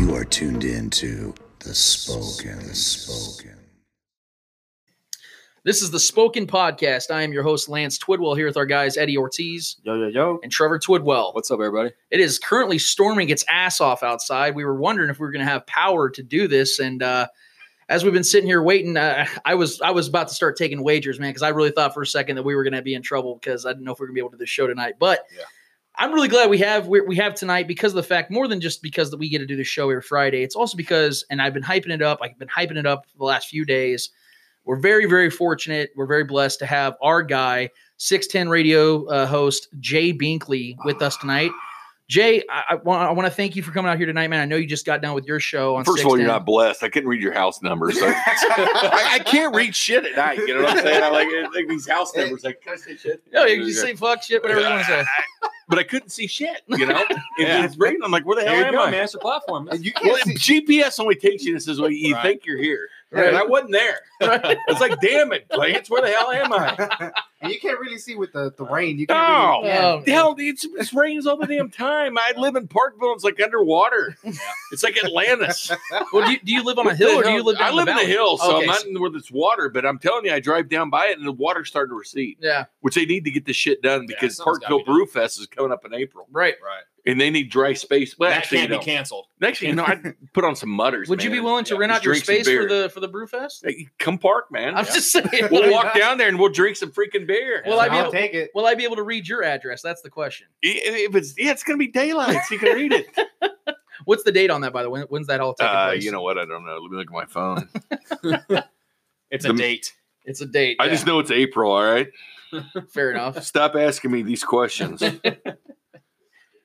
You are tuned in to the Spoken. The Spoken. This is the Spoken Podcast. I am your host, Lance Twidwell, here with our guys, Eddie Ortiz Yo, yo, yo. and Trevor Twidwell. What's up, everybody? It is currently storming its ass off outside. We were wondering if we were going to have power to do this. And uh, as we've been sitting here waiting, uh, I was I was about to start taking wagers, man, because I really thought for a second that we were going to be in trouble because I didn't know if we were going to be able to do this show tonight. But Yeah. I'm really glad we have we, we have tonight because of the fact more than just because that we get to do the show every Friday. It's also because, and I've been hyping it up. I've been hyping it up for the last few days. We're very very fortunate. We're very blessed to have our guy, six ten radio uh, host Jay Binkley, with us tonight. Jay, I, I want I want to thank you for coming out here tonight, man. I know you just got done with your show on. First of all, 610. you're not blessed. I couldn't read your house number, so I, I can't read shit at night. You know what I'm saying? I like, it's like these house numbers. Like, can I say shit? No, you can just say fuck shit, whatever you want to say. But I couldn't see shit. You know, Yeah. yeah. it's raining. I'm like, where the hell There you am go, I? man. It's a platform. You Um, can't see- GPS only takes you and says, "Well, you Right. think you're here." Right. And I wasn't there. Right. It's like, damn it, Lance, where the hell am I? And you can't really see with the, the rain. You No, can't Yeah. The hell, it's, it rains all the damn time. I live in Parkville. It's like underwater. It's like Atlantis. Well, do you, do you live on a hill or do you live? Down I live in the valley? hill, so Okay, I'm not in where there's water. But I'm telling you, I drive down by it, and the water's starting to recede, Yeah, which they need to get this shit done because something's gotta Parkville be done. Brew Fest is coming up in April, right. Right. and they need dry space. Well, That actually, can't you be know, canceled. actually, you know, I put on some mutters. Would you be man. willing to Yeah, rent just out your drink some space for beer. the for the brew fest? Hey, Come park, man. I'm just saying. We'll walk down there and we'll drink some freaking beer. Well, Well, I I mean- will take it. Will I be able to read your address? That's the question. if it's yeah, it's gonna be daylight, so you can read it. What's the date on that, by the way? When's that all taking Uh, place? you know what? I don't know. Let me look at my phone. It's a The- date. it's a date. I just know it's April. All right, fair enough. stop asking me these questions.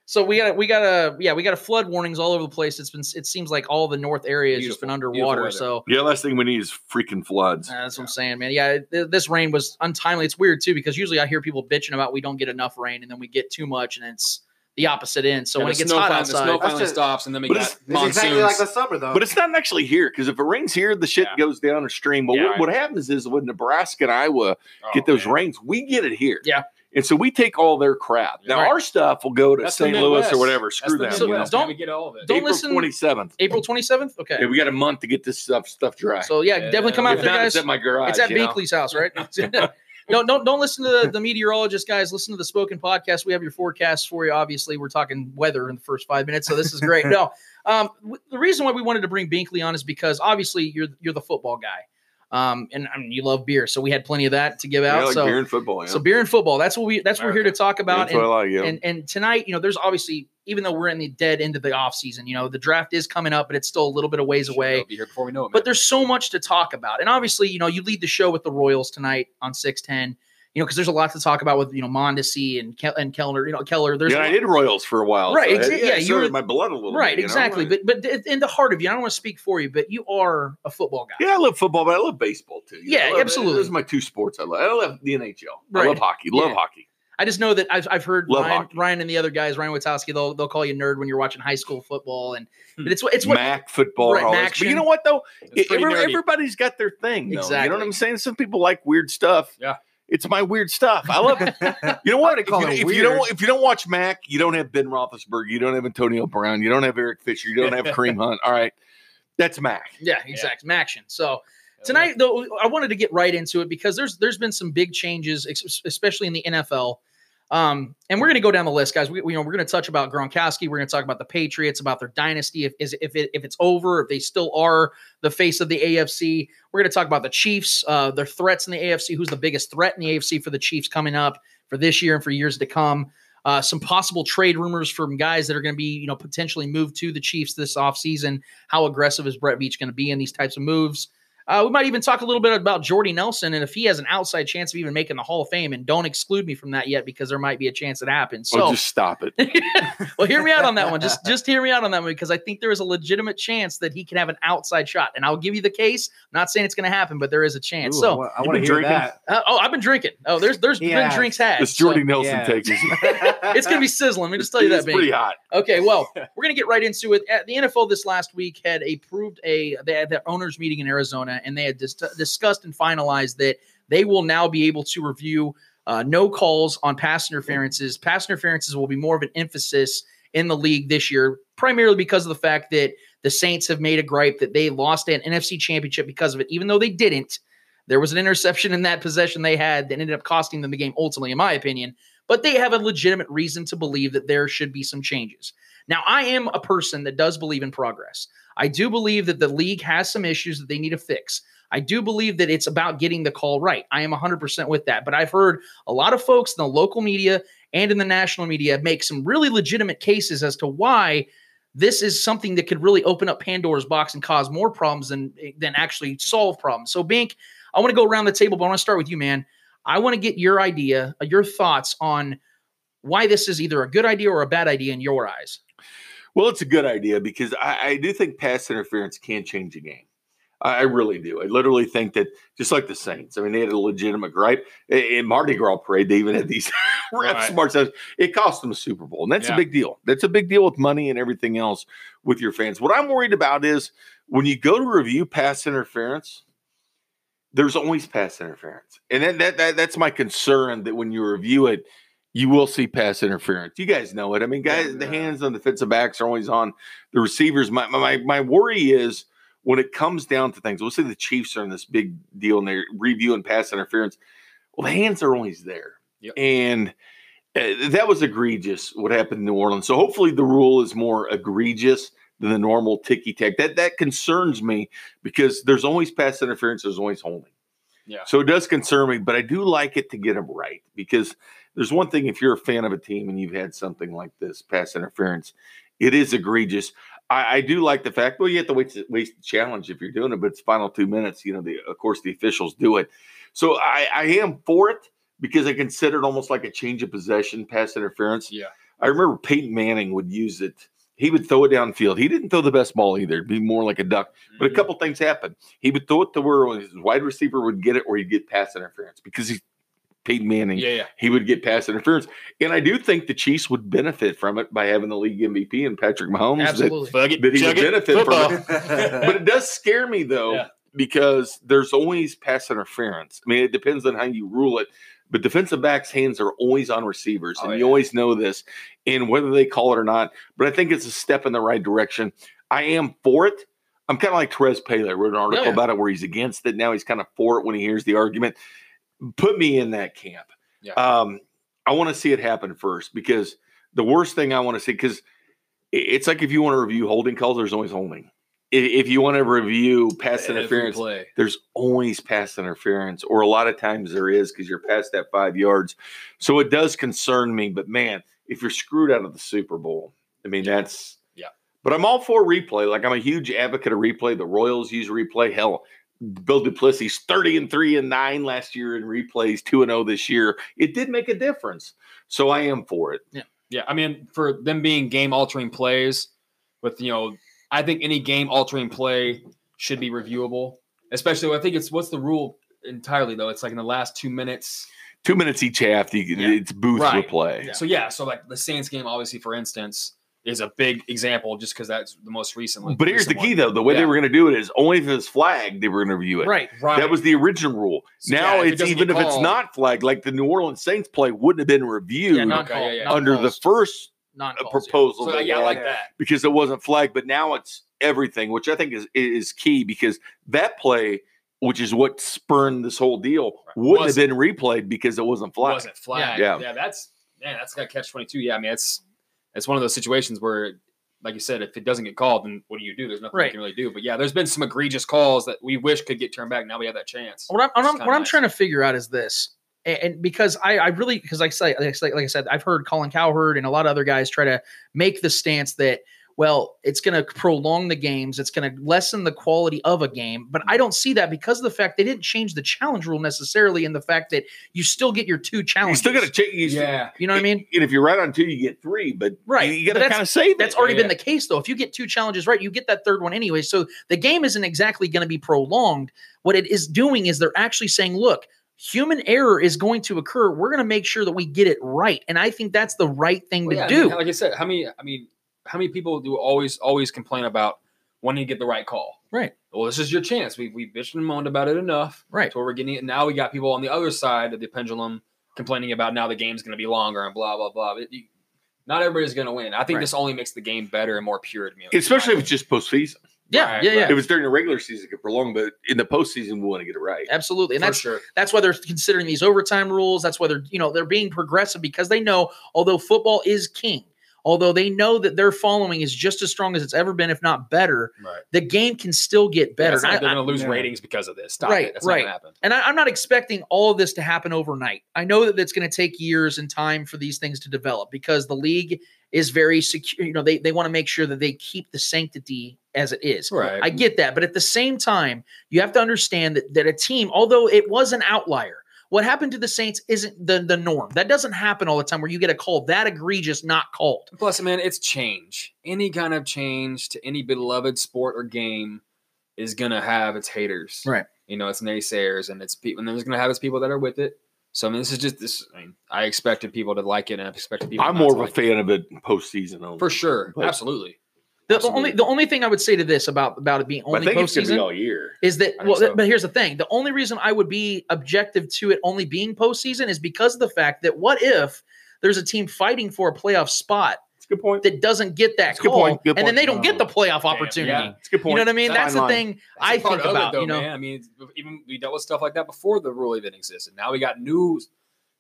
So we got we got a yeah we got a flood warnings all over the place. It's been it seems like all the north area has just been Beautiful, underwater. beautiful So yeah, last thing we need is freaking floods. uh, that's what I'm saying, man. Yeah, th- this rain was untimely. It's weird too because usually I hear people bitching about we don't get enough rain and then we get too much and it's the opposite end. So And when the it gets snow hot fin- the outside, snow That's finally just- stops, and then we But got it's- It's monsoons. exactly like the summer, though. But it's not actually here because if it rains here, the shit Yeah. goes down a stream. But Yeah, what, right. what happens is when Nebraska and Iowa Oh, get those man. rains, we get it here. Yeah. And so we take all their crap. Now Right. our stuff will go to That's the St. Louis Midwest. or whatever. That's Screw the them. So you know. Midwest, don't- man. we get all of it. don't April listen- 27th. April 27th. Okay. Yeah, we got a month to get this stuff stuff dry. So yeah, Yeah. definitely come out if there, not, guys. it's at my garage. It's at you know? Beakley's house, right? no, don't don't listen to the, the meteorologist guys. Listen to the spoken podcast. We have your forecast for you. Obviously, we're talking weather in the first five minutes, so this is great. no, um, w- the reason why we wanted to bring Binkley on is because obviously you're you're the football guy, um, and I mean, you love beer, so we had plenty of that to give Yeah, out. like so beer and football. Yeah. so beer and football. That's what we that's what we're here to talk Yeah, about. That's what I And, like. Yeah. and and tonight, you know, there's obviously even though we're in the dead end of the off season, you know, the draft is coming up, but it's still a little bit of ways Shit, away It'll be here before we know it. but man. there's so much to talk about. And obviously, you know, you lead the show with the Royals tonight on 610, you know, because there's a lot to talk about with, you know, Mondesi and, Ke- and Keller, you know, Keller. There's yeah, a I lot- did Royals for a while. Right, So, exa- yeah, it you stirred were- my blood a little. right, bit, you know? exactly. But but in the heart of you, I don't want to speak for you, but you are a football guy. Yeah, I love football, but I love baseball too. Yeah, I love- absolutely. Those are my two sports I love. I love the NHL. Right. I love hockey. Love Yeah. hockey. I just know that I've, I've heard Love Ryan, hockey. Ryan and the other guys, Ryan Witowski, they'll they'll call you nerd when you're watching high school football, and Hmm. but it's what it's what Mac football. Right, all this. Maction. But you know what though? E, It's pretty Every- nerdy. everybody's got their thing. Though. You know Exactly. what I'm saying? Some people like weird stuff. Yeah. It's my weird stuff. I love. You know what? I'd If call you, it if you don't weird. if you don't watch Mac, you don't have Ben Roethlisberger, you don't have Antonio Brown, you don't have Eric Fisher, you don't have Kareem Hunt. All right, that's Mac. yeah, exactly, Maction. So tonight though i wanted to get right into it because there's there's been some big changes ex- especially in the nfl um, and we're going to go down the list guys we, we- you know we're going to touch about gronkowski we're going to talk about the patriots about their dynasty if is, if, it, if it's over if they still are the face of the afc we're going to talk about the chiefs uh, their threats in the afc who's the biggest threat in the afc for the chiefs coming up for this year and for years to come uh, some possible trade rumors from guys that are going to be you know potentially moved to the chiefs this offseason how aggressive is brett beach going to be in these types of moves Uh, we might even talk a little bit about Jordy Nelson and if he has an outside chance of even making the Hall of Fame. And don't exclude me from that yet because there might be a chance it happens. So, oh, just stop it. well, hear me out on that one. Just just hear me out on that one because I think there is a legitimate chance that he can have an outside shot. And I'll give you the case. I'm not saying it's going to happen, but there is a chance. Ooh, I so, wa- I You've want to been hear drinking? that. uh, oh, I've been drinking. Oh, there's there's Yeah. been drinks had. This Jordy So Nelson yeah. Texas. it's going to be sizzling. Let me just tell you that, It's pretty baby. hot. Okay, well, we're going to get right into it. At the NFL this last week had approved a they had their owners meeting in Arizona, and they had dis- discussed and finalized that they will now be able to review uh, no calls on pass interferences. Pass interferences will be more of an emphasis in the league this year, primarily because of the fact that the Saints have made a gripe that they lost an NFC championship because of it, even though they didn't. There was an interception in that possession they had that ended up costing them the game ultimately, in my opinion. But they have a legitimate reason to believe that there should be some changes. Now, I am a person that does believe in progress. I do believe that the league has some issues that they need to fix. I do believe that it's about getting the call right. I am 100% with that. But I've heard a lot of folks in the local media and in the national media make some really legitimate cases as to why this is something that could really open up Pandora's box and cause more problems than than actually solve problems. So, Bink, I want to go around the table, but I want to start with you, man. I want to get your idea, uh, your thoughts on why this is either a good idea or a bad idea in your eyes. Well, it's a good idea because I, I do think pass interference can change a game. I, I really do. I literally think that just like the Saints, I mean, they had a legitimate gripe I- in Mardi Gras parade. They even had these refs Right. smart says it cost them a Super Bowl, and that's a Yeah. big deal. That's a big deal with money and everything else with your fans. What I'm worried about is when you go to review pass interference. There's always pass interference, and that, that, that that's my concern. That when you review it, you will see pass interference. You guys know it. I mean, guys, the hands on defensive backs are always on the receivers. My, my my worry is when it comes down to things. Let's say the Chiefs are in this big deal and they're reviewing pass interference. Well, the hands are always there, Yep. and uh, that was egregious. What happened in New Orleans. So hopefully the rule is more egregious than the normal ticky tack. That that concerns me because there's always pass interference. There's always holding. Yeah. So it does concern me, but I do like it to get them right because there's one thing if you're a fan of a team and you've had something like this pass interference, it is egregious. I, I do like the fact. Well, you have to wait to waste the challenge if you're doing it, but it's final two minutes. You know, the of course the officials do it. So I, I am for it because I consider it almost like a change of possession pass interference. Yeah. I remember Peyton Manning would use it. He would throw it downfield. He didn't throw the best ball either. It'd be more like a duck. Mm-hmm. But a couple things happened. He would throw it to where his wide receiver would get it, or he'd get pass interference because he's Peyton Manning. Yeah, yeah. He would get pass interference, and I do think the Chiefs would benefit from it by having the league MVP and Patrick Mahomes. that- Absolutely. Bug it, That he would chug it, benefit from football. it. but it does scare me though Yeah. because there's always pass interference. I mean, it depends on how you rule it, but defensive backs' hands are always on receivers, and Oh, you yeah. always know this, and whether they call it or not. But I think it's a step in the right direction. I am for it. I'm kind of like Therese Pele. I wrote an article Oh, yeah. about it where he's against it. Now he's kind of for it when he hears the argument. Put me in that camp. Yeah. Um, I want to see it happen first because the worst thing I want to see because it's like if you want to review holding calls, there's always holding if, if you want to review pass Every interference, play. there's always pass interference, or a lot of times there is because you're past that five yards. So it does concern me. But man, if you're screwed out of the Super Bowl, I mean that's Yeah. But I'm all for replay. Like I'm a huge advocate of replay. The Royals use replay. Hell, Bill Duplessis 30 and 3 and 9 last year in replays, 2 and 0 this year. It did make a difference. So I am for it. Yeah, I mean, for them being game altering plays, with you know, I think any game altering play should be reviewable. Especially, I think it's what's the rule entirely though. It's like in the last two minutes. Two minutes each half, you, Yeah. it's booth Right. replay. So yeah, so like the Saints game, obviously, for instance, is a big example just because that's the most recently. But here's the key, though. The way they Yeah. were going to do it is only if it's flagged, they were going to review it. Right. Right. That was the original rule. So, now yeah, if it it's doesn't even if get it's called- not flagged, like the New Orleans Saints play wouldn't have been reviewed Yeah, non Okay, yeah, yeah. under the first non uh, proposal So, they yeah, had like that. because it wasn't flagged. But now it's everything, which I think is is key because that play, which is what spurned this whole deal, wouldn't have Wasn't- been replayed because it wasn't flagged. Wasn't flagged. Yeah. Yeah. that's man, that's got catch twenty two. Yeah, I mean, it's it's one of those situations where, like you said, if it doesn't get called, then what do you do? There's nothing Right. you can really do. But yeah, there's been some egregious calls that we wish could get turned back. Now we have that chance. What I'm, what It's I'm, kinda what I'm nice. trying to figure out is this, and, and because I, I really, because like I say, like I said, like I said, I've heard Colin Cowherd and a lot of other guys try to make the stance that well, it's going to prolong the games, it's going to lessen the quality of a game. But I don't see that because of the fact they didn't change the challenge rule necessarily, and the fact that you still get your two You challenges. still got to check. You still- Yeah. you know what I mean? And if you're right on two, you get three. But Right. you But got to that's- kind of save That's it. already been Yeah. the case, though. If you get two challenges right, you get that third one anyway. So the game isn't exactly going to be prolonged. What it is doing is they're actually saying, look, human error is going to occur. We're going to make sure that we get it right. And I think that's the right thing Well, to yeah, I do. mean, like I said, how many? I mean, how many people do always always complain about wanting to get the right call? Right. Well, this is your chance. We we bitched and moaned about it enough. Right. So we're getting it. Now we got people on the other side of the pendulum complaining about now the game's going to be longer and blah blah blah. It- you- not everybody's going to win. I think Right. this only makes the game better and more pure to me. Especially if it's just postseason. yeah, Right, yeah, yeah. right. If it's during the regular season, it could prolong. But in the postseason, we want to get it right. Absolutely. And for that's sure. that's why they're considering these overtime rules. That's why they're, you know, they're being progressive because they know although football is king, although they know that their following is just as strong as it's ever been, if not better, Right. the game can still get better. It's not And that they're I- going to lose yeah. ratings because of this. Stop Right, it. That's right. not going to happen. and I, I'm not expecting all of this to happen overnight. I know that it's going to take years and time for these things to develop because the league is very secure. You know, they, they want to make sure that they keep the sanctity as it is. Right. I get that. But at the same time, you have to understand that, that a team, although it was an outlier, what happened to the Saints isn't the, the norm. That doesn't happen all the time where you get a call that egregious, not called. Plus, man, it's change. Any kind of change to any beloved sport or game is gonna have its haters, Right. You know, it's naysayers and it's people, and then there's gonna have its people that are with it. So I mean, this is just this. I mean, I expected people to like it, and I expected people. I'm not more to of a like fan of it in postseason only. it. for sure, But- absolutely. The, the Absolutely. only the only thing I would say to this about about it being But I only think it's going to be postseason all year. is that I think well th- so. but here's the thing the only reason i would be objective to it only being postseason is because of the fact that what if there's a team fighting for a playoff spot It's a good point. that doesn't get that That's a good call point, good and then point. they don't get the playoff opportunity yeah. It's a good you point. know what i mean Fine that's the line. thing i That's part think of it, about you know man. I mean, it's- even we dealt with stuff like that before the rule even existed. Now we got new,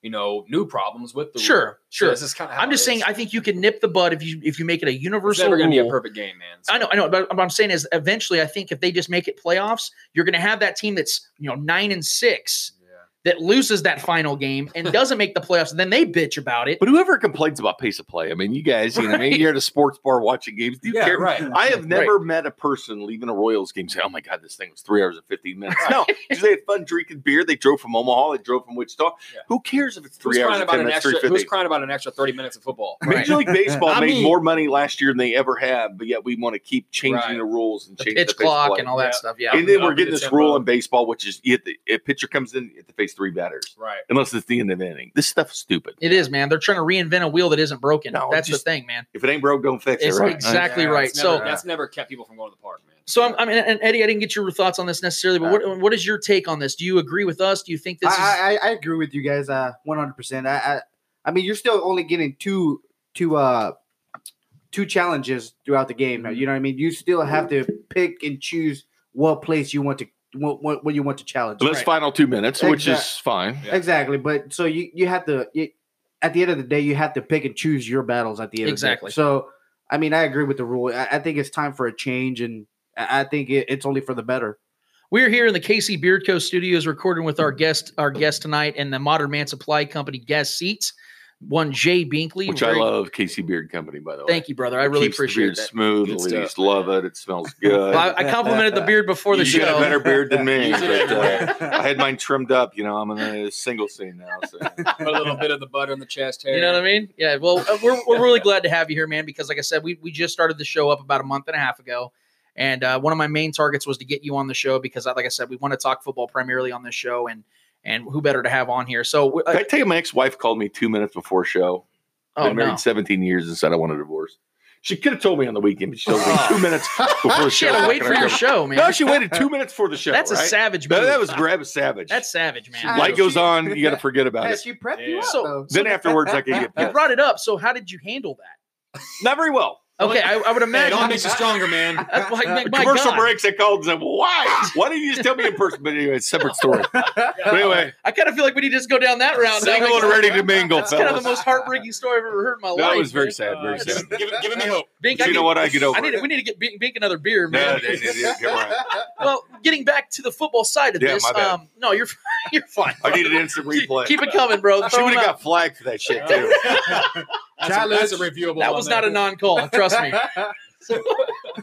you know, new problems with the rule. Sure, So sure. this is kind of. i'm just saying i think you can nip the bud if you if you make it a it's universal never gonna be a rule. perfect game, man. I know, I know, but what I'm saying is, eventually, I think if they just make it playoffs, you're going to have that team that's you know nine and six Yeah. that loses that final game and doesn't make the playoffs, and then they bitch about it. But whoever complains about pace of play, I mean, you guys, you know, what I mean, you're at a sports bar watching games. Do you Yeah, care? right. I have never met a person leaving a Royals game saying, "Oh my god, this thing was three hours and fifteen minutes." No, 'cause they had fun drinking beer. They drove from Omaha. They drove from Wichita. Yeah. Who cares if it's three who's hours crying and about ten an minutes? Three extra? Who's fifty. crying about an extra thirty minutes of football? Right. Major League Baseball I made mean- more money last year than they ever have, but yet we want to keep changing Right. the rules and the changing pitch the pace of clock play. and all that Yeah. stuff. Yeah. And then we're Up getting the this tempo. rule in baseball, which is you hit the, a pitcher comes in, you have to face three batters, Right. unless it's the end of the inning. This stuff's stupid. It is, man. They're trying to reinvent a wheel that isn't broken. No, That's just- the thing, man. If it ain't broke, don't fix It's it. Right? exactly Yeah, right. that's never- So, that's never kept people from going to the park, man. so I'm, I mean, and Eddie, I didn't get your thoughts on this necessarily, but what, what is your take on this? Do you agree with us? Do you think this is? I, I, I agree with you guys uh 100%. I, I I mean you're still only getting two two uh two challenges throughout the game. Mm-hmm. You know what I mean? You still have to pick and choose what place you want to what what, what you want to challenge. Unless final two minutes, which is Exact- fine. Yeah. Exactly, but so you you have to you, at the end of the day you have to pick and choose your battles at the end. Exactly. Of the day. So I mean I agree with the rule. I, I think it's time for a change, and I I think it, it's only for the better. We're here in the Casey Beardco studios recording with our guest, our guest tonight, and the Modern Man Supply Company guest seats. One Jay Binkley, Which Very- I love, Casey Beard Company, by the way. Thank you, brother. I It really keeps the appreciate beard that. smooth. Good The ladies stuff. love it. It smells good. Well, I, I complimented the beard before the you got show. a better beard than me. You did. but, uh, I had mine trimmed up. You know, I'm in a single scene now. So. Put a little bit of the butter on the chest hair. You know what I mean? Yeah. Well, uh, we're, we're really glad to have you here, man, because like I said, we, we just started the show up about a month and a half ago. And uh, one of my main targets was to get you on the show because, I, like I said, we want to talk football primarily on this show and and who better to have on here. So, Can uh, I tell you, my ex-wife called me two minutes before show. oh, been married no. 17 years and said I want a divorce. She could have told me on the weekend, but she told me two minutes before the She show. had to wait Not for gonna your come. show, man. No, she waited two minutes for the show. That's a right? savage That, move. that was grab a savage. That's savage, man. light goes on. You got to forget about Yeah, it. she prepped you Yeah. up. So- though. Then afterwards, I can get you pissed. brought it up. So, how did you handle that? Not very well. Okay, I, I would Hey, it imagine. only makes you stronger, man. That's like, my Uh, Commercial God. breaks. I called and said, "Why? Why didn't you just tell me in person?" But anyway, it's a separate story. But anyway, I kind of feel like we need to just go down that route. That single makes- and ready to mingle, That's kind of fellas. the most Uh, heartbreaking story I've ever heard in my life. That was very man. sad. Very sad. Give, giving me hope. Bink, But I you know need- what? I get over. I need. it. We need to get Bink, Bink another beer, No, man. it is- it is- come on. well, getting back to the football side of Yeah, this, my bad. um, no, you're you're fine. I need an instant Keep- replay. Keep it coming, bro. She Throw would him have out. got flagged for that shit too. That's a, that's a reviewable. that one was there. not a non-call. Trust me. So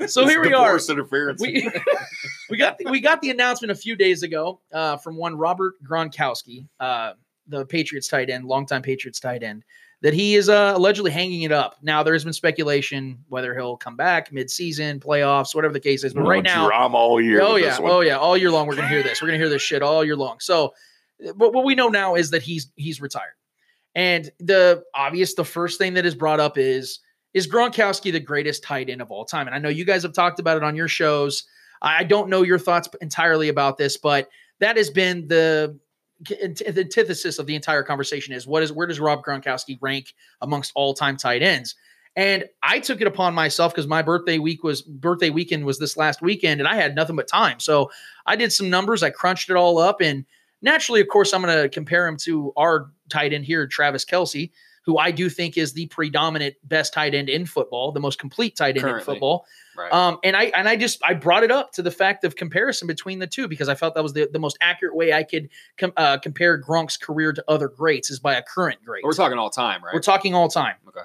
It's here we are. divorce interference. We, we got the, we got the announcement a few days ago uh, from one Robert Gronkowski, uh, the Patriots tight end, longtime Patriots tight end, that he is uh, allegedly hanging it up. Now there has been speculation whether he'll come back mid-season, playoffs, whatever the case is. But No right now, drama all year. Oh with yeah, this one. oh yeah, all year long we're gonna hear this. We're gonna hear this shit all year long. So, but what we know now is that he's he's retired, and the obvious, the first thing that is brought up is is Gronkowski the greatest tight end of all time? And I know you guys have talked about it on your shows. I I don't know your thoughts entirely about this, but that has been the the antithesis of the entire conversation is what is where does Rob Gronkowski rank amongst all time tight ends? And I took it upon myself because my birthday week was birthday weekend was this last weekend, and I had nothing but time. So I did some numbers, I crunched it all up, and naturally, of course, I'm going to compare him to our tight end here, Travis Kelsey, who I do think is the predominant best tight end in football, the most complete tight end in Currently. football. Right. Um, and I and I just I brought it up to the fact of comparison between the two because I felt that was the, the most accurate way I could com- uh, compare Gronk's career to other greats is by a current great. We're talking all time, right? We're talking all time. Okay.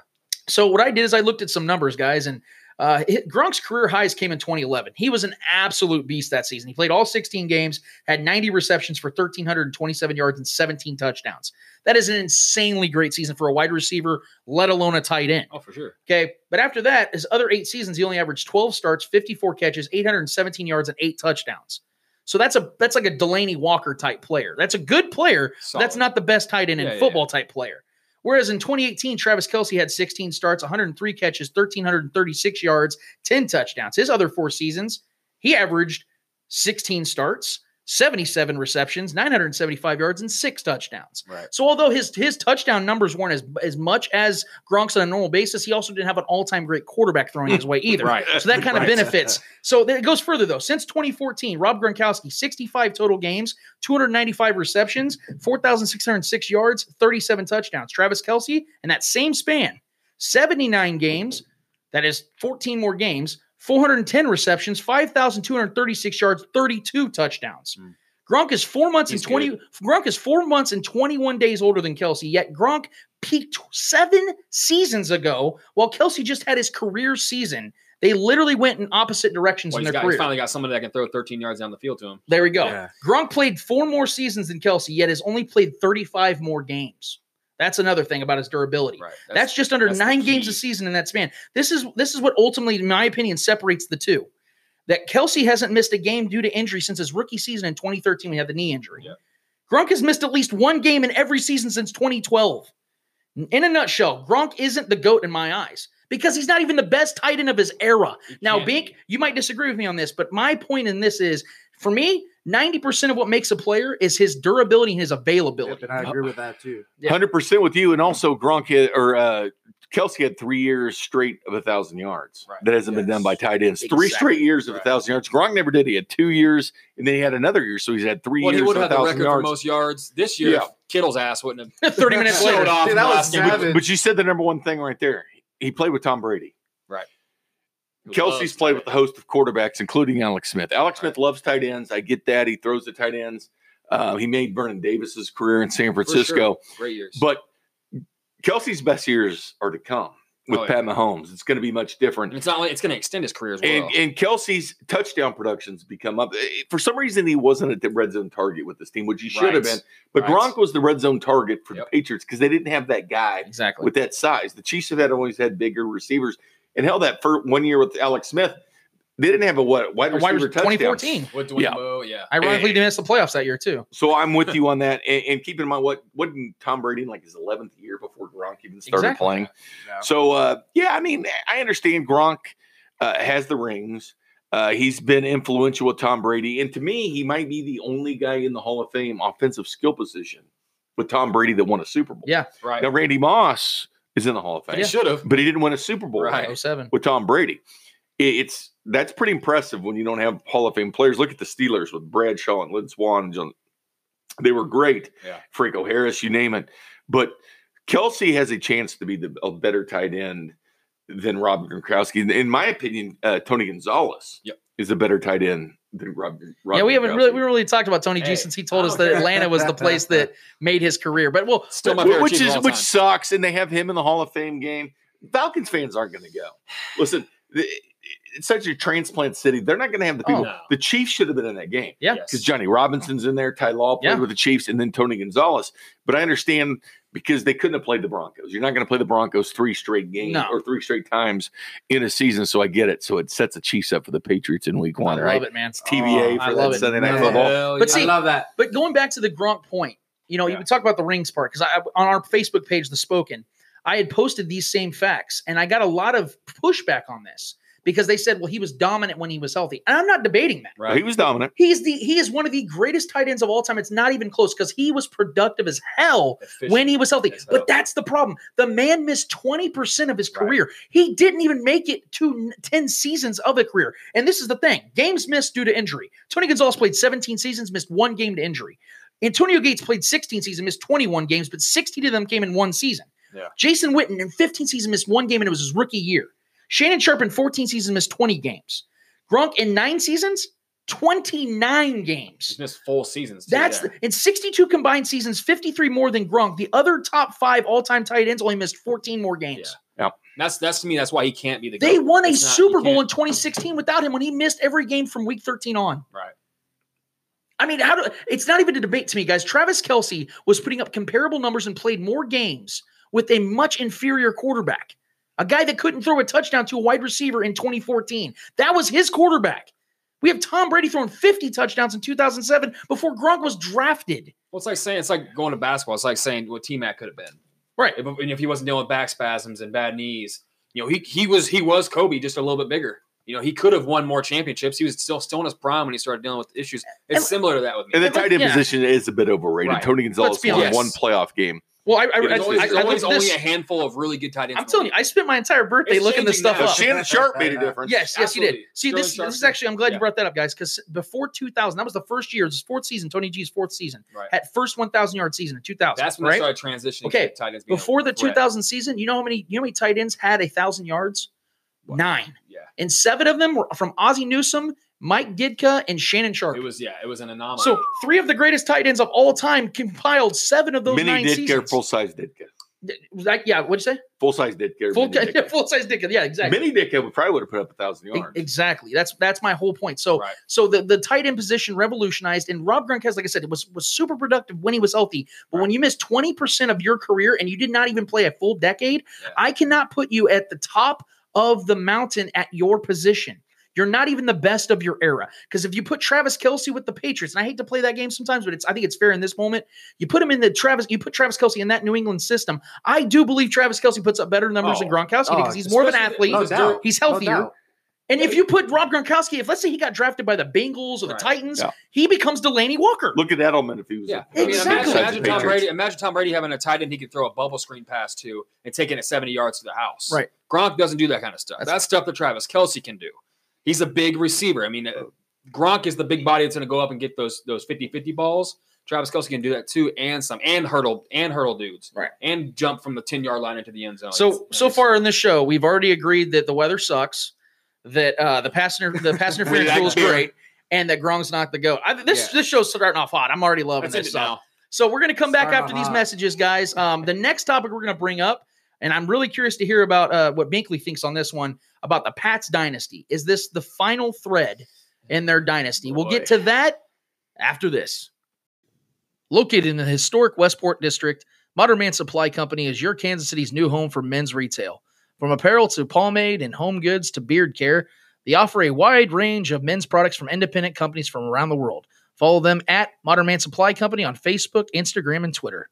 So what I did is I looked at some numbers, guys, and uh, hi- Gronk's career highs came in 2011. He was an absolute beast that season. He played all 16 games, had 90 receptions for 1,327 yards and 17 touchdowns. That is an insanely great season for a wide receiver, let alone a tight end. oh, for sure. Okay. But after that, his other eight seasons, he only averaged 12 starts, 54 catches, 817 yards, and eight touchdowns. So that's a that's like a Delaney Walker type player. That's a good player. but That's Solid. not the best tight end in Yeah, yeah, football type player. Whereas in 2018, Travis Kelsey had 16 starts, 103 catches, 1,336 yards, 10 touchdowns. His other four seasons, he averaged 16 starts, 77 receptions, 975 yards, and six touchdowns. Right. So although his his touchdown numbers weren't as as much as Gronk's on a normal basis, he also didn't have an all time great quarterback throwing his way either. Right. So that kind of Right. benefits. So there- it goes further though. Since 2014, Rob Gronkowski, 65 total games, 295 receptions, 4,606 yards, 37 touchdowns. Travis Kelsey, in that same span, 79 games, that is 14 more games, 410 receptions, 5,236 yards, 32 touchdowns. Mm. Gronk is four months He's and 20 Gronk is four months and 21 days older than Kelsey, yet Gronk peaked seven seasons ago while Kelsey just had his career season. They literally went in opposite directions Well, in he's, their got, he's career. finally got somebody that can throw 13 yards down the field to him. There we go. Yeah. Gronk played four more seasons than Kelsey, yet has only played 35 more games. That's another thing about his durability. Right. That's, just under that's the nine games a key. season in that span. This is this is what ultimately, in my opinion, separates the two. That Kelsey hasn't missed a game due to injury since his rookie season in 2013 when he had the knee injury. Yep. Gronk has missed at least one game in every season since 2012. In a nutshell, Gronk isn't the GOAT in my eyes because he's not even the best tight end of his era. He Now, can't Bink, be. you might disagree with me on this, but my point in this is for me, 90% of what makes a player is his durability and his availability. Yep, and I agree with that too. Yeah. Hundred percent with you, and also Gronk had, or uh, Kelsey had three years straight of a thousand yards. Right. That hasn't been Yes. done by tight ends. Three Exactly. straight years of a Right. thousand yards. Gronk never did. He had two years, and then he had another year, so he's had three Well, he years would of a have the thousand record for yards. most yards this year. Yeah. if Kittle's ass wouldn't have. 30 minutes Showed later. off Dude, that was last game. savage. But you said the number one thing right there. He played with Tom Brady. Kelsey's played with a host of quarterbacks, including Alex Smith. Alex Smith loves tight ends. I get that. He throws the tight ends. Uh, he made Vernon Davis's career in San For sure. Francisco. Great years. But Kelsey's best years are to come with Oh, yeah. Pat Mahomes. It's going to be much and different. it's not like it's going to extend his career as well. And, and Kelsey's touchdown productions become up. Eh, For some reason, he wasn't at the red zone target with this team, which he should Right. have been. But Right. Gronk was the red zone target for Yep. the Patriots because they didn't have that guy Exactly. with that size. The Chiefs have had always had bigger receivers. And hell, that for one year with Alex Smith, they didn't have a what Wide wide receiver receiver touchdown. 2014. with Dwayne yeah. Bowe, yeah. Ironically, they missed the playoffs that year, too. So I'm with you on that. And, and keep in mind what wasn't Tom Brady in like his 11th year before Gronk even started Exactly. playing. Yeah. So uh, yeah, I mean, I understand Gronk uh, has the rings. Uh, he's been influential with Tom Brady, and to me, he might be the only guy in the Hall of Fame offensive skill position with Tom Brady that won a Super Bowl. Yeah. Right. Now Randy Moss is in the Hall of Fame, He should have. but he didn't win a Super Bowl Right. Oh seven. with Tom Brady. I- It's that's pretty impressive when you don't have Hall of Fame players. Look at the Steelers with Bradshaw and Lynn Swan and John. They were great. Yeah. Franco Harris, you name it. But Kelsey has a chance to be the a better tight end than Rob Gronkowski. In my opinion, uh, Tony Gonzalez Yep. is a better tight end than Rob. Rob yeah, we haven't Gronkowski. really we haven't really talked about Tony G Hey, since he told I us don't that care. Atlanta was the place that made his career. But well, Still my Wh- favorite which Chief of is all which time. sucks, and they have him in the Hall of Fame game. Falcons fans aren't going to go. Listen, the- it's such a transplant city. They're not going to have the people. Oh. The Chiefs should have been in that game Yeah. Yes. because Johnny Robinson's in there. Ty Law played Yeah. with the Chiefs, and then Tony Gonzalez. But I understand because they couldn't have played the Broncos. You're not going to play the Broncos three straight games No. or three straight times in a season. So I get it. So it sets the Chiefs up for the Patriots in Week One, I right? love it, man. It's Oh, TBA I for love that it. Sunday Night Yeah. Football. Hell But yeah. see- I love that. But going back to the Gronk point, you know, Yeah. we talk about the rings part because I on our Facebook page, the Spoken, I had posted these same facts, and I got a lot of pushback on this because they said, "Well, he was dominant when he was healthy," and I'm not debating that. He right. was dominant. He's the he is one of the greatest tight ends of all time. It's not even close because he was productive as hell Efficient. when he was healthy. That's But how- that's the problem. The man missed 20% of his Right. career. He didn't even make it to n- 10 seasons of a career. And this is the thing games missed due to injury. Tony Gonzalez played 17 seasons, missed one game to injury. Antonio Gates played 16 seasons, missed 21 games, but 60 of them came in one season. Yeah. Jason Witten in 15 seasons missed one game, and it was his rookie year. Shannon Sharp in 14 seasons missed 20 games. Gronk in nine seasons, 29 games. He's missed full seasons. too, That's yeah. the, in 62 combined seasons, 53 more than Gronk. The other top five all-time tight ends only missed 14 more games. that's that's to me. That's why he can't be the. They GOAT. won a It's not- you Super Bowl in can't- 2016 without him when he missed every game from Week 13 on. Right. I mean, how do it's not even a debate to me, guys. Travis Kelsey was putting up comparable numbers and played more games with a much inferior quarterback, a guy that couldn't throw a touchdown to a wide receiver in 2014. That was his quarterback. We have Tom Brady throwing 50 touchdowns in 2007 before Gronk was drafted. Well, it's like saying it's like going to basketball. It's like saying what T Mac could have been. Right. If, and if he wasn't dealing with back spasms and bad knees, you know, he he was he was Kobe just a little bit bigger. You know, he could have won more championships. He was still still in his prime when he started dealing with issues. It's And- similar to that with me. And the Yeah, but- tight end yeah. position is a bit overrated. Right. Tony Gonzalez be won honest. one playoff game. Well, I, I, I, there's always, I, there's I always looked only this- a handful of really good tight ends. I'm telling you, I spent my entire birthday It's looking this changing stuff now. up. But Shannon Sharp made a difference. Yes, yes, you did. Absolutely. See, Sterling this, Sharp this is actually, I'm glad Yeah. you brought that up, guys, because before 2000, that was the first year, his fourth season, Tony G's fourth season, Right. had first 1,000 yard season in 2000. That's when right? they started transitioning. Okay, to tight ends being a Before the threat. 2000 season, you know how many you know how many tight ends had a thousand yards? Wow. Nine, Yeah, and seven of them were from Ozzie Newsome, Mike Gidka, and Shannon Sharp. it was. Yeah, it was an anomaly. so three of the greatest tight ends of all time compiled seven of those Many nine did care. seasons. Full size did care. Was that- yeah, what'd you say? Full size did care. Full, Many did care. full size dick. Yeah, exactly. Mini Dickhead would probably would have put up a thousand E- yards. Exactly. That's that's my whole point. So Right. so the, the tight end position revolutionized, and Rob Gronkowski, like I said, was was super productive when he was healthy. But when you miss twenty percent of your career and you did not even play a full decade, Yeah. I cannot put you at the top of the mountain at your position. You're not even the best of your era because if you put Travis Kelsey with the Patriots, and I hate to play that game sometimes, but it's I think it's fair in this moment. You put him in the Travis, you put Travis Kelsey in that New England system. I do believe Travis Kelsey puts up better numbers than Oh, Gronkowski oh, because he's more of an especially athlete. the- No was doubt. He's Oh, No healthier. doubt. And if you put Rob Gronkowski, if let's say he got drafted by the Bengals or the Right. Titans, Yeah. he becomes Delaney Walker. Look at Edelman if he was. Yeah, a- I mean, Exactly. Imagine, imagine Tom Patriots. Brady. Imagine Tom Brady having a tight end he could throw a bubble screen pass to and taking it seventy yards to the house. Right. Gronk doesn't do that kind of stuff. That's, That's- stuff that Travis Kelsey can do. He's a big receiver. I mean, uh, Gronk is the big body that's going to go up and get those those 50-50 balls. Travis Kelsey can do that too, and some and hurdle and hurdle dudes, Right. And jump from the ten yard line into the end zone. So It's- so it's- far in this show, we've already agreed that the weather sucks, that uh, the passenger the passenger We interference like rule is beer. great, and that Gronk's not the goat. I, this this show's starting off hot. I'm already loving that's it this. So. now. so we're gonna come back Starting off after these hot. messages, guys. Um, the next topic we're gonna bring up, and I'm really curious to hear about uh, what Binkley thinks on this one about the Pats dynasty. Is this the final thread in their dynasty? We'll get to that after this. Located in the historic Westport district, Modern Man Supply Company is your Kansas City's new home for men's retail. From apparel to pomade and home goods to beard care, they offer a wide range of men's products from independent companies from around the world. Follow them at Modern Man Supply Company on Facebook, Instagram, and Twitter.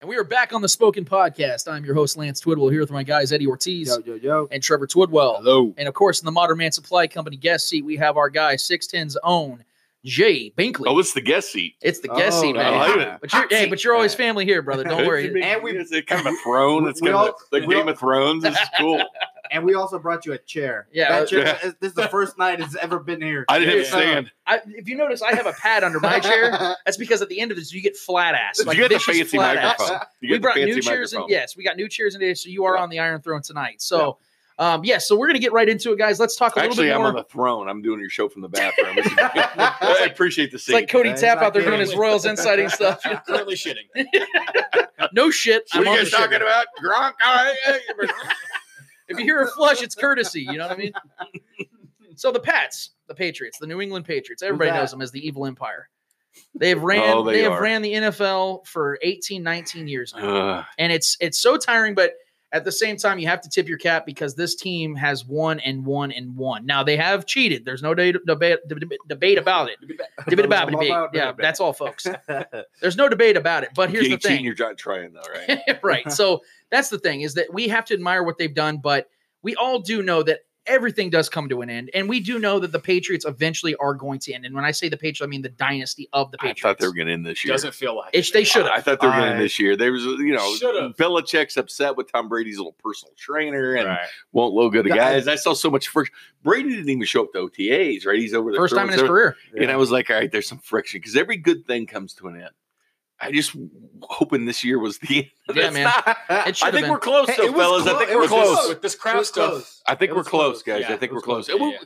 And we are back on the Spoken Podcast. I'm your host, Lance Twidwell, here with my guys, Eddie Ortiz Yo, yo, yo. and Trevor Twidwell. Hello. And of course, in the Modern Man Supply Company guest seat, we have our guy, 610's own Jay Binkley. Oh, it's the guest seat. it's the guest Oh, seat, man. I like it. But you're, hey, but you're always family here, brother. Don't It's a worry. big- And we- it's a kind of a throne. It's We kind of all- a- the we Game all- of Thrones. It's cool. And we also brought you a chair. Yeah. That chair, Yeah. This is the first night it's ever been here. I didn't Yeah. have stand. I, if you notice, I have a pad under my chair. That's because at the end of this, you get flat ass. Like you got the vicious fancy flat ass. microphone. You we got brought the fancy new chairs and microphone. yes, we got new chairs in today. So you are on the Iron Throne tonight. So, um, yes, so we're gonna get right into it, guys. Let's talk a little Actually, bit I'm more. on the throne. I'm doing your show from the bathroom. This is good. I Like- appreciate the it's like seat. Cody Yeah, he's Tapp not out there doing kidding. his Royals insighting stuff. I'm currently shitting. No shit. what I'm are on you the guys sugar. talking about? Gronk? All right. If you hear a flush, it's courtesy. You know what I mean? So the Pats, the Patriots, the New England Patriots, everybody that? knows them as the evil empire. They've ran Oh, they, they have are. ran the NFL for 18, 19 years now. Ugh. And it's it's so tiring, but at the same time, you have to tip your cap because this team has won and won and won. Now they have cheated. There's no debate debate, debate about it. Debate about it. All debate. about Yeah, debate. that's all, folks. There's no debate about it. But here's You the ain't cheating, thing. you're not trying though, right? right. So that's the thing is that we have to admire what they've done, but we all do know that everything does come to an end, and we do know that the Patriots eventually are going to end. And when I say the Patriots, I mean the dynasty of the I Patriots. thought they were going to end this year. Doesn't feel like It's- they should I have. thought they were going to end I- this year. There was, you know, Should've. Belichick's upset with Tom Brady's little personal trainer and Right. won't logo the Yeah, I- guys. I saw so much friction. Brady didn't even show up to OTAs, right? He's over there First time throwing in his seven- career. And I was like, all right, there's some friction because every good thing comes to an end. I just hoping this year was the end. Yeah, It's man. not. It should I have think been. we're close, Hey, though, it was fellas. I clo- think it we're was close. close. With this It crowd was stuff, close. I think It we're was close, guys. Yeah, I think it we're was close. close. It- Yeah.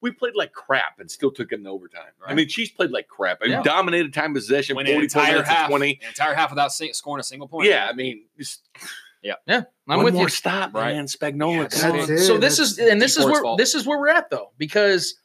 We played like crap and still took it in overtime. I Right. mean, Chiefs played like crap. I mean, Yeah. dominated time possession, Went an 44 entire minutes to half, 20. an entire half without se- scoring a single point. Yeah, I mean, just I'm one with more you. stop, Right. man. Spagnola. Yeah, come that's on. it. so this is and this is Deport's where fault. this is where we're at though because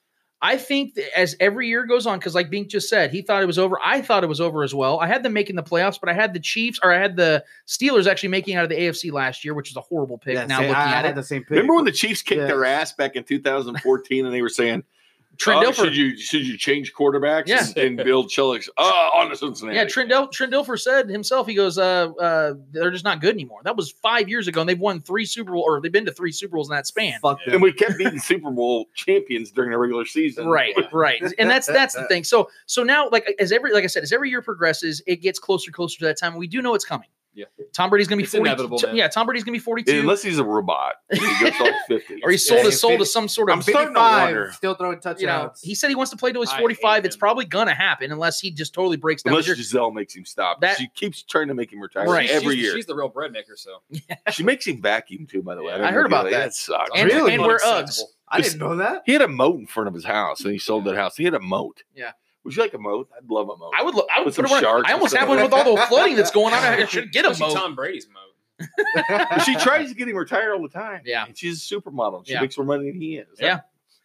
I think that as every year goes on, because like Bink just said, he thought it was over. I thought it was over as well. I had them making the playoffs, but I had the Chiefs or I had the Steelers actually making out of the AFC last year, which is a horrible pick. Yeah, now same- looking I, I at it, had the same pick. Remember when the Chiefs kicked Yeah. their ass back in 2014 and they were saying, Trent "Oh, Dilfer. should you should you change quarterbacks Yeah. and, and build Chillic's oh, on to Cincinnati? Yeah, Trent, Dil- Trent Dilfer said himself, he goes, uh, uh, they're just not good anymore. That was five years ago, and they've won three Super Bowl, or they've been to three Super Bowls in that span. Fuck them. And we kept beating Super Bowl champions during the regular season. Right, right, and that's that's the thing. So so now, like as every like I said, as every year progresses, it gets closer closer to that time. We do know it's coming. Yeah. Tom Brady's gonna be It's 40, inevitable, man. Yeah, Tom Brady's gonna be forty-two, Unless he's a robot. He goes like 50. or he sold Yeah, his soul to fifty- some sort of. I'm starting to 55, wonder. Still throwing You know, touchdowns. he said he wants to play till he's I hate forty-five. It's him. probably gonna happen unless he just totally breaks down. Unless You're- Giselle makes him stop. That- she keeps trying to make him retire Right. every she's, year. She's the real bread maker, so she makes him vacuum too, by the way. Yeah, don't I heard know about if you like- that. That sucks. and, Really? and we're Uggs. I didn't know that. He had a moat in front of his house, and he sold that house. He had a moat. Yeah. Would you like a moat? I'd love a moat. I would. Lo- I would With put it some on. sharks I or almost have something. one with all the flooding that's going on. I should get a Especially moat. Tom Brady's mode. But she tries to get him retired all the time. Yeah. And she's a supermodel. She Yeah. makes more money than he is. Yeah.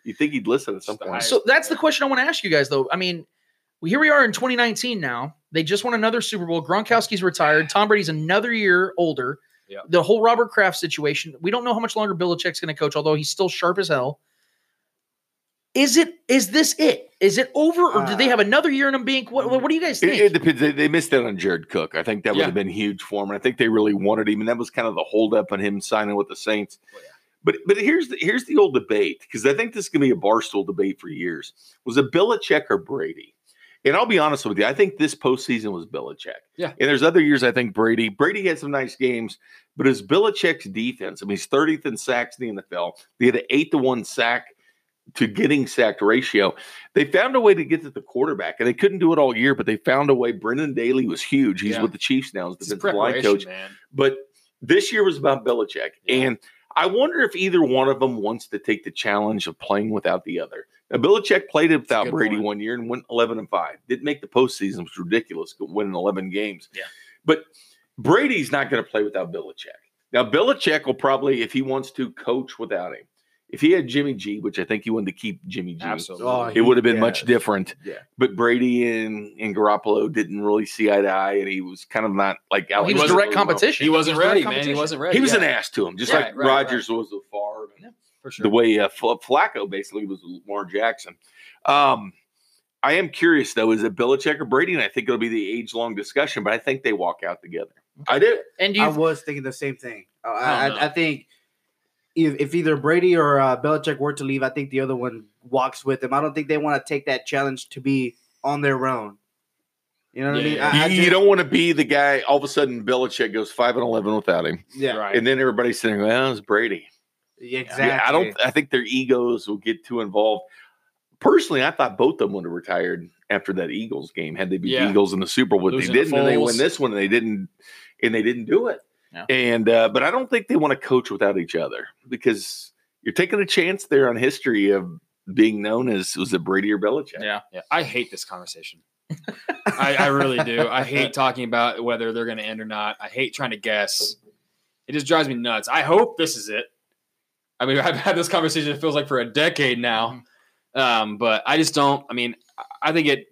You think he'd listen at some point? So that's the question I want to ask you guys, though. I mean, well, here we are in 2019 now. They just won another Super Bowl. Gronkowski's retired. Tom Brady's another year older. Yeah. The whole Robert Kraft situation. We don't know how much longer Belichick's going to coach, although he's still sharp as hell. Is it? Is this it? Is it over, or do they have another year in them being? What, what do you guys think? It, it depends. They, they missed out on Jared Cook. I think that would Yeah. have been huge for him. And I think they really wanted him, and that was kind of the holdup on him signing with the Saints. Well, Oh, yeah. But but here's the here's the old debate because I think this can be a barstool debate for years. Was it Belichick or Brady? And I'll be honest with you, I think this postseason was Belichick. Yeah. And there's other years I think Brady. Brady had some nice games, but it's Belichick's defense. I mean, he's 30th in sacks in the NFL. They had an eight to one sack to getting sacked ratio. They found a way to get to the quarterback, and they couldn't do it all year, but they found a way. Brendan Daly was huge. He's Yeah. with the Chiefs now as This is defensive line coach. preparation, man. But this year was about Belichick. Yeah. And I wonder if either one of them wants to take the challenge of playing without the other. Now, Belichick played it without good Brady point. one year and went 11 and 5. Didn't make the postseason, which was ridiculous, winning 11 games. Yeah. But Brady's not going to play without Belichick. Now, Belichick will probably, if he wants to, coach without him. If he had Jimmy G, which I think he wanted to keep Jimmy G, Absolutely. Oh, it would have been Yeah. much different. Yeah. But Brady and, and Garoppolo didn't really see eye to eye, and he was kind of not like Oh, he was wasn't direct really well- competition. he wasn't direct ready, man. He competition. wasn't ready. he was yeah, an ass to him, just Right, like right, Rogers was with Favre, and for the sure. way uh, Fl- Flacco basically was with Lamar Jackson. Um, I am curious though, is it Belichick or Brady? And I think it'll be the age long discussion, but I think they walk out together. I do. And do I you? was thinking the same thing. Oh, I, Oh, I don't I, I think if, if either Brady or uh, Belichick were to leave, I think the other one walks with him. I don't think they want to take that challenge to be on their own. You know what Yeah, I mean? I, I you, just- you don't want to be the guy. All of a sudden, Belichick goes five and eleven without him, Yeah, Right. and then everybody's saying, "Well, it's Brady." yeah, exactly. Yeah, I don't. I think their egos will get too involved. Personally, I thought both of them would have retired after that Eagles game had they beat Yeah. the Eagles in the Super Bowl. But they Losing to didn't, and they Foles. win this one, and they didn't, and they didn't do it. Yeah. And uh, but I don't think they want to coach without each other because you're taking a chance there on history of being known as was it Brady or Belichick? Yeah. Yeah, I hate this conversation. I, I really do. I hate talking about whether they're going to end or not. I hate trying to guess. It just drives me nuts. I hope this is it. I mean, I've had this conversation. It feels like for a decade Mm-hmm. now, um, but I just don't. I mean, I- I think it.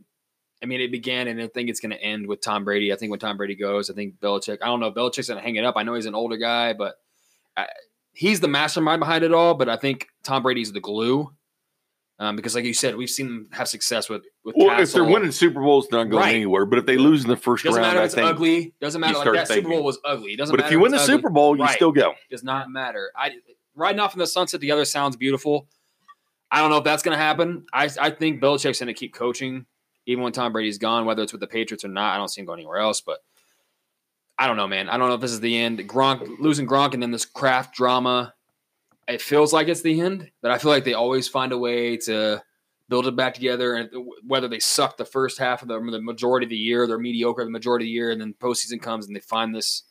I mean, it began, and I think it's going to end with Tom Brady. I think when Tom Brady goes, I think Belichick. I don't know. Belichick's going to hang it up. I know he's an older guy, but I, he's the mastermind behind it all. But I think Tom Brady's the glue, um, because like you said, we've seen them have success with with. Well, if they're Castle. winning Super Bowls, it's not going Right. anywhere. But if they lose in the 1st doesn't round, matter I if it's think. ugly. Doesn't matter like start that. Super thinking. Bowl was ugly. Doesn't But matter if you win the it's ugly. Super Bowl, you Right. still go. does not matter. I riding off in the sunset. The other sounds beautiful. I don't know if that's going to happen. I I think Belichick's going to keep coaching even when Tom Brady's gone, whether it's with the Patriots or not. I don't see him going anywhere else. But I don't know, man. I don't know if this is the end. Gronk losing Gronk and then this craft drama. It feels like it's the end, but I feel like they always find a way to build it back together. And whether they suck the first half of the, the majority of the year, they're mediocre the majority of the year, and then postseason comes and they find this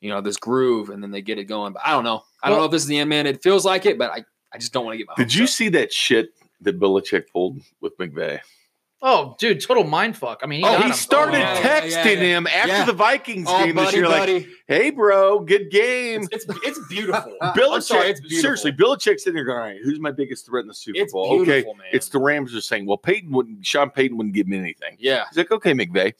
you know, this groove and then they get it going. But I don't know. I don't know if this is the end, man. It feels like it, but I, I just don't want to get my Did hopes you up. see that shit that Belichick pulled with McVay? Oh, dude, total mind fuck. I mean, he Oh, got he him. started Oh, yeah, yeah, texting yeah. him after Yeah. the Vikings Oh, game this buddy, year, like, buddy. "Hey, bro, good game." It's, it's, it's beautiful. I'm Belichick, sorry, it's beautiful. seriously, Belichick's sitting there going, "All right, who's my biggest threat in the Super It's Bowl?" Okay, beautiful, man. it's the Rams are saying, "Well, Peyton wouldn't, Sean Peyton wouldn't give me anything." yeah. He's like, "Okay, McVay,"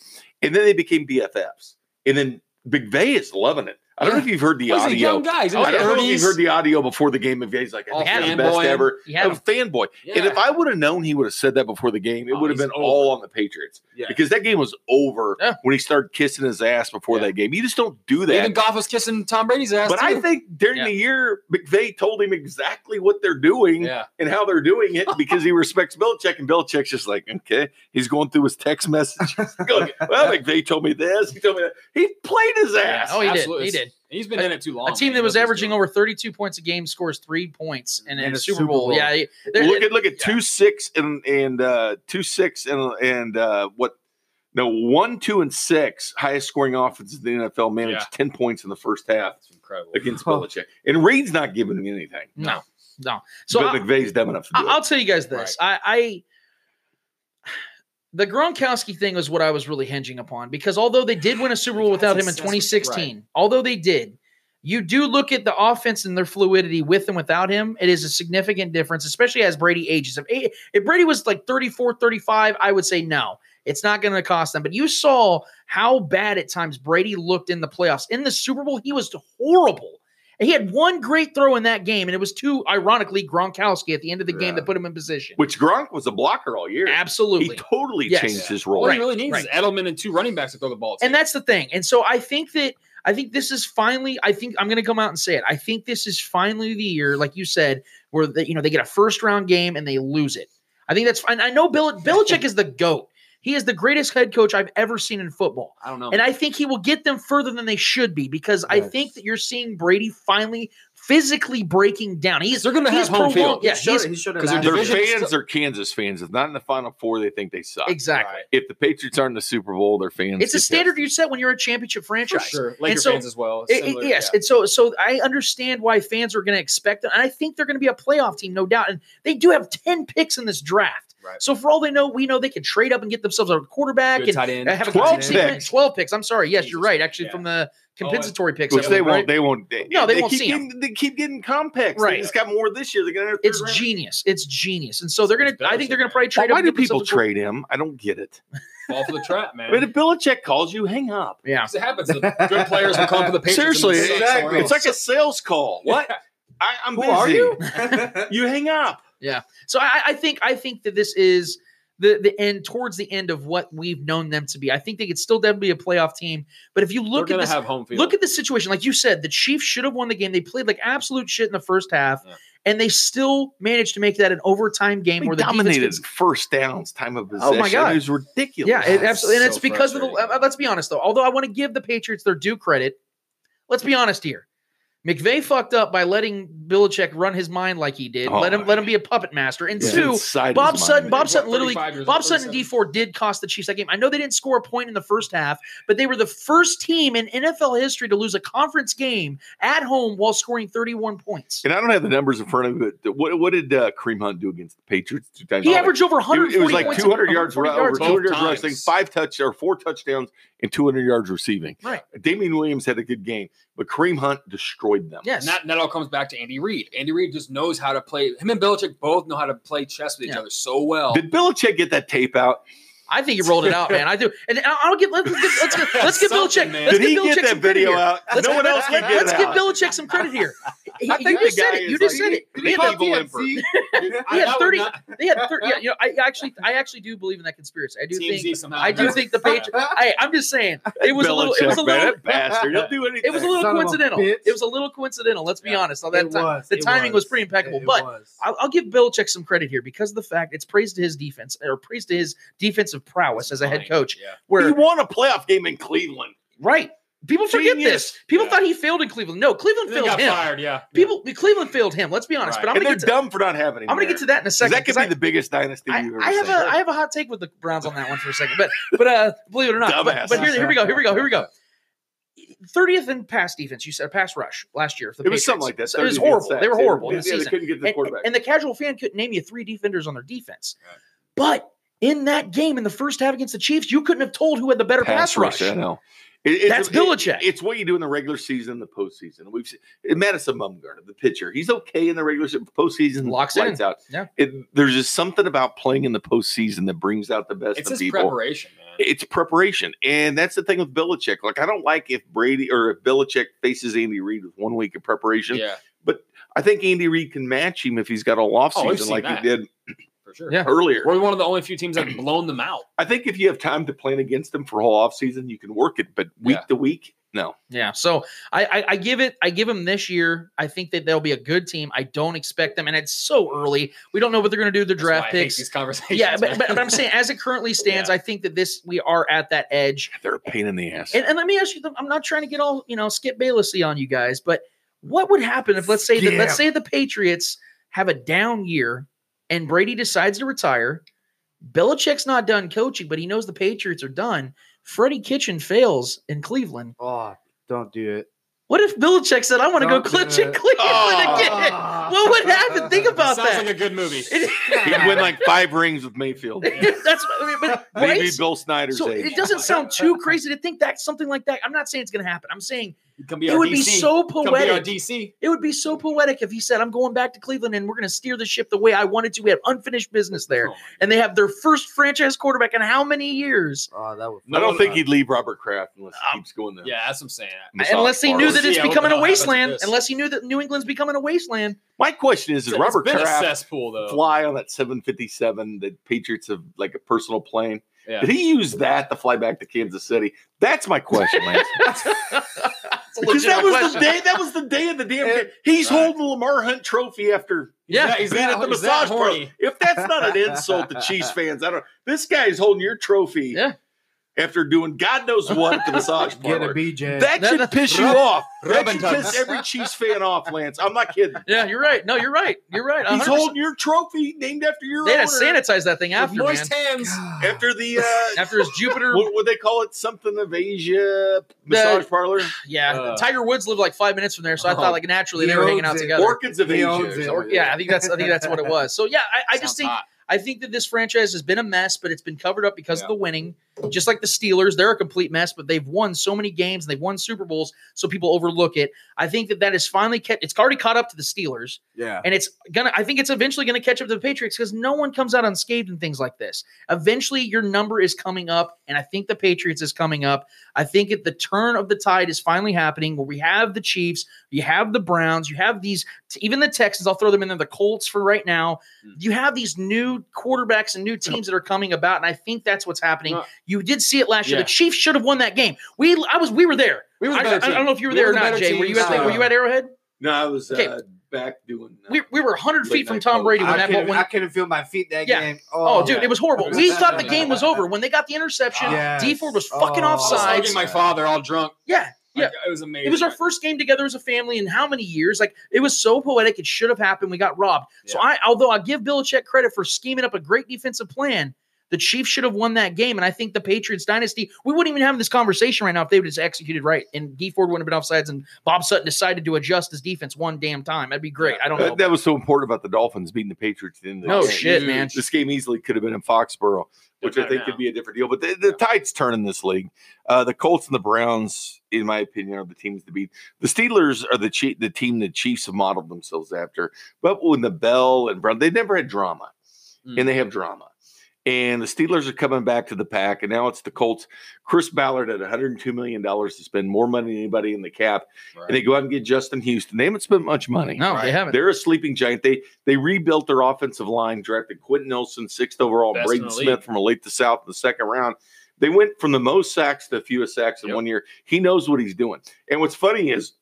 and then they became BFFs, and then McVay is loving it. I don't know if you've heard the Well, Oh, he's a young audio. guy. He's in I his don't know if you've 30s. heard the audio before the game. McVay's like, Oh, "I think you're the best fanboying. ever." He A had him. fanboy. Yeah. And if I would have known he would have said that before the game, it Oh, would have he's been all over. on the Patriots Yeah. because that game was over Yeah. when he started kissing his ass before Yeah. that game. You just don't do even that. Goff was kissing Tom Brady's ass. But I too. think during Yeah. the year, McVay told him exactly what they're doing yeah. and how they're doing it because he respects Belichick. And Belichick's just like, okay, he's going through his text messages. going, well, McVay told me this. He told me that. He played his ass. Oh, he Absolutely. did. He did. He's been in it too long. A team man. that He knows was what he's averaging doing. over 32 points a game scores three points in, in a Super, Bowl. Yeah, he- there- look at look at yeah. two six and and uh two six and and uh what no one two and six highest scoring offenses in the NFL managed Yeah. ten points in the first half It's incredible. against Oh. Belichick and Reed's not giving him anything. no, no. So but I- McVay's dumb enough to do I- I'll it. tell you guys this. I, I the Gronkowski thing was what I was really hinging upon because although they did win a Super Bowl without him in That's- that's- 2016, although they did, you do look at the offense and their fluidity with and without him. It is a significant difference, especially as Brady ages. If, A- if Brady was like 34, 35, I would say no. It's not going to cost them. But you saw how bad at times Brady looked in the playoffs. In the Super Bowl, he was horrible. And He had one great throw in that game, and it was to, ironically, Gronkowski at the end of the game that put him in position. Which Gronk was a blocker all year. Absolutely. He totally Yes. changed his All role. he Right. really needs is Edelman and two running backs to throw the ball. To. And that's the thing. And so I think that I think this is finally. I think I'm going to come out and say it. I think this is finally the year, like you said, where they, you know they get a first round game and they lose it. I think that's fine. I know Bill Belichick is the goat. He is the greatest head coach I've ever seen in football. I don't know. And I think he will get them further than they should be because I think that you're seeing Brady finally physically breaking down. He's They're gonna he's have home prolonged- field. Yeah, he showed he's, it. He showed it. 'cause they're last Their year. division- fans are Kansas fans. If not in the Final Four, they think they suck. exactly. If the Patriots aren't in the Super Bowl, their fans. It's a detest them. standard you set when you're a championship for franchise. sure. Laker so- fans as well. It- it- Similar, yes, yeah. and so so I understand why fans are going to expect them, and I think they're going to be a playoff team, no doubt. And they do have ten picks in this draft, Right. so for all they know, we know they could trade up and get themselves a quarterback Good and tight end. uh, have a 12 consistent- picks. Twelve picks. I'm sorry, yes, Jesus. you're right. Actually, Yeah. from the compensatory picks, I Which they believe, won't. right? They won't. They, No, they won't keep see getting, They keep getting compacts. They Right. just got more this year. They're gonna. It's genius. It's genius, and so they're going It's to. I think they're going to probably Well, trade. why up and do get people themselves a- trade him? I don't get it. fall for the trap, man. I mean, if Belichick calls you, hang up. Yeah, Because it happens. The good players will come for the Patriots. and Seriously, they suck somewhere exactly. It's else. like a sales call. What? I, I'm Who busy. are you? You hang up. so I, I think I think that this is the the end towards the end of what we've known them to be. I think they could still definitely be a playoff team, but if you look They're at gonna this have home field. Look at the situation. Like you said, the Chiefs should have won the game. They played like absolute shit in the first half, Yeah. and they still managed to make that an overtime game They where the dominated defense. first downs, time of Oh possession. my God. It was Could, ridiculous. yeah, it, absolutely. And so it's because of the. frustrating. uh, Let's be honest though. Although I want to give the Patriots their due credit, let's be honest here. McVay fucked up by letting Belichick run his mind like he did. Oh let him my let him be a puppet master. And It's two, inside his Bob mind. Sutton, Bob What, Sutton literally 35 years Bob old, Sutton 37? D4 did cost the Chiefs that game. I know they didn't score a point in the first half, but they were the first team in NFL history to lose a conference game at home while scoring 31 points. And I don't have the numbers in front of me, but what, what did uh, Kareem Hunt do against the Patriots? Two times? He averaged over 140 It was like points 200 yards, ru- 140 over both 200 yards times. rushing, five touch or four touchdowns, and 200 yards receiving. Right. Damian Williams had a good game, but Kareem Hunt destroyed destroyed them. Yes. And that, and that all comes back to Andy Reid. Andy Reid just knows how to play. Him and Belichick both know how to play chess with each Yeah. other so well. Did Belichick get that tape out? I think he rolled it out, man. I do. And I'll I'll get let's let's let's get, let's get Bill Something, check. man. Let's Did he Bill get that video out? Let's no get- one else can let's, get it let's out. give Belichick some credit here. He- I he- think you just the said guy it. is You just like- said it. Did They he had, call TMZ? they had I- I would thirty. not- They had thirty. Yeah, you know, I actually, I actually do believe in that conspiracy. I do TMZ think. somehow I do knows. think the Patriots. Hey, I'm just saying it was a little. It was a Belichick, man, little. that bastard. He'll do anything. It was a little Son of a coincidental. bitch. it was a little coincidental. Let's be Yeah. honest. Now, that It ti- was, the it timing was, pretty impeccable. but was. I'll, I'll give Belichick some credit here because of the fact it's praise to his defense or praise to his defensive prowess as a head coach. Yeah. Where he won a playoff game in Cleveland. right people forget Genius. this. People Yeah. thought he failed in Cleveland. No, Cleveland They failed got him. fired. Yeah. People, Cleveland failed him. Let's be honest. Right. But I'm and gonna get they're to, dumb for not having him. I'm gonna there. get to that in a 'Cause second. That could 'cause be I- the biggest dynasty I, you've ever I have seen. a I have a hot take with the Browns on that one for a second, but but uh, believe it or not, but, Dumbass. but here, here we go, here we go, here we go. Thirtieth in pass defense, you said pass rush last year. For the it was something like Patriots. that. So it was 30 against horrible. that. They were Yeah, horrible in Yeah, the season they couldn't get the and, quarterback. and the casual fan couldn't name you three defenders on their defense. Right. But in that game in the first half against the Chiefs, you couldn't have told who had the better pass, rush. I know. It- it's- That's it- Belichick. it's what you do in the regular season, the postseason. We've seen Madison Bumgarner, the pitcher. He's okay in the regular season. Postseason Locks it lights in. out. Yeah. It, there's just something about playing in the postseason that brings out the best It's in his people. preparation, man. It's preparation, and that's the thing with Belichick. Like I don't like if Brady or if Belichick faces Andy Reid with one week of preparation. Yeah, I think Andy Reid can match him if he's got all Oh, we've offseason seen like that. he did for sure. Yeah. earlier. We're one of the only few teams that have blown them out. I think if you have time to plan against him for all offseason, you can work it. But week Yeah. to week, no. Yeah. So I, I I give it I give them this year. I think that they'll be a good team. I don't expect them, and it's so early. We don't know what they're gonna do with their That's why I draft hate picks. These conversations. Yeah, but, man. but, but I'm saying as it currently stands, Yeah. I think that this we are at that edge. They're a pain in the ass. And, and let me ask you, I'm not trying to get all you know Skip Baylessy on you guys, but what would happen if let's say that let's say the Patriots have a down year and Brady decides to retire, Belichick's not done coaching, but he knows the Patriots are done. Freddie Kitchen fails in Cleveland. oh, don't do it. What if Belichick said, "I want to go Don't do clutch in it. Cleveland Oh. again"? What would happen? Think That about sounds that. like a good movie. He'd win like five rings with Mayfield. That's I mean, but right? Maybe Bill Snyder's So age. it doesn't sound too crazy to think that something like that. I'm not saying it's going to happen. I'm saying It can be it our would be DC. so Come be our poetic. DC. It would be so poetic if he said, "I'm going back to Cleveland and we're going to steer the ship the way I wanted to." We have unfinished business there, Oh my and they have their first franchise quarterback in how many years? Oh, that would. I don't no, think no. he'd leave Robert Kraft unless he Um, keeps going there. Yeah, that's what I'm saying. Unless he knew We'll that it's see how- becoming what a the hell happens wasteland. with this. Unless he knew that New England's becoming a wasteland. My question is: Is It's Robert been a Kraft cesspool though. fly on that 757 that Patriots have like a personal plane? Yeah. Did he use that to fly back to Kansas City? That's my question, Lance. Because that was the day. That was the day of the damn. Yeah. game. He's Right. holding the Lamar Hunt Trophy after Yeah, that- he's being that- at the he's that massage parlor. horny. If that's not an insult to Chiefs fans, I don't. This guy's holding your trophy Yeah. after doing God knows what at the massage Get a parlor. BJ. That No, should no. piss you Rub- off. That rubbing should tugs. piss every Chiefs fan off, Lance. I'm not kidding. Yeah, you're right. No, you're right. You're right. He's 100%. holding your trophy named after your They had to owner. sanitize that thing after, With man. moist hands. After the uh, After his Jupiter, what would they call it? Something of Asia massage parlor, yeah. Uh. Oh. Tiger Woods lived like five minutes from there, so I thought like naturally He they were hanging owns out it. together. orchids of He Asia. owns or it. something. Or- yeah, I think that's I think that's what it was. So yeah, I, I just Sounds think hot. I think that this franchise has been a mess, but it's been covered up because Yeah. of the winning. Just like the Steelers, they're a complete mess, but they've won so many games and they've won Super Bowls, so people overlook it. I think that that is finally kept. It's already caught up to the Steelers, Yeah. and it's gonna. I think it's eventually gonna catch up to the Patriots because no one comes out unscathed in things like this. Eventually, your number is coming up, and I think the Patriots is coming up. I think at the turn of the tide is finally happening, where we have the Chiefs, you have the Browns, you have these, even the Texans. I'll throw them in there. The Colts for right now Hmm. you have these new quarterbacks and new teams that are coming about, and I think that's what's happening. No. You did see it last year. Yeah. The Chiefs should have won that game. We, I was, we were there. We were the I, better I- I team. don't know if you were We there were or the not, better Jay. team. Uh, Were you at the, No. Were you at Arrowhead? No, I was Okay. uh, back doing. Uh, We, we were 100 feet Late from night Tom Brady when I that couldn't, when, I couldn't feel my feet that Yeah. game. Oh, dude, it was horrible. We Yeah. thought the game was over when they got the interception. Yes. D Ford was fucking Oh. I was offside. hugging my father all drunk. Yeah, Like, it was amazing. It was our first game together as a family in how many years? Like it was so poetic. It should have happened. We got robbed. So I, although I give Belichick credit for scheming up a great defensive plan, The Chiefs should have won that game. And I think the Patriots dynasty, we wouldn't even have this conversation right now if they would have just executed right. And D Ford wouldn't have been offsides and Bob Sutton decided to adjust his defense one damn time. That'd be great. I don't know. That, that was so important about the Dolphins beating the Patriots. At the end of the no game. shit, Dude. man. This game easily could have been in Foxborough, which I matter think now. could be a different deal. But the, the tide's turning this league. Uh, the Colts and the Browns, in my opinion, are the teams to beat. The Steelers are the chief, the team the Chiefs have modeled themselves after. But when the Bell and Brown, they never had drama, Mm. and they have drama. And the Steelers are coming back to the pack, and now it's the Colts. Chris Ballard at 102 million dollars to spend more money than anybody in the cap, Right. and they go out and get Justin Houston. They haven't spent much money. No, they haven't. They're a sleeping giant. They they rebuilt their offensive line, drafted Quentin Nelson, sixth overall, Best in Braden the Smith league. from Elite to South in the second round. They went from the most sacks to the fewest sacks in Yep. one year. He knows what he's doing. And what's funny is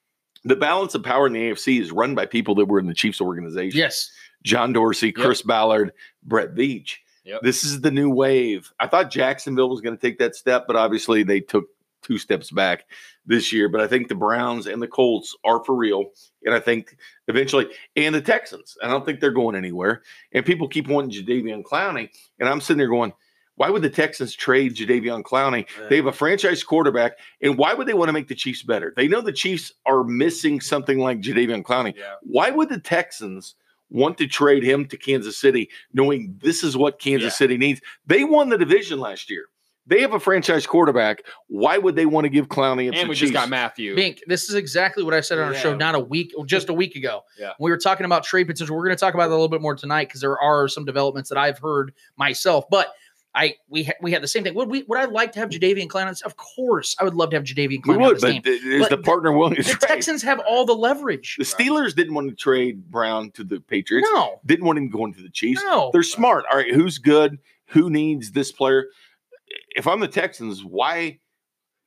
the balance of power in the AFC is run by people that were in the Chiefs organization. Yes. John Dorsey, Chris Ballard, Brett Beach. Yep. This is the new wave. I thought Jacksonville was going to take that step, but obviously they took two steps back this year. But I think the Browns and the Colts are for real. And I think eventually, and the Texans, I don't think they're going anywhere. And people keep wanting Jadavion Clowney. And I'm sitting there going, why would the Texans trade Jadavion Clowney? They have a franchise quarterback. And why would they want to make the Chiefs better? They know the Chiefs are missing something like Jadavion Clowney. Yeah. Why would the Texans want to trade him to Kansas City, knowing this is what Kansas Yeah. City needs? They won the division last year. They have a franchise quarterback. Why would they want to give Clowney and, And some we Chiefs? just got Matthew. Bink, this is exactly what I said on our show Yeah. not a week, just a week ago. Yeah. We were talking about trade potential. We're going to talk about that a little bit more tonight because there are some developments that I've heard myself. But I we ha- we had the same thing. Would we would I like to have Jadavian Clown? on this? Of course, I would love to have Jadavian We Clown on would, this but team. th- is But the the- partner willing? The Is right. Texans have all the leverage. The Steelers didn't want to trade Brown to the Patriots. No, Didn't want him going to the Chiefs. no. They're smart. All right, who's good? Who needs this player? If I'm the Texans, why?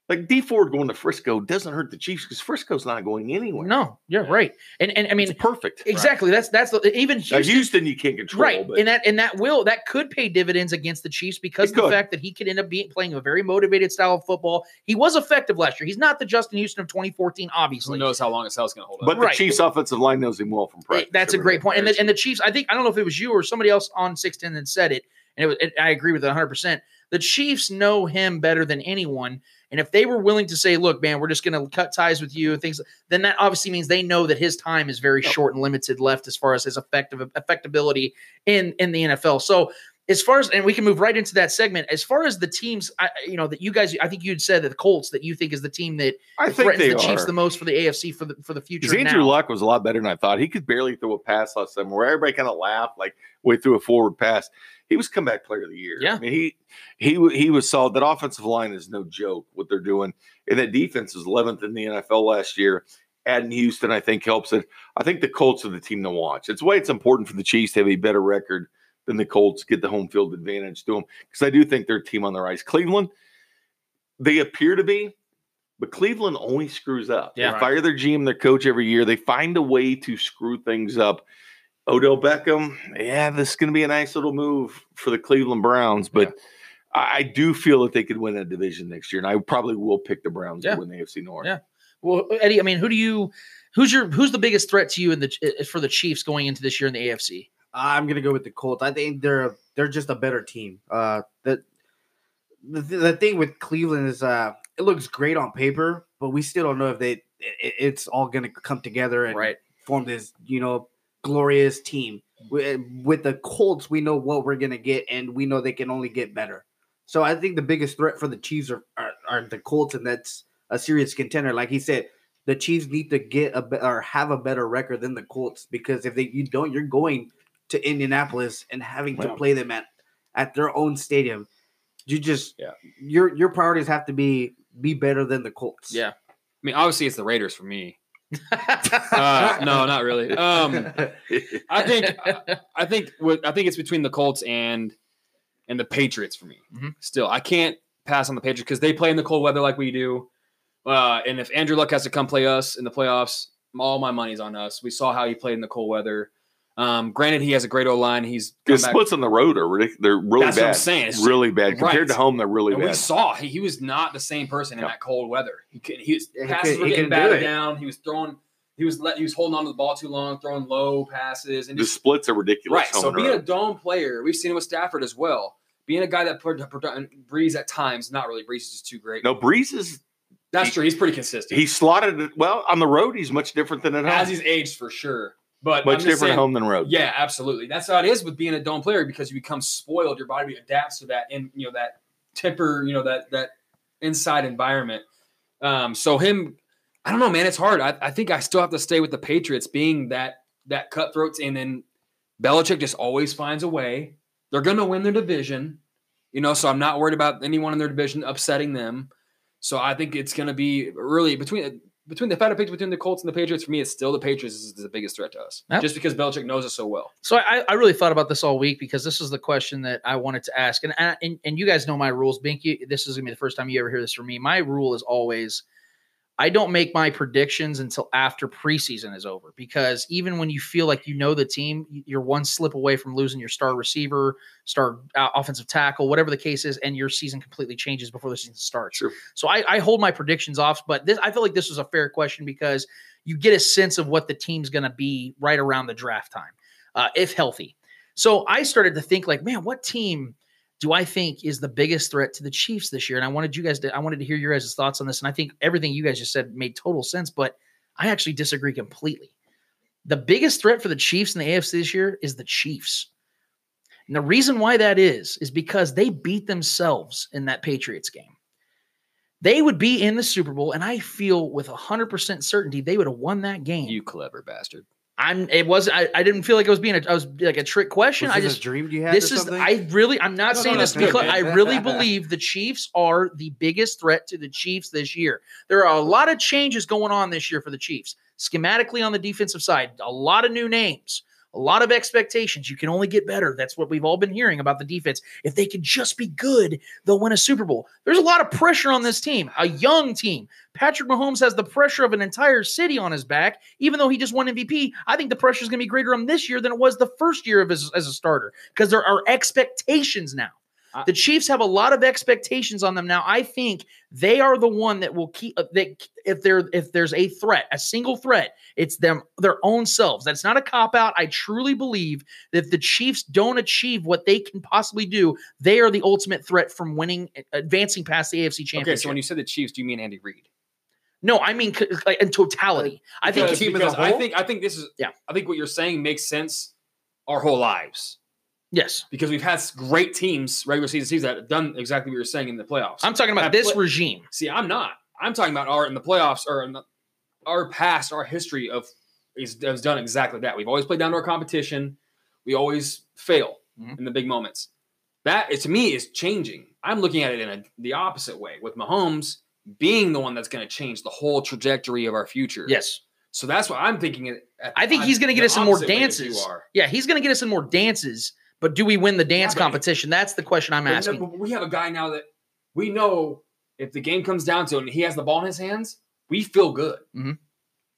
Like D Ford going to Frisco doesn't hurt the Chiefs because Frisco's not going anywhere. No, you're right. And and I mean it's perfect. exactly. That's that's the, even Now, Houston, Houston, you can't control, right. but And that and that will that could pay dividends against the Chiefs because It of the could. fact that he could end up being playing a very motivated style of football. He was effective last year. He's not the Justin Houston of 2014, Who obviously. knows how long his hell's going to hold up? but the Right. Chiefs' offensive line knows him well from practice. It- that's a every great day. point. And the, and the Chiefs, I think I don't know if it was you or somebody else on 610 that said it, and it was, it, I agree with it 100. percent The Chiefs know him better than anyone, and if they were willing to say, "Look, man, we're just going to cut ties with you," and things, then that obviously means they know that his time is very short and limited left as far as his effective effectability in in the NFL. So. As far as and we can move right into that segment. As far as the teams, I, you know that you guys, I think you'd said that the Colts that you think is the team that I think threatens they the Chiefs are. the most for the AFC for the for the future. Because Andrew now. Luck was a lot better than I thought. He could barely throw a pass last time where everybody kind of laughed, like way through a forward pass. He was comeback player of the year. Yeah. I mean, he he wa- he was solid. That offensive line is no joke what they're doing. And that defense was 11th in the NFL last year. Adding Houston, I think, helps it. I think the Colts are the team to watch. It's why it's important for the Chiefs to have a better record than the Colts, get the home field advantage to them. Because I do think they're a team on the rise. Cleveland, they appear to be, but Cleveland only screws up. Yeah. They fire their GM, their coach every year. They find a way to screw things up. Odell Beckham, yeah, this is going to be a nice little move for the Cleveland Browns, but I, I do feel that they could win that division next year, and I probably will pick the Browns Yeah. to win the AFC North. Yeah. Well, uh, Eddie, I mean, who do you, who's your, who's the biggest threat to you in the uh, for the Chiefs going into this year in the AFC? I'm gonna go with the Colts. I think they're they're just a better team. Uh, the the, the thing with Cleveland is uh, it looks great on paper, but we still don't know if they it, it's all gonna come together and form this you know glorious team. Wi- With the Colts, we know what we're gonna get, and we know they can only get better. So I think the biggest threat for the Chiefs are are, are the Colts, and that's a serious contender. Like he said, the Chiefs need to get a be- or have a better record than the Colts because if they you don't, you're going to Indianapolis and having to Yeah. play them at at their own stadium. You just Yeah. your your priorities have to be be better than the Colts. Yeah. I mean, obviously, it's the Raiders for me. Uh, no, not really. Um, I think I- I think what I think it's between the Colts and and the Patriots for me. Mhm. Still, I can't pass on the Patriots because they play in the cold weather like we do. Uh, and if Andrew Luck has to come play us in the playoffs, all my money's on us. We saw how he played in the cold weather. Um, granted, he has a great O line. He's come The back- splits on the road are ridic- they're really That's bad. what I'm saying. It's- really bad compared to Right. home. They're really and we bad. saw he, he was not the same person in No. that cold weather. He could, he was Yeah, he passes could- were he getting couldn't do batted it. down. He was throwing. He was let, he was holding on to the ball too long, throwing low passes, and The just splits are ridiculous. Right. So home and being a road. dome player, we've seen it with Stafford as well. being a guy that put, put and Breeze at times, not really Breeze is just too great. No, Breeze is That's he- true. He's pretty consistent. he slotted it well on the road. He's much different than at home. as he's aged for sure. But I'm much just different saying- at home than road. Yeah, absolutely. That's how it is with being a dome player because you become spoiled. Your body adapts to that, and you know that temper, you know that that inside environment. Um, so him, I don't know, man. It's hard. I, I think I still have to stay with the Patriots being that that cutthroats, and then Belichick just always finds a way. They're gonna win their division, you know. So I'm not worried about anyone in their division upsetting them. So I think it's gonna be really between between the fight between the Colts and the Patriots. For me, it's still the Patriots is the biggest threat to us, Yep. just because Belichick knows us so well. So I, I really thought about this all week because this is the question that I wanted to ask, and I, and, and you guys know my rules, Binky. This is gonna be the first time you ever hear this from me. My rule is always, I don't make my predictions until after preseason is over because even when you feel like you know the team, y- you're one slip away from losing your star receiver, star uh, offensive tackle, whatever the case is, and your season completely changes before the season starts. True. So I, I hold my predictions off, but this I feel like this was a fair question because you get a sense of what the team's going to be right around the draft time uh, if healthy. So I started to think like, man, what team do I think is the biggest threat to the Chiefs this year? And I wanted you guys to, I wanted to hear your guys' thoughts on this. And I think everything you guys just said made total sense, but I actually disagree completely. The biggest threat for the Chiefs in the AFC this year is the Chiefs. And the reason why that is, is because they beat themselves in that Patriots game. They would be in the Super Bowl, and I feel with 100% certainty they would have won that game. You clever bastard. I'm. It was. I, I didn't feel like it was being. A, I was like a trick question. Was I this a just. dream you had. This or is. something? I really. I'm not No, no, saying that's this good, because I man. really believe the Chiefs are the biggest threat to the Chiefs this year. There are a lot of changes going on this year for the Chiefs schematically on the defensive side. A lot of new names. A lot of expectations. You can only get better. That's what we've all been hearing about the defense. If they could just be good, they'll win a Super Bowl. There's a lot of pressure on this team, a young team. Patrick Mahomes has the pressure of an entire city on his back, even though he just won MVP. I think the pressure is going to be greater on this year than it was the first year of his as a starter because there are expectations now. I- the Chiefs have a lot of expectations on them now. I think they are the one that will keep uh, that if there if there's a threat, a single threat, it's them their own selves. That's not a cop out. I truly believe that if the Chiefs don't achieve what they can possibly do, they are the ultimate threat from winning advancing past the AFC championship. Okay, so when you said the Chiefs, do you mean Andy Reid? No, I mean c- like, in totality. I think Because- the team is Uh, because a whole. I think I think this is Yeah. I think what you're saying makes sense our whole lives yes, because we've had s- great teams, regular season teams that have done exactly what you're saying in the playoffs. I'm talking about I've this put- regime. See, I'm not. I'm talking about our in the playoffs or in the, our past, our history of is has done exactly that. We've always played down to our competition. We always fail Mhm. in the big moments. That is, to me is changing. I'm looking at it in a, the opposite way with Mahomes being the one that's going to change the whole trajectory of our future. Yes, So that's what I'm thinking. it- at- I think I'm he's going to get the us in more opposite way as you dances. are. Yeah, he's going to get us in more dances. But do we win the dance Yeah, but- competition? That's the question I'm But no, asking. but we have a guy now that we know if the game comes down to it and he has the ball in his hands, we feel good. Mhm.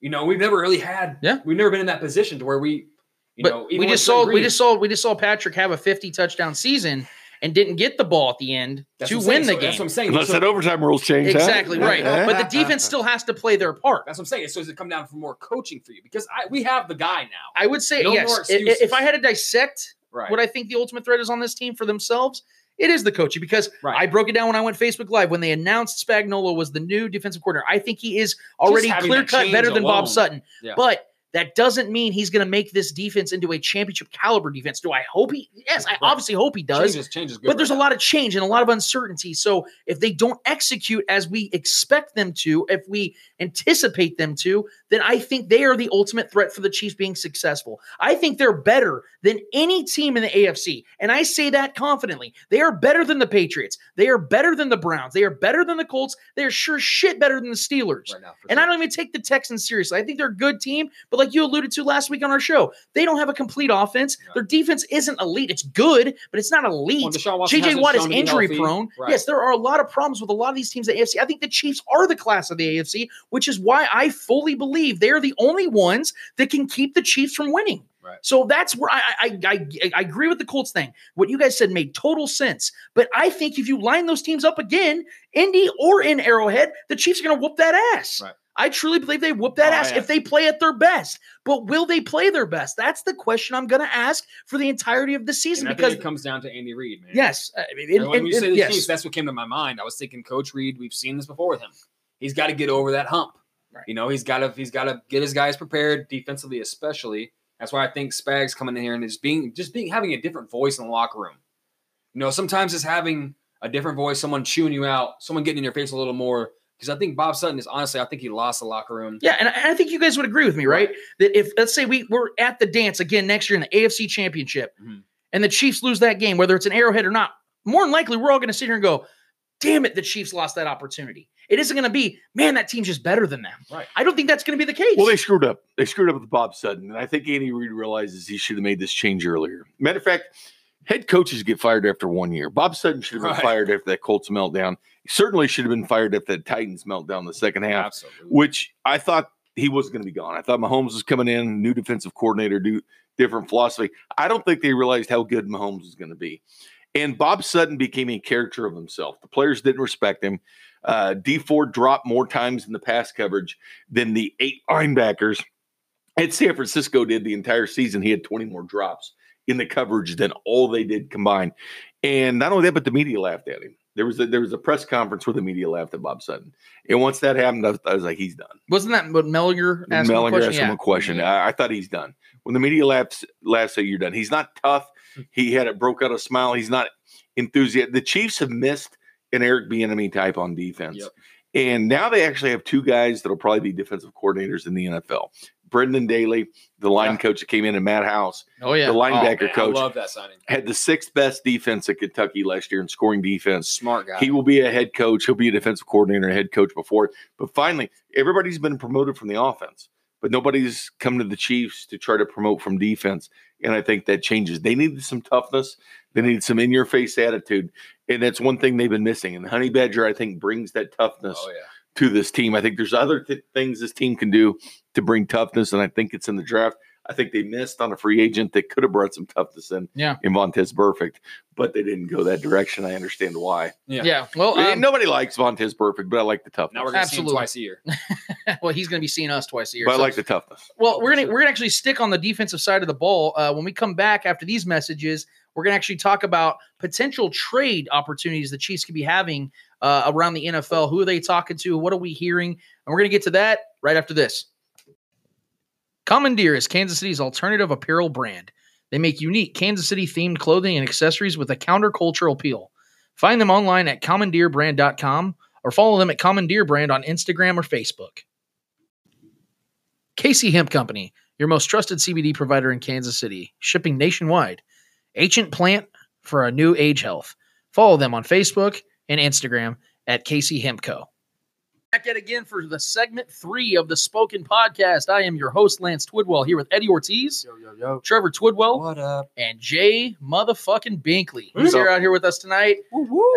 You know, we've never really had. Yeah. We've never been in that position to where we. You but know, even we with just saw Trent we Green, just saw we just saw Patrick have a 50 touchdown season and didn't get the ball at the end that's to what I'm saying. win the So game. That's what I'm saying. Unless so, that overtime rules change. huh? exactly right. Yeah. But the defense still has to play their part. that's what I'm saying. So does it come down for more coaching for you? Because I we have the guy now. I would say No more yes. i- i- If, excuses. I had to dissect Right. what I think the ultimate threat is on this team for themselves, it is the coaching because Right. I broke it down when I went Facebook Live when they announced Spagnolo was the new defensive coordinator. I think he is already having clear that cut change better than Bob alone. Sutton, Yeah. but that doesn't mean he's going to make this defense into a championship caliber defense. Do I hope he? Yes, I Right. obviously hope he does. change is, change is good. But there's right a lot of change and a lot of uncertainty. So if they don't execute as we expect them to, if we anticipate them to, then I think they are the ultimate threat for the Chiefs being successful. I think they're better than any team in the AFC. And I say that confidently. They are better than the Patriots. They are better than the Browns. They are better than the Colts. They are sure shit better than the Steelers. now. Right now for And sure. I don't even take the Texans seriously. I think they're a good team, but like you alluded to last week on our show, they don't have a complete offense. Their defense isn't elite. It's good, but it's not elite. Well, Deshaun Watson JJ hasn't Watt is shown to be injury healthy. prone. Right. Yes, there are a lot of problems with a lot of these teams at AFC. I think the Chiefs are the class of the AFC, which is why I fully believe they're the only ones that can keep the Chiefs from winning. Right. So that's where I, I, I, I, I agree with the Colts thing. What you guys said made total sense. But I think if you line those teams up again, Indy or in Arrowhead, the Chiefs are going to whoop that ass. Right. I truly believe they whoop that Oh, ass yeah. if they play at their best. But will they play their best? That's the question I'm going to ask for the entirety of the season And I think because it comes down to Andy Reid, man. yes, I mean, it- And when it- you say it- the yes. Chiefs, that's what came to my mind. I was thinking Coach Reed. We've seen this before with him. He's got to get over that hump. Right. You know, he's got to he's got to get his guys prepared defensively, especially. That's why I think Spags coming in here and just being just being having a different voice in the locker room. You know, sometimes it's having a different voice, someone chewing you out, someone getting in your face a little more. Because I think Bob Sutton is honestly, I think he lost the locker room. Yeah, and I, and I think you guys would agree with me, right? That if let's say we we're at the dance again next year in the AFC Championship, Mhm. and the Chiefs lose that game, whether it's an Arrowhead or not, more than likely we're all going to sit here and go, "Damn it, the Chiefs lost that opportunity." It isn't going to be, man, that team's just better than them. Right. I don't think that's going to be the case. Well, they screwed up. They screwed up with Bob Sutton, and I think Andy Reid realizes he should have made this change earlier. Matter of fact, head coaches get fired after one year. Bob Sutton should have been Right. fired after that Colts meltdown. He certainly should have been fired after that Titans meltdown the second half, Absolutely. which I thought he was going to be gone. I thought Mahomes was coming in, new defensive coordinator, new different philosophy. I don't think they realized how good Mahomes was going to be. And Bob Sutton became a character of himself. The players didn't respect him. Uh, D Ford dropped more times in the pass coverage than the eight linebackers at San Francisco did the entire season. He had 20 more drops in the coverage than all they did combined. And not only that, but the media laughed at him. There was a, there was a press conference where the media laughed at Bob Sutton. And once that happened, I was, I was like, he's done. Wasn't that what Mellinger asked? him the Mellinger question? asked Yeah. Mm-hmm. him a question. I, I thought he's done. When the media laughs, laughs at you, you're done. He's not tough. He had it broke out a smile. He's not enthusiastic. The Chiefs have missed an Eric Bieniemy type on defense, Yep. and now they actually have two guys that'll probably be defensive coordinators in the NFL. Brendan Daly, the line Yeah. coach that came in, and Matt House, Oh yeah, the linebacker Man, coach, I love that signing. had the sixth best defense at Kentucky last year in scoring defense. Smart guy. He will be a head coach. He'll be a defensive coordinator, a head coach before. it. But finally, everybody's been promoted from the offense, but nobody's come to the Chiefs to try to promote from defense. And I think that changes. They needed some toughness. They needed some in your face attitude. And that's one thing they've been missing. And Honey Badger, I think, brings that toughness oh yeah. to this team. I think there's other th- things this team can do to bring toughness. And I think it's in the draft. I think they missed on a free agent that could have brought some toughness in, Yeah. in Vontez Perfect, but they didn't go that direction. I understand why. Yeah. yeah. Well, Yeah, um, Nobody likes Vontez Perfect, but I like the toughness. Now we're gonna see Absolutely. him twice a year. well, he's going to be seeing us twice a year. but I so- like the toughness. Well, we're gonna we're gonna actually stick on the defensive side of the ball. Uh, when we come back after these messages, we're gonna actually talk about potential trade opportunities the Chiefs could be having uh, around the NFL. Who are they talking to? What are we hearing? And we're gonna get to that right after this. Commandeer is Kansas City's alternative apparel brand. They make unique Kansas City themed clothing and accessories with a countercultural appeal. Find them online at commandeerbrand.com or follow them at Commandeer Brand on Instagram or Facebook. Casey Hemp Company, your most trusted CBD provider in Kansas City, shipping nationwide. Ancient plant for a new age health. Follow them on Facebook and Instagram at Casey Hemp Co. Back at again for the segment three of the Spoken Podcast. I am your host, Lance Twidwell, here with Eddie Ortiz, Yo, yo, yo. Trevor Twidwell, What up? and Jay motherfucking Binkley, who's here out here with us tonight,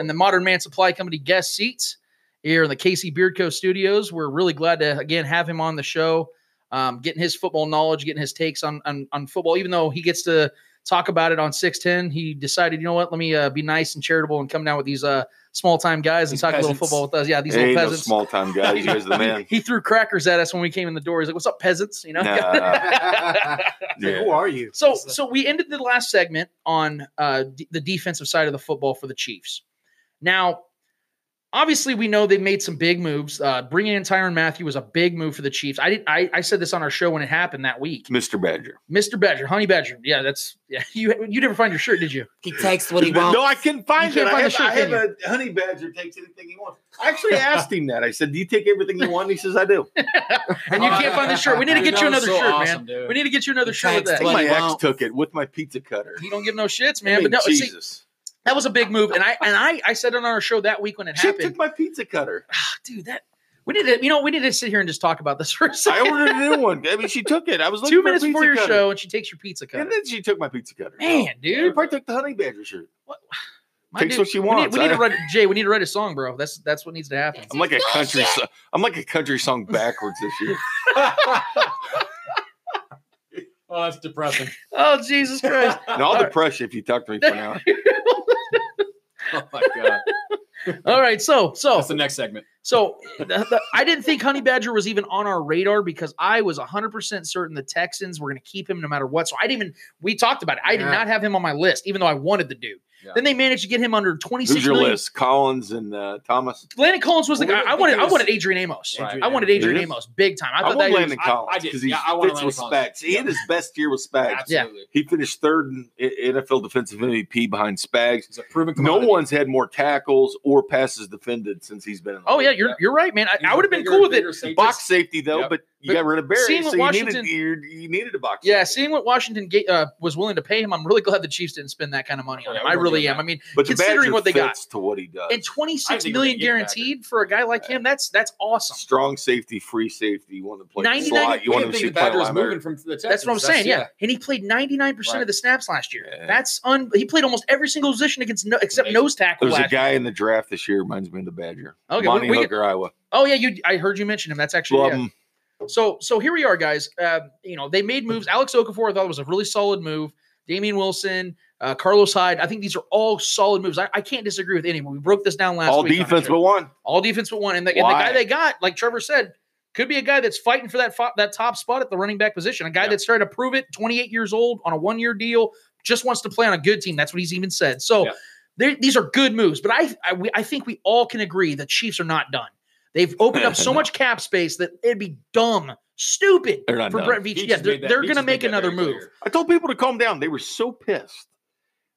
and the Modern Man Supply Company guest seats here in the Casey Beard Co. Studios. We're really glad to again have him on the show, um, getting his football knowledge, getting his takes on, on on football. Even though he gets to talk about it on six ten, he decided, you know what, let me uh, be nice and charitable and come down with these uh, small time guys and These talk a peasants. little football with us. Yeah, these Hey, little no peasants. small time guy. You guys are the man. he threw crackers at us when we came in the door. He's like, "What's up, peasants?" You know. Nah, yeah. Who are you? So, so we ended the last segment on uh, d- the defensive side of the football for the Chiefs. Now, obviously, we know they've made some big moves. Uh, bringing in Tyron Matthew was a big move for the Chiefs. I did. I, I said this on our show when it happened that week. Mr. Badger. Mr. Badger, Honey Badger. Yeah, that's yeah. You you never find your shirt, did you? He takes what he wants. No, I couldn't find You it. can't I find have, the shirt, I can have a honey badger takes anything he wants. I actually asked him that. I said, Do you take everything you want? He says, I do. And you can't find the shirt. We need to Dude, get you that was another so shirt, awesome, man. dude. We need to get you another shirt with Thanks, that. buddy. my you ex won't. took it with my pizza cutter. You don't give no shits, I man. mean, But no, see, Jesus. that was a big move, and I and I I said it on our show that week when it she happened. "Ah, took my pizza cutter. Dude, that we need to you know we need to sit here and just talk about this for a I second. ordered a new one. I mean, she took it. I was looking two for a minutes before pizza your cutter. show, and she takes your pizza cutter. And then she took my pizza cutter. Man, She dude, probably took the honey badger shirt. My takes dude, what she we need, wants. we need to I- write Jay. We need to write a song, bro. That's that's what needs to happen. I'm like a country. So- I'm like a country song backwards this year. Oh, that's depressing. Oh Jesus Christ! And I'll depress you if you talk to me for an hour. Oh my god. All right, so so That's the next segment. So the, the, I didn't think Honey Badger was even on our radar because I was 100% certain the Texans were going to keep him no matter what. So I didn't even, we talked about it. I did Yeah. not have him on my list, even though I wanted the dude. Yeah. Then they managed to get him under 26 Who's your million. list? Collins and uh, Thomas. Landon Collins was the Well, guy. we I didn't wanted, think it I was- wanted Adrian Amos. Right. I wanted Adrian Really? Amos big time. I I, thought want that Landon was, I- I Collins did. because he Yeah, I want fits Landon with Collins. Spags. He had his best year with Spags. Absolutely. He finished third in I- NFL defensive MVP behind Spags. He's a proven No commodity. one's had more tackles or passes defended since he's been in the oh league. yeah, you're Yeah. you're right, man. He's I, I a would have been bigger, cool with it. bigger safety. Box safety though, Yep. but you But got rid of Barry, seeing what so you needed, Washington- you, you needed a box. Yeah, safety. seeing what Washington ga- uh, was willing to pay him, I'm really glad the Chiefs didn't spend that kind of money on Yeah, him. we I weren't really doing am. that. I mean, but the considering Badger what they got. fits to what he does. and 26 think we're million gonna get back guaranteed for a guy like him, that's that's awesome. Strong safety, free safety. You want to play 99 slot. You We want him didn't to think see the play Badgers linebacker. moving from the Texans. That's what I'm saying. Yeah. And he played 99% Right. of the snaps last year. Yeah. That's un he played almost every single position against no, except Amazing. nose tackle There's a last guy year. in the draft this year reminds me of the Badger. Okay, we- Monty we get- Hooker, Iowa. Oh yeah, you I heard you mention him. That's actually Love yeah. him. So so here we are, guys. Uh, you know they made moves. Alex Okafor I thought was a really solid move. Damian Wilson, uh, Carlos Hyde. I think these are all solid moves. I, I can't disagree with anyone. We broke this down last All week on the defense show. but one. all defense but one. And the, and the Why? guy they got, like Trevor said, could be a guy that's fighting for that fo- that top spot at the running back position. A guy Yeah. that's starting to prove it. Twenty eight years old on a one year deal, just wants to play on a good team. That's what he's even said. So Yeah. they- these are good moves. But I I, we, I think we all can agree the Chiefs are not done. They've opened up so much cap space that it'd be dumb, stupid They're not for done. Brett Veach. Yeah, they're, they're going to make another move. I told people to calm down. They were so pissed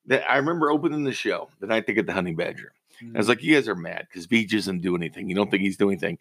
that I remember opening the show the night they get the Honey Badger. I Mm. was like, you guys are mad because Beach doesn't do anything. You don't think he's doing anything.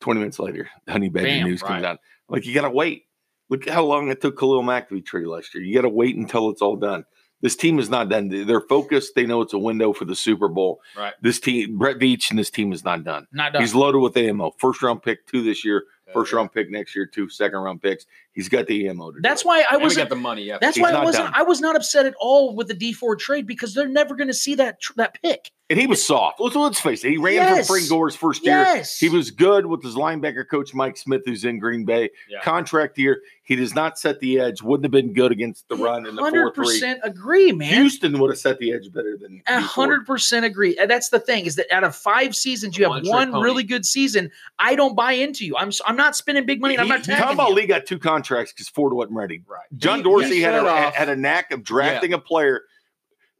20 minutes later, the Honey Badger Bam, news right. comes out. Like, you got to wait. Look how long it took Khalil Mack to be traded last year. You got to wait until it's all done. This team is not done. They- They're focused. They know it's a window for the Super Bowl. Right. This team, Brett Beach and this team is not done. Not done. He's loaded with AMO. First round pick, two this year. First round pick next year, two second round picks. He's got the AMO. To do That's it. why I And we was got the money. Yeah, That's He's why I not wasn't. done. I was not upset at all with the D four trade because they're never going to see that tr- that pick. And he was soft. Let's, let's face it. He ran Yes. for Frank Gore's first year. Yes, He was good with his linebacker coach Mike Smith, who's in Green Bay. Yeah. Contract year. He does not set the edge. Wouldn't have been good against the run in the four Hundred three. percent agree, man. Houston would have set the edge better than A D4. hundred percent agree. And that's the thing is that out of five seasons, you have One-trick one pony. really good season. I don't buy into you. I'm s- I'm not spending big money. And I'm He- not he- Tom tagging you. Lee got two contracts because Ford wasn't ready. right. John He- Dorsey he had shut a, off- had a knack of drafting a player.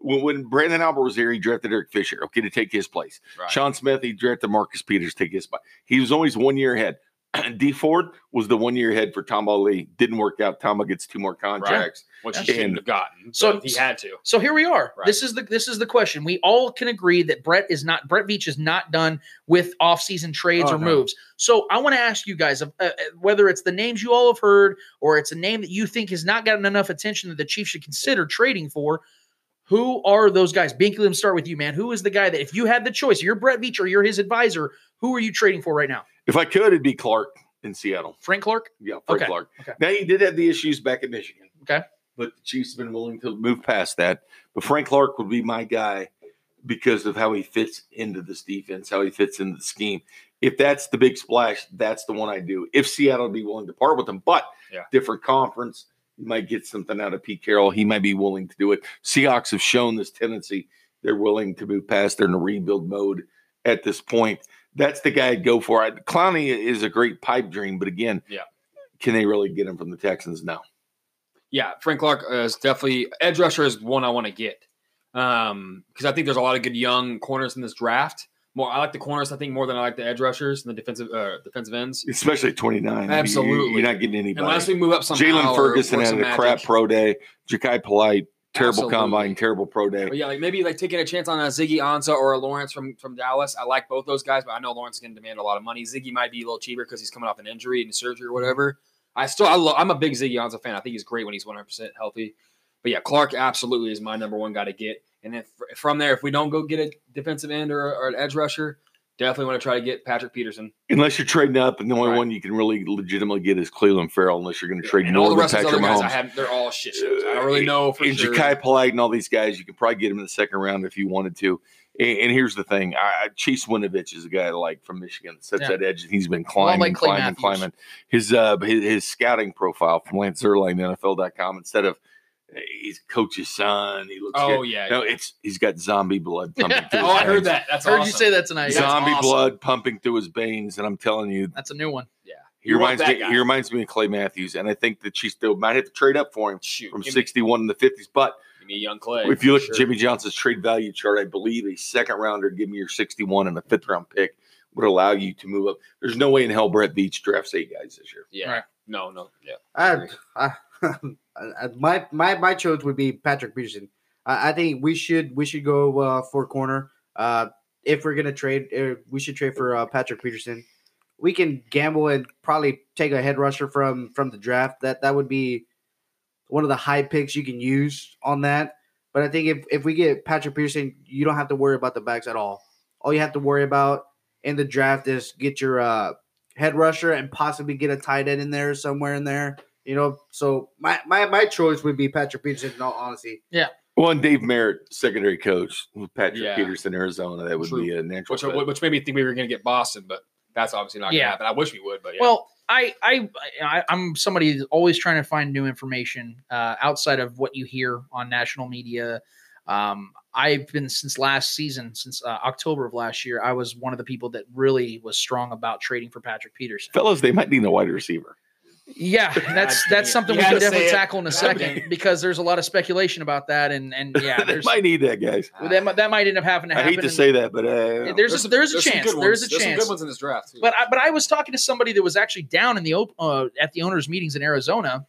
When, when Brandon Albert was here, he drafted Eric Fisher, okay, to take his place. right. Sean Smith, he drafted Marcus Peters to take his spot. He was always one year ahead. D Ford was the one year ahead for Tom Lee. Didn't work out. Tama gets two more contracts. which he And- shouldn't have gotten. So- So he had to. So here we are. Right. This is the this is the question. We all can agree that Brett is not Brett Veach is not done with offseason trades Oh, or no. moves. So I want to ask you guys uh, uh, whether it's the names you all have heard or it's a name that you think has not gotten enough attention that the Chiefs should consider trading for. Who are those guys? Binky, let me start with you, man. Who is the guy that if you had the choice, you're Brett Veach or you're his advisor, who are you trading for right now? If I could, it'd be Clark in Seattle. Frank Clark? Yeah, Frank Okay, Clark. okay. Now he did have the issues back in Michigan. Okay. But the Chiefs have been willing to move past that. But Frank Clark would be my guy because of how he fits into this defense, how he fits into the scheme. If that's the big splash, that's the one I do. If Seattle would be willing to part with him, but Yeah. different conference, you might get something out of Pete Carroll. He might be willing to do it. Seahawks have shown this tendency. They're willing to move past. They're in a rebuild mode at this point. That's the guy I'd go for. I, Clowney is a great pipe dream, but again, Yeah. can they really get him from the Texans? No. Yeah, Frank Clark uh, is definitely edge rusher is one I want to get um because I think there's a lot of good young corners in this draft. More, I like the corners I think more than I like the edge rushers and the defensive uh, defensive ends. Especially at 29. Absolutely. You, are not getting anybody. Unless we move up some Jalen Ferguson had a crap pro day. Ja'Kai Polite, terrible Absolutely. combine, terrible pro day. But yeah, like maybe like taking a chance on a Ziggy Ansah or a Lawrence from from Dallas. I like both those guys, but I know Lawrence is going to demand a lot of money. Ziggy might be a little cheaper because he's coming off an injury and surgery or whatever. I still, I love, I'm a big Ziggy Ansah fan. I think he's great when he's 100 percent healthy. But yeah, Clark absolutely is my number one guy to get. And then fr- from there, if we don't go get a defensive end or, or an edge rusher, definitely want to try to get Patrick Peterson. Unless you're trading up, and the only Right. one you can really legitimately get is Cleveland Farrell, unless you're going to trade and more all the than rest of these Patrick Mahomes. other guys, Uh, I have, they're all shit shows. I don't really know for and sure. Ja'Kai Polite and all these guys, you can probably get him in the second round if you wanted to. And, and here's the thing: I, I- Chase Winovich is a guy I like from Michigan that sets Yeah. that edge, and he's been Well, I climbing, like Clay climbing, Matthews. climbing. His uh his, his scouting profile from Lance Zerline, NFL.com, instead of he's coach's son. He looks. Oh good. yeah. No, it's he's got zombie blood pumping. through his oh, I heard veins. that. That's Heard awesome. you say that tonight. Zom- Zombie awesome. blood pumping through his veins, and I'm telling you, That's a new one. he You want reminds that me. guy. He reminds me of Clay Matthews, and I think that she still might have to trade up for him Shoot, from give me- 61 to the 50s. But give me young Clay. if you look Sure. at Jimmy Johnson's trade value chart, I believe a second rounder, give me your 61 and a fifth round pick, would allow you to move up. There's no way in hell Brett Beach drafts eight guys this year. yeah, Right. no, no, yeah. I, I, I- uh, my my my choice would be Patrick Peterson. I, I think we should we should go uh, for corner. Uh, if we're gonna trade, uh, we should trade for uh, Patrick Peterson. We can gamble and probably take a head rusher from from the draft. That that would be one of the high picks you can use on that. But I think if if we get Patrick Peterson, you don't have to worry about the backs at all. All you have to worry about in the draft is get your uh, head rusher and possibly get a tight end in there somewhere in there. You know, so my my, my choice would be Patrick Peterson. In all honesty, Well, and Dave Merritt, secondary coach, with Patrick Yeah. Peterson, Arizona, that would True. be a natural. Which fit. which made me think we were going to get Boston, but that's obviously not going to Yeah. happen. I wish we would, but yeah. Well, I, I, I, I'm somebody who's always trying to find new information uh, outside of what you hear on national media. Um, I've been since last season, since uh, October of last year, I was one of the people that really was strong about trading for Patrick Peterson. Fellas, they might need a wide receiver. Yeah, that's God damn it. that's something You we can had to say definitely it. tackle in a God damn second because there's a lot of speculation about that, and and yeah, they there's, might need that, guys. well, that, might, that might end up having to I happen. hate to and- say that, but uh, there's, a, there's, a some chance. good ones. There's a There's some chance. good ones in this draft. Too. But I, but I was talking to somebody that was actually down in the op- uh, at the owners' meetings in Arizona.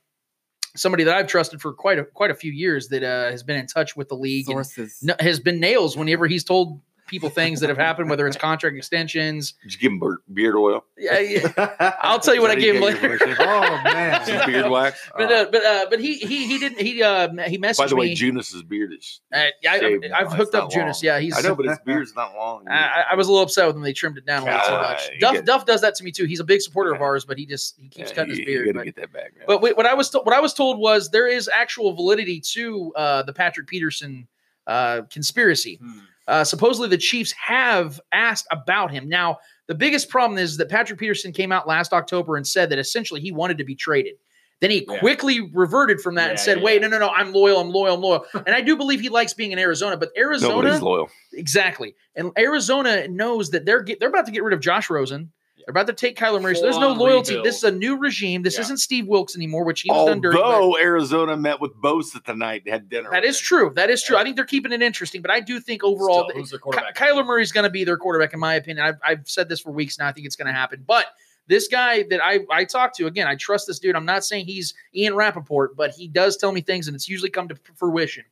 Somebody that I've trusted for quite a quite a few years that uh, has been in touch with the league and sources. kn- has been nails whenever he's told people things that have happened, whether it's contract extensions. just give him beard- beard oil. Yeah, yeah. I'll tell you what I gave him later. oh man, Some beard wax. But uh, but uh, but he he he didn't he uh, he messaged By the way, me. Junus's beard is. Uh, yeah, shaved now. I, I've It's hooked up not Junis. long. Yeah, he's I know, but his beard's not long. I, I was a little upset with him. They trimmed it down a little too God, much. you Duff, get- Duff does that to me too. He's a big supporter of ours, but he just he keeps Yeah, cutting you- his you beard. gotta but- get that back, man. But wait, what I was to- what I was told was there is actual validity to uh, the Patrick Peterson uh, conspiracy. Hmm. Uh, supposedly, the Chiefs have asked about him. Now, the biggest problem is that Patrick Peterson came out last October and said that essentially he wanted to be traded. Then he Yeah. quickly reverted from that Yeah, and said, yeah, "Wait, yeah. no, no, no, I'm loyal, I'm loyal, I'm loyal." and I do believe he likes being in Arizona, but Arizona, Nobody's loyal. Exactly. And Arizona knows that they're get, they're about to get rid of Josh Rosen. They're about to take Kyler Murray. So there's no Full-on loyalty. rebuild. This is a new regime. This Yeah. isn't Steve Wilkes anymore, which he was done dirty. but Although Arizona met with Bosa tonight, and had dinner. That with is him. true. That is true. I think they're keeping it interesting, but I do think overall Still, that who's their Ky- quarterback? Kyler Murray's going to be their quarterback, in my opinion. I've, I've said this for weeks now. I think it's going to happen. But this guy that I, I talked to, again, I trust this dude. I'm not saying he's Ian Rappaport, but he does tell me things, and it's usually come to fruition.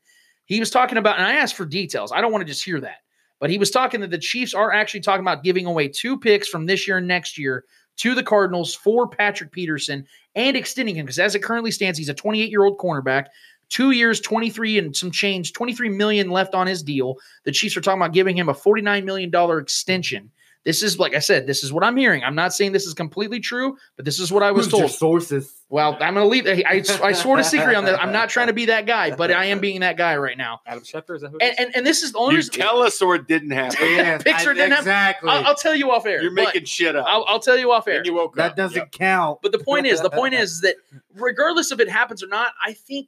He was talking about, and I asked for details. I don't want to just hear that. But he was talking that the Chiefs are actually talking about giving away two picks from this year and next year to the Cardinals for Patrick Peterson and extending him because as it currently stands, he's a 28 year old cornerback. Two years, 23 and some change, 23 million left on his deal. The Chiefs are talking about giving him a 49 million dollar extension. This is like I said, this is what I'm hearing. I'm not saying this is completely true, but this is what I was Who's your told. sources. Well, I'm going to leave. I, I, I swore to secret on that. I'm not trying to be that guy, but I am being that guy right now. Adam Schefter is that who? it And is? and, and this is the only You reason- tell us or it didn't happen. Yes, Picture I- didn't have- exactly. I'll, I'll tell you off air. You're but making shit up. I'll, I'll tell you off air. And you woke that up. doesn't Yep. count. But the point is, the point is that regardless if it happens or not, I think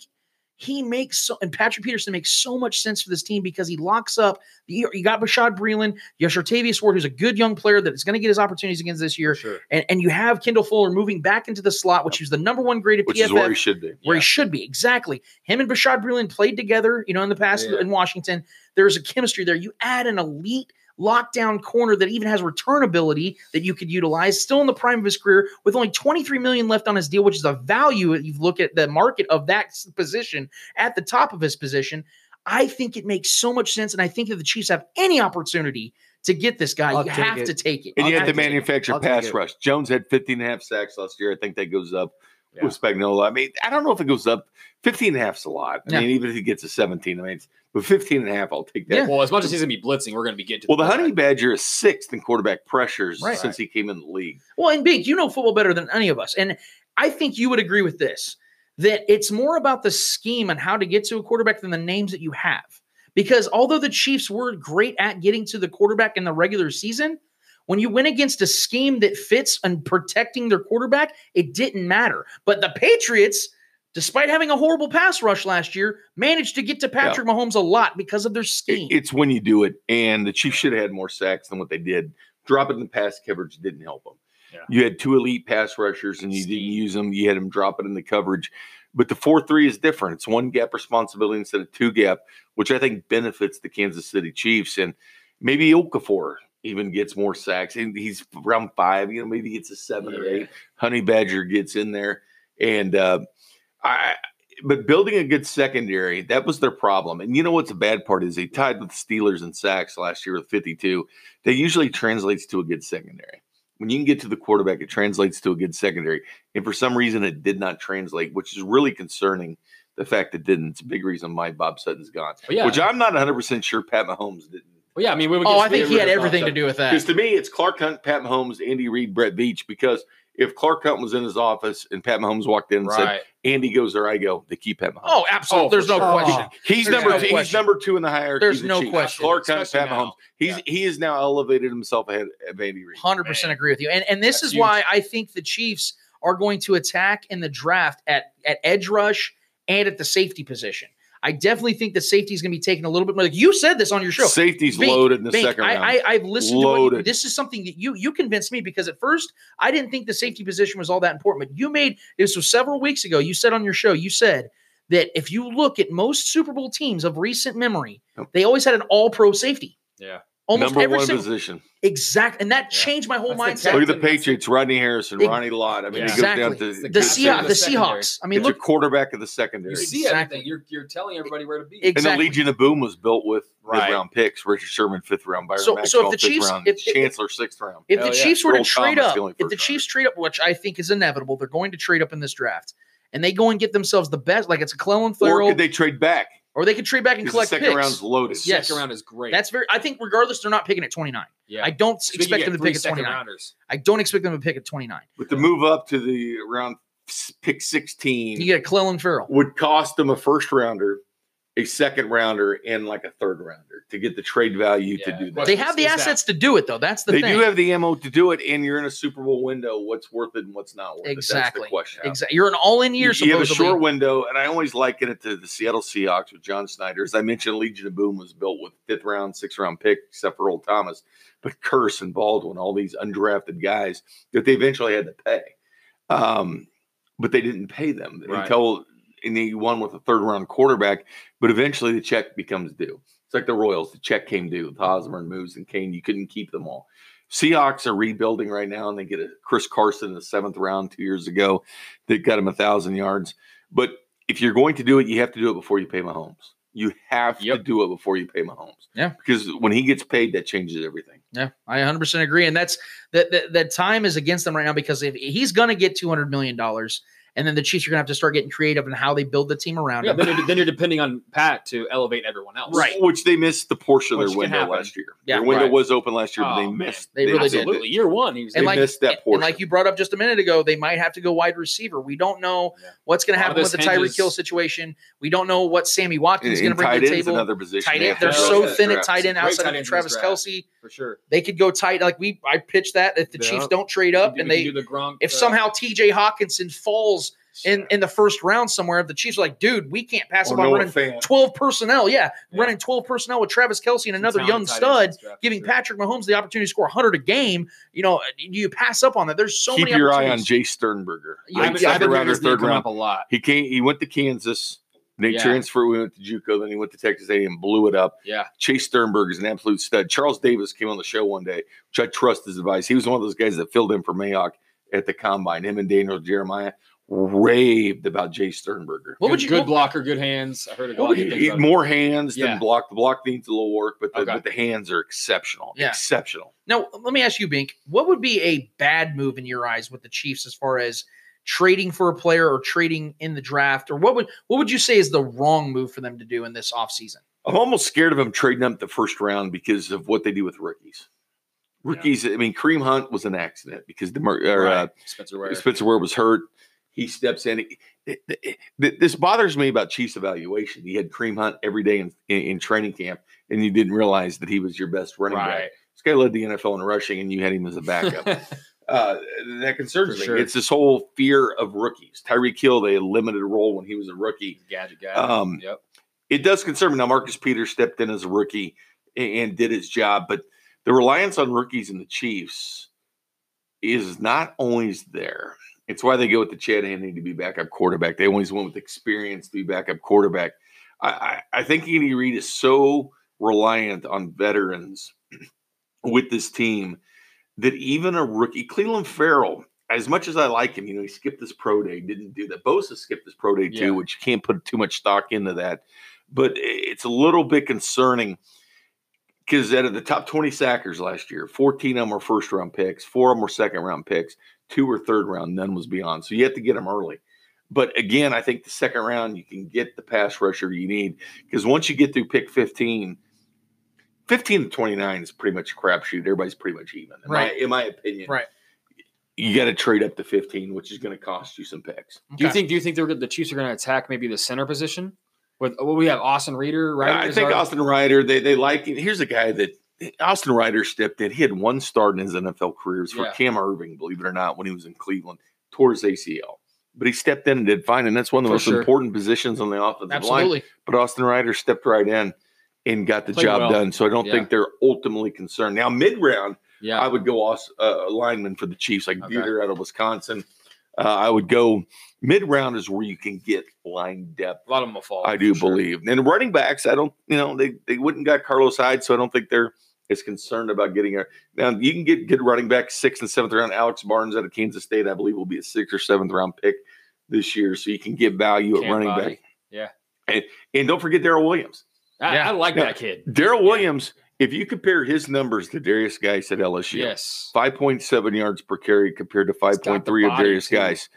he makes so and Patrick Peterson makes so much sense for this team because he locks up the you got Bashad Breeland, you got Shortavius Ward, who's a good young player that is going to get his opportunities against this year, Sure. and, and you have Kendall Fuller moving back into the slot, which is the number one graded which PFF. is where he should be. where he should be. Exactly. Him and Bashad Breeland played together, you know, in the past Yeah. in Washington. There's a chemistry there. You add an elite lockdown corner that even has returnability that you could utilize, still in the prime of his career, with only 23 million left on his deal, which is a value if you look at the market of that s- position at the top of his position. I think it makes so much sense. And I think that the Chiefs have any opportunity to get this guy, I'll you take have it. to take it. And you I'll had the take it. manufactured I'll take pass it. rush. Jones had 15 and a half sacks last year. I think that goes up Yeah. with Spagnola. I mean, I don't know if it goes up. 15 and a half's a lot. I Yeah. mean, even if he gets a 17, I mean, it's, but 15 and a half, I'll take that. Yeah. Well, as much as he's gonna be blitzing, we're gonna be getting to Well, the quarterback. Honey Badger is sixth in quarterback pressures Right. since he came in the league. Well, and Big, you know football better than any of us. And I think you would agree with this that it's more about the scheme and how to get to a quarterback than the names that you have. Because although the Chiefs were great at getting to the quarterback in the regular season, when you went against a scheme that fits and protecting their quarterback, it didn't matter. But the Patriots despite having a horrible pass rush last year, managed to get to Patrick Mahomes a lot because of their scheme. It- it's when you do it. And the Chiefs should have had more sacks than what they did. Dropping the pass coverage didn't help them. Yeah. You had two elite pass rushers and you didn't use them. You had them drop it in the coverage. But the 4 3 is different. It's one gap responsibility instead of two gap, which I think benefits the Kansas City Chiefs. And maybe Okafor even gets more sacks. And he's round five, you know, maybe he gets a seven or eight. Honey Badger gets in there. And uh, I, but building a good secondary, that was their problem. And you know what's the bad part is they tied with Steelers and sacks last year with 52. That usually translates to a good secondary. When you can get to the quarterback, it translates to a good secondary. And for some reason, it did not translate, which is really concerning. The fact it didn't, it's a big reason why Bob Sutton's gone. But Oh, yeah, Which I'm not 100 percent sure Pat Mahomes didn't. well, yeah. I mean, we would Oh, get I think he rid had of Bob everything to Sutton. do with Because that. to me, it's Clark Hunt, Pat Mahomes, Andy Reid, Brett Beach. Because if Clark Hunt was in his office and Pat Mahomes walked in and said, Right. Andy goes there, I go. They keep Pat Mahomes. Oh, absolutely. Oh, There's for no sure. question. he's there's number no two, he's question. number two in the hierarchy. There's of the no Chiefs. question. Clark Hunt, Pat Especially now. Mahomes. He's he is now elevated himself ahead of Andy Reid. 100% agree with you. And and this That's is why I think the Chiefs are going to attack in the draft at at edge rush and at the safety position. I definitely think that safety is going to be taken a little bit more. Like you said this on your show. Safety's Bink, loaded in the Bink, second I, round. I, I've listened to what you, Loaded. this is something that you you convinced me because at first I didn't think the safety position was all that important. But you made this was several weeks ago. You said on your show, you said that if you look at most Super Bowl teams of recent memory, Yep. they always had an all pro safety. Yeah. Almost number every one single position. exact and that Yeah. changed my whole That's the mindset. Look at the That's it. Patriots, Rodney Harrison, Ex- Ronnie Lott. I mean, it Exactly. goes down to The the good Seahawks, thing. the Secondary. Seahawks. I mean, it's your look, quarterback of the You secondary. see Exactly. everything. You're you're telling everybody where to be. Ex- And the Exactly. Legion of Boom was built with Right. mid round picks. Richard Sherman, fifth round. Byron So- so if Maxwell, the fifth Chiefs- round. if- if- Chancellor, sixth round. if the Hell yeah. Chiefs were to Earl trade Thomas, up, the only if the first Chiefs trade up, which I think is inevitable, they're going to trade up in this draft, and they go and get themselves the best, like it's a Clellan Or Farrell, could they trade back? or they could trade back and 'Cause The collect second picks. round's The loaded. yes. second round is great. That's very. I think regardless, they're not picking at twenty nine. yeah. I don't So you expect get them to three pick at second twenty nine. rounders. I don't expect them to pick at twenty nine. But the move up to the round s- pick 16 You get Clellan Farrell. would cost them a first rounder, a second rounder, and like a third rounder to get the trade value Yeah. to do that. They have the Is that- assets to do it, though. That's the they thing. do have the ammo to do it, and you're in a Super Bowl window. What's worth it and what's not worth exactly. it? That's the question. Exactly. You're an all in year. You- you have a supposedly. short window, and I always liken it to the Seattle Seahawks with John Snyder. As I mentioned, Legion of Boom was built with fifth round, sixth round pick, except for Old Thomas, but Curse and Baldwin, all these undrafted guys that they eventually had to pay. Um, but they didn't pay them Right. until and they won with a third round quarterback, but eventually the check becomes due. It's like the Royals, the check came due with Hosmer and Moves and Kane. You couldn't keep them all. Seahawks are rebuilding right now, and they get a Chris Carson in the seventh round two years ago. They got him a thousand yards. But if you're going to do it, you have to do it before you pay Mahomes. You have to Yep. do it before you pay Mahomes. Yeah. Because when he gets paid, that changes everything. Yeah, I 100% agree, and that's that, that that time is against them right now because if he's going to get 200 million dollars, and then the Chiefs are going to have to start getting creative in how they build the team around Yeah, him. then, you're, then you're depending on Pat to elevate everyone else. Right. Which they missed the portion Which of their can window happen. last year. Yeah, their window right. was open last year, but Oh, they man. missed. They really did. Absolutely. Year one, he was And like, like- missed that and- portion. And like you brought up just a minute ago, they might have to go wide receiver. We don't know Yeah. what's going A to lot happen of with the this Tyreek hinges- Hill situation. We don't know what Sammy Watkins is going to And bring to tight the end's table. another position. tight they end, have they're to so address in thin the at draft. tight end Great outside tight of end in Travis this draft. Kelsey. for sure. They could go tight. Like we, I pitched that if the Yeah. Chiefs don't trade up and they, do the Gronk, if uh, somehow T.J. Hawkinson falls in in the first round somewhere. If the Chiefs are like, dude, we can't pass Or him on Noah running Fant. twelve personnel. Yeah, Oh, Yeah. running twelve personnel with Travis Kelsey and another young talented tight stud, ends in this draft, for giving sure. Patrick Mahomes the opportunity to score hundred a game. You know, you pass up on that. There's so Keep many. your eye on opportunities. Jay Sternberger. Yeah, Late I've been, exactly. I've been second hearing round or his name third come round. up a lot. He came. He went to Kansas. They Yeah. transferred. We went to JUCO. Then he went to Texas A&M. Blew it up. Yeah, Chase Sternberg is an absolute stud. Charles Davis came on the show one day, which I trust his advice. He was one of those guys that filled in for Mayock at the combine. Him and Daniel Jeremiah raved about Jay Sternberger. What good, would you? good what- blocker, good hands. I heard a Well, lot of he- good he- things about him. more hands Yeah. than block. The block needs a little work, but the, Okay. but the hands are exceptional. Yeah. Exceptional. now, let me ask you, Bink. What would be a bad move in your eyes with the Chiefs as far as? Trading for a player or trading in the draft, or what would what would you say is the wrong move for them to do in this offseason? I'm almost scared of him trading up the first round because of what they do with rookies. Rookies, I mean, Kareem Hunt was an accident because Demar- or, uh, Right. Spencer Ware. Spencer Ware was hurt. He steps in. It- it- it- This bothers me about Chiefs evaluation. You had Cream Hunt every day in, in, in training camp, and you didn't realize that he was your best running back. Right. This guy led the NFL in rushing, and you had him as a backup. uh, that concerns For me. sure. It's this whole fear of rookies. Tyreek Hill, they limited a role when he was a rookie. Gadget guy. Um, yep. It does concern me. Now, Marcus Peters stepped in as a rookie and, and did his job, but the reliance on rookies and the Chiefs is not always there. It's why they go with the Chad Hanning to be backup quarterback. They always went with experience to be backup quarterback. I, I, I think Andy Reid is so reliant on veterans with this team that even a rookie, Cleveland Farrell, as much as I like him, you know, he skipped this pro day, didn't do that. Bosa skipped this pro day too, Yeah. which you can't put too much stock into that. But i- it's a little bit concerning because out of the top 20 sackers last year, 14 of them were first round picks, four of them were second round picks, two were third round, none was beyond. So you have to get them early. But again, I think the second round, you can get the pass rusher you need because once you get through pick 15, 15 to 29 is pretty much a crapshoot. Everybody's pretty much even, in Right. My, in my opinion, Right. You got to trade up to 15, which is going to cost you some picks. Do you Okay. think? Do you think they're gonna- the Chiefs are going to attack maybe the center position with what we have? Austin Reeder, right? I is think our- Austin Ryder, they they like him. Here's a guy that Austin Ryder stepped in. He had one start in his NFL career It was for Yeah. Cam Irving, believe it or not, when he was in Cleveland, tore his ACL. But he stepped in and did fine, and that's one of the For most sure. important positions on the offensive line. Absolutely. But Austin Ryder stepped right in and got the Played job well. done. So I don't Yeah. think they're ultimately concerned. Now, mid round, yeah, I would go off uh, lineman for the Chiefs, like Okay. Buter out of Wisconsin. Uh, I would go mid round is where you can get line depth. a lot of them will fall. I do for sure. believe. And running backs, I don't, you know, they, they wouldn't got Carlos Hyde, so I don't think they're as concerned about getting a. Now, you can get good running back sixth and seventh round. Alex Barnes out of Kansas State, I believe, will be a sixth or seventh round pick this year, so you can get value at Cam running Body. back. Yeah. And, and don't forget Daryl Williams. I, Yeah. I like Yeah. that kid. Daryl Williams, if you compare his numbers to Darius Guys at LSU, Yes. 5.7 yards per carry compared to He's got the 5.3 of body, Darius too. guys.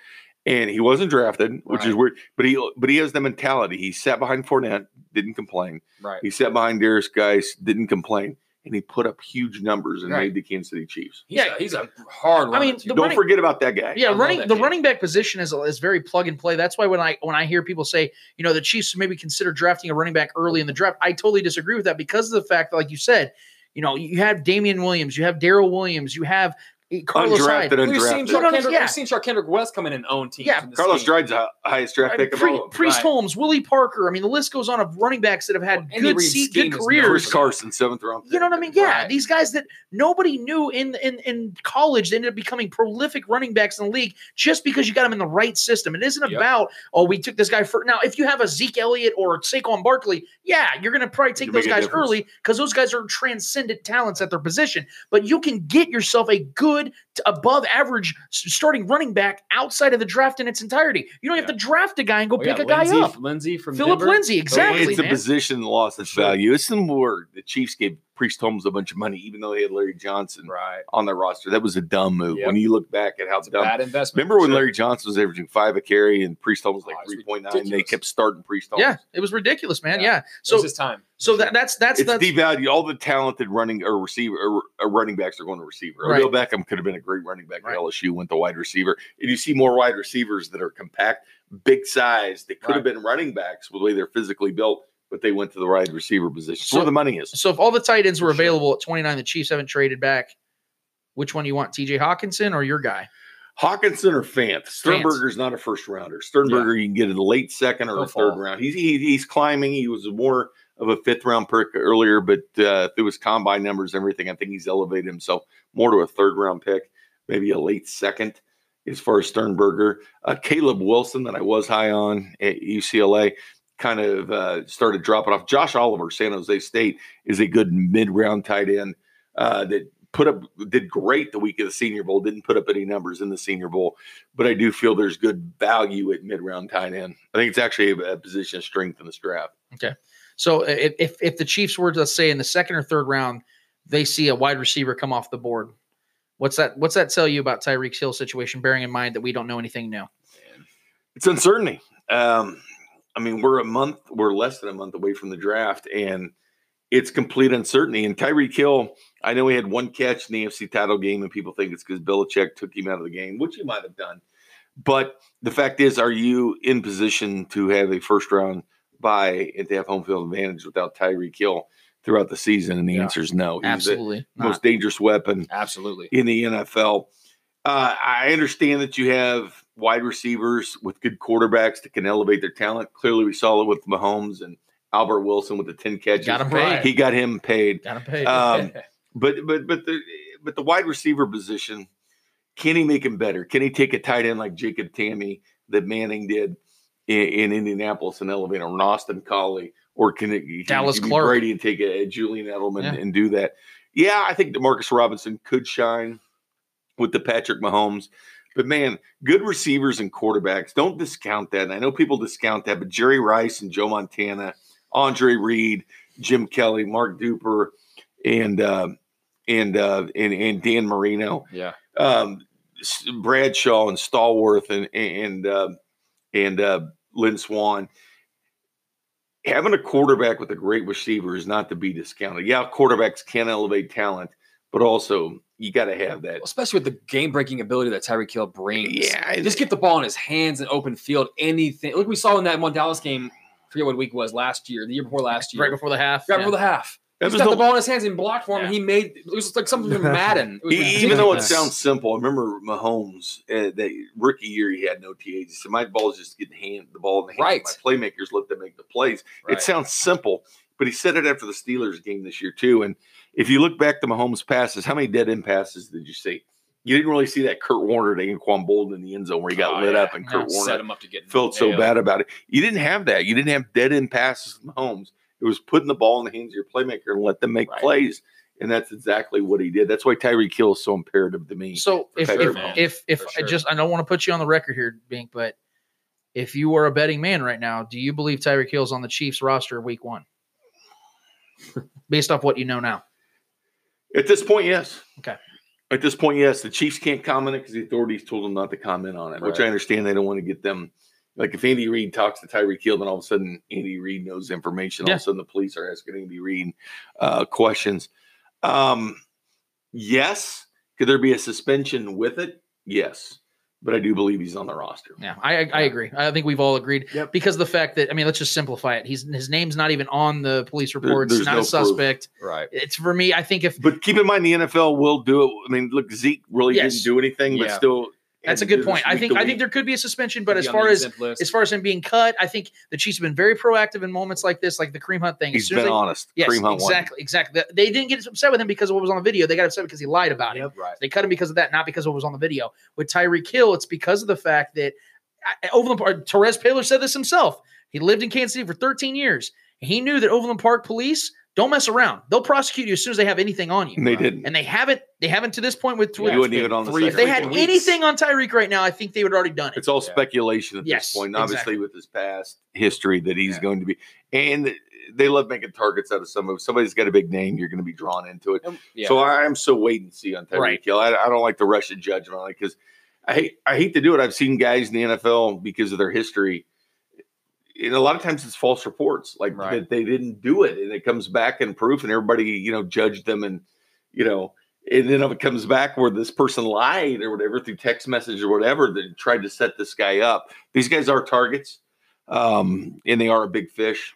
And he wasn't drafted, which is Right. weird. But he but he has the mentality. He sat behind Fournette, didn't complain. Right. He sat behind Darius guys, didn't complain, and he put up huge numbers and Right. made the Kansas City Chiefs. He's yeah, Yeah. a, he's a hard. I Runner, mean, too. the Don't running, forget about that guy. yeah, I love running that the kid. running back position is is very plug and play. That's why when I when I hear people say, you know, the Chiefs should maybe consider drafting a running back early in the draft, I totally disagree with that because of the fact that, like you said, you know, you have Damian Williams, you have Daryl Williams, you have eh, Carlos Hyde. undrafted, undrafted. we've seen No, Shark no, no, Kendrick, yeah. we've seen Shark Kendrick West come in and own teams. Yeah. in this Carlos game. Dride's the highest draft pick of Pri- all of them. Priest Right. Holmes, Willie Parker. I mean, the list goes on of running backs that have had Andy good Reid's seat, scheme good is careers. Chris Carson, seventh round. You know what I mean? Yeah, Right. these guys that nobody knew in in in college they ended up becoming prolific running backs in the league just because you got them in the right system. It isn't Yep. about oh we took this guy for now. If you have a Zeke Elliott or Saquon Barkley, yeah, you're going to probably take can those make a guys difference. early because those guys are transcendent talents at their position. But you can get yourself a good t- above average s- starting running back outside of the draft in its entirety. You don't have Yeah. to draft a guy and go Oh, pick yeah, a guy Lindsey- up. Lindsey from Philip Denver. Lindsay, exactly, it's a man. position that lost its Sure. value. It's some word. The Chiefs gave Priest Holmes a bunch of money, even though he had Larry Johnson Right. on their roster. That was a dumb move. Yep. When you look back at how It's a dumb bad investment. Remember when Sure. Larry Johnson was averaging five a carry and Priest Holmes was like Oh, it's three point nine? They ridiculous. kept starting Priest Holmes. yeah, it was ridiculous, man. Yeah. Yeah. It was So his time? so that, that's that's it's that's devalued. All the talented running or receiver or, or running backs are going to receiver. Right. Odell Beckham could have been a great running back Right. at LSU, went to wide receiver, and you see more wide receivers that are compact, big size. They could have been running backs with the way they're physically built, but they went to the wide receiver position. It's So- where the money is. So if all the tight ends were For sure. available at 29, the Chiefs haven't traded back. Which one do you want, TJ Hawkinson or your guy? Hawkinson or Fant. Sternberger's not a first rounder. Sternberger, you can get in the late second or He'll a third fall. round. He's he, he's climbing. He was more of a fifth round pick earlier, but uh, through his combine numbers and everything, I think he's elevated himself more to a third round pick, maybe a late second as far as Sternberger. Uh, Caleb Wilson, that I was high on at UCLA, kind of uh, started dropping off. Josh Oliver, San Jose State, is a good mid round tight end uh, that put up did great the week of the Senior Bowl. Didn't put up any numbers in the Senior Bowl, but I do feel there's good value at mid round tight end. I think it's actually a, a position of strength in this draft. So if, if if the Chiefs were to say in the second or third round, they see a wide receiver come off the board. What's that? What's that tell you about Tyreek Hill situation? Bearing in mind that we don't know anything new. It's uncertainty. Um, I mean, we're a month, we're less than a month away from the draft, and it's complete uncertainty. And Tyreek Hill, I know he had one catch in the AFC title game, and people think it's because Belichick took him out of the game, which he might have done. But the fact is, are you in position to have a first round bye and to have home field advantage without Tyreek Hill throughout the season? And the Yeah. answer is no. He's the Absolutely not. most dangerous weapon Absolutely. in the NFL. Uh, I understand that you have wide receivers with good quarterbacks that can elevate their talent. Clearly, we saw it with Mahomes and Albert Wilson with the ten catches. Got him paid. He got him paid. Got him paid. Um, but but but the but the wide receiver position, can he make him better? Can he take a tight end like Jacob Tammy that Manning did in, in Indianapolis and elevate him, or Austin Collie, or can it can Dallas it be Clark. Brady and take a, a Julian Edelman Yeah. and do that? Yeah, I think Demarcus Robinson could shine with the Patrick Mahomes. But man, good receivers and quarterbacks, don't discount that. And I know people discount that, but Jerry Rice and Joe Montana, Andre Reed, Jim Kelly, Mark Duper, and uh, and uh, and and Dan Marino, Yeah. um, S- Bradshaw and Stallworth and and uh, and uh, Lynn Swan. Having a quarterback with a great receiver is not to be discounted. Yeah, quarterbacks can elevate talent, but also you got to have that. Especially with the game breaking ability that Tyreek Hill brings. Yeah, it- Just get the ball in his hands in open field. Anything. Look, we saw in that one Dallas game, I forget what week it was last year, the year before last year. right before the half. right yeah. before the half. That He was just got the the- ball in his hands and blocked for him. and Yeah. He made it was just like something from Madden. It was E- Even though it ridiculous. sounds simple, I remember Mahomes uh, that rookie year he had no TAs. He said, "My ball's just getting hand the ball in the hand. Right. My playmakers let them make the plays." Right. It sounds simple, but he said it after the Steelers game this year too. And if you look back to Mahomes' passes, how many dead end passes did you see? You didn't really see that Kurt Warner to Anquan Bolden in the end zone where he got Oh, lit yeah. up and Yeah, Kurt Warner set him up to get felt so nailed. bad about it. You didn't have that. You didn't have dead end passes from Mahomes. It was putting the ball in the hands of your playmaker and let them make Right. plays. And that's exactly what he did. That's why Tyreek Hill is so imperative to me. So if sure, if, man. if if For I sure. just I don't want to put you on the record here, Bink, but if you were a betting man right now, do you believe Tyreek Hill's on the Chiefs roster week one? Based off what you know now. At this point, yes. Okay. At this point, yes. The Chiefs can't comment it because the authorities told them not to comment on it, which I Right. understand. They don't want to get them. Like if Andy Reid talks to Tyreek Hill, then all of a sudden Andy Reid knows information. All Yeah. of a sudden the police are asking Andy Reid uh, questions. Um, yes. Could there be a suspension with it? Yes. But I do believe he's on the roster. Yeah, I I agree. I think we've all agreed Yep. because the fact that I mean, let's just simplify it. He's his name's not even on the police There- reports. there's not no a proof. suspect. Right. It's for me. I think if But keep in mind, the NFL will do it. I mean, look, Zeke really Yes. didn't do anything, but Yeah. still. that's a had to good do this point. I week think to I think week. there could be a suspension, but Be as on far the as exempt list. as far as him being cut, I think the Chiefs have been very proactive in moments like this, like the Kareem Hunt thing. As he's soon as been they- honest. Yes, Kareem Hunt won. exactly, exactly. Th- They didn't get upset with him because of what was on the video. They got upset because he lied about it. Yep. right. They cut him because of that, not because of what was on the video. With Tyreek Hill, it's because of the fact that I- I- Overland Park. Torres Paylor said this himself. He lived in Kansas City for 13 years. He knew that Overland Park police don't mess around. They'll prosecute you as soon as they have anything on you. And they didn't. And they haven't. They haven't to this point with. You with- wouldn't even on the Three if they had freaking weeks. anything on Tyreek right now, I think they would already done it. It's all Yeah. speculation at Yes, this point. and exactly. Obviously, with his past history, that he's Yeah. going to be, and they love making targets out of some of. Somebody's got a big name, you're going to be drawn into it. Um, Yeah. So I, I'm so wait and see on Tyreek Right. Hill. I, I don't like the rush of judgment on it because I hate I hate to do it. I've seen guys in the NFL because of their history. And a lot of times it's false reports, like Right. that they didn't do it, and it comes back in proof, and everybody you know judged them, and you know, and then if it comes back where this person lied or whatever through text message or whatever, that tried to set this guy up. These guys are targets, um, and they are a big fish.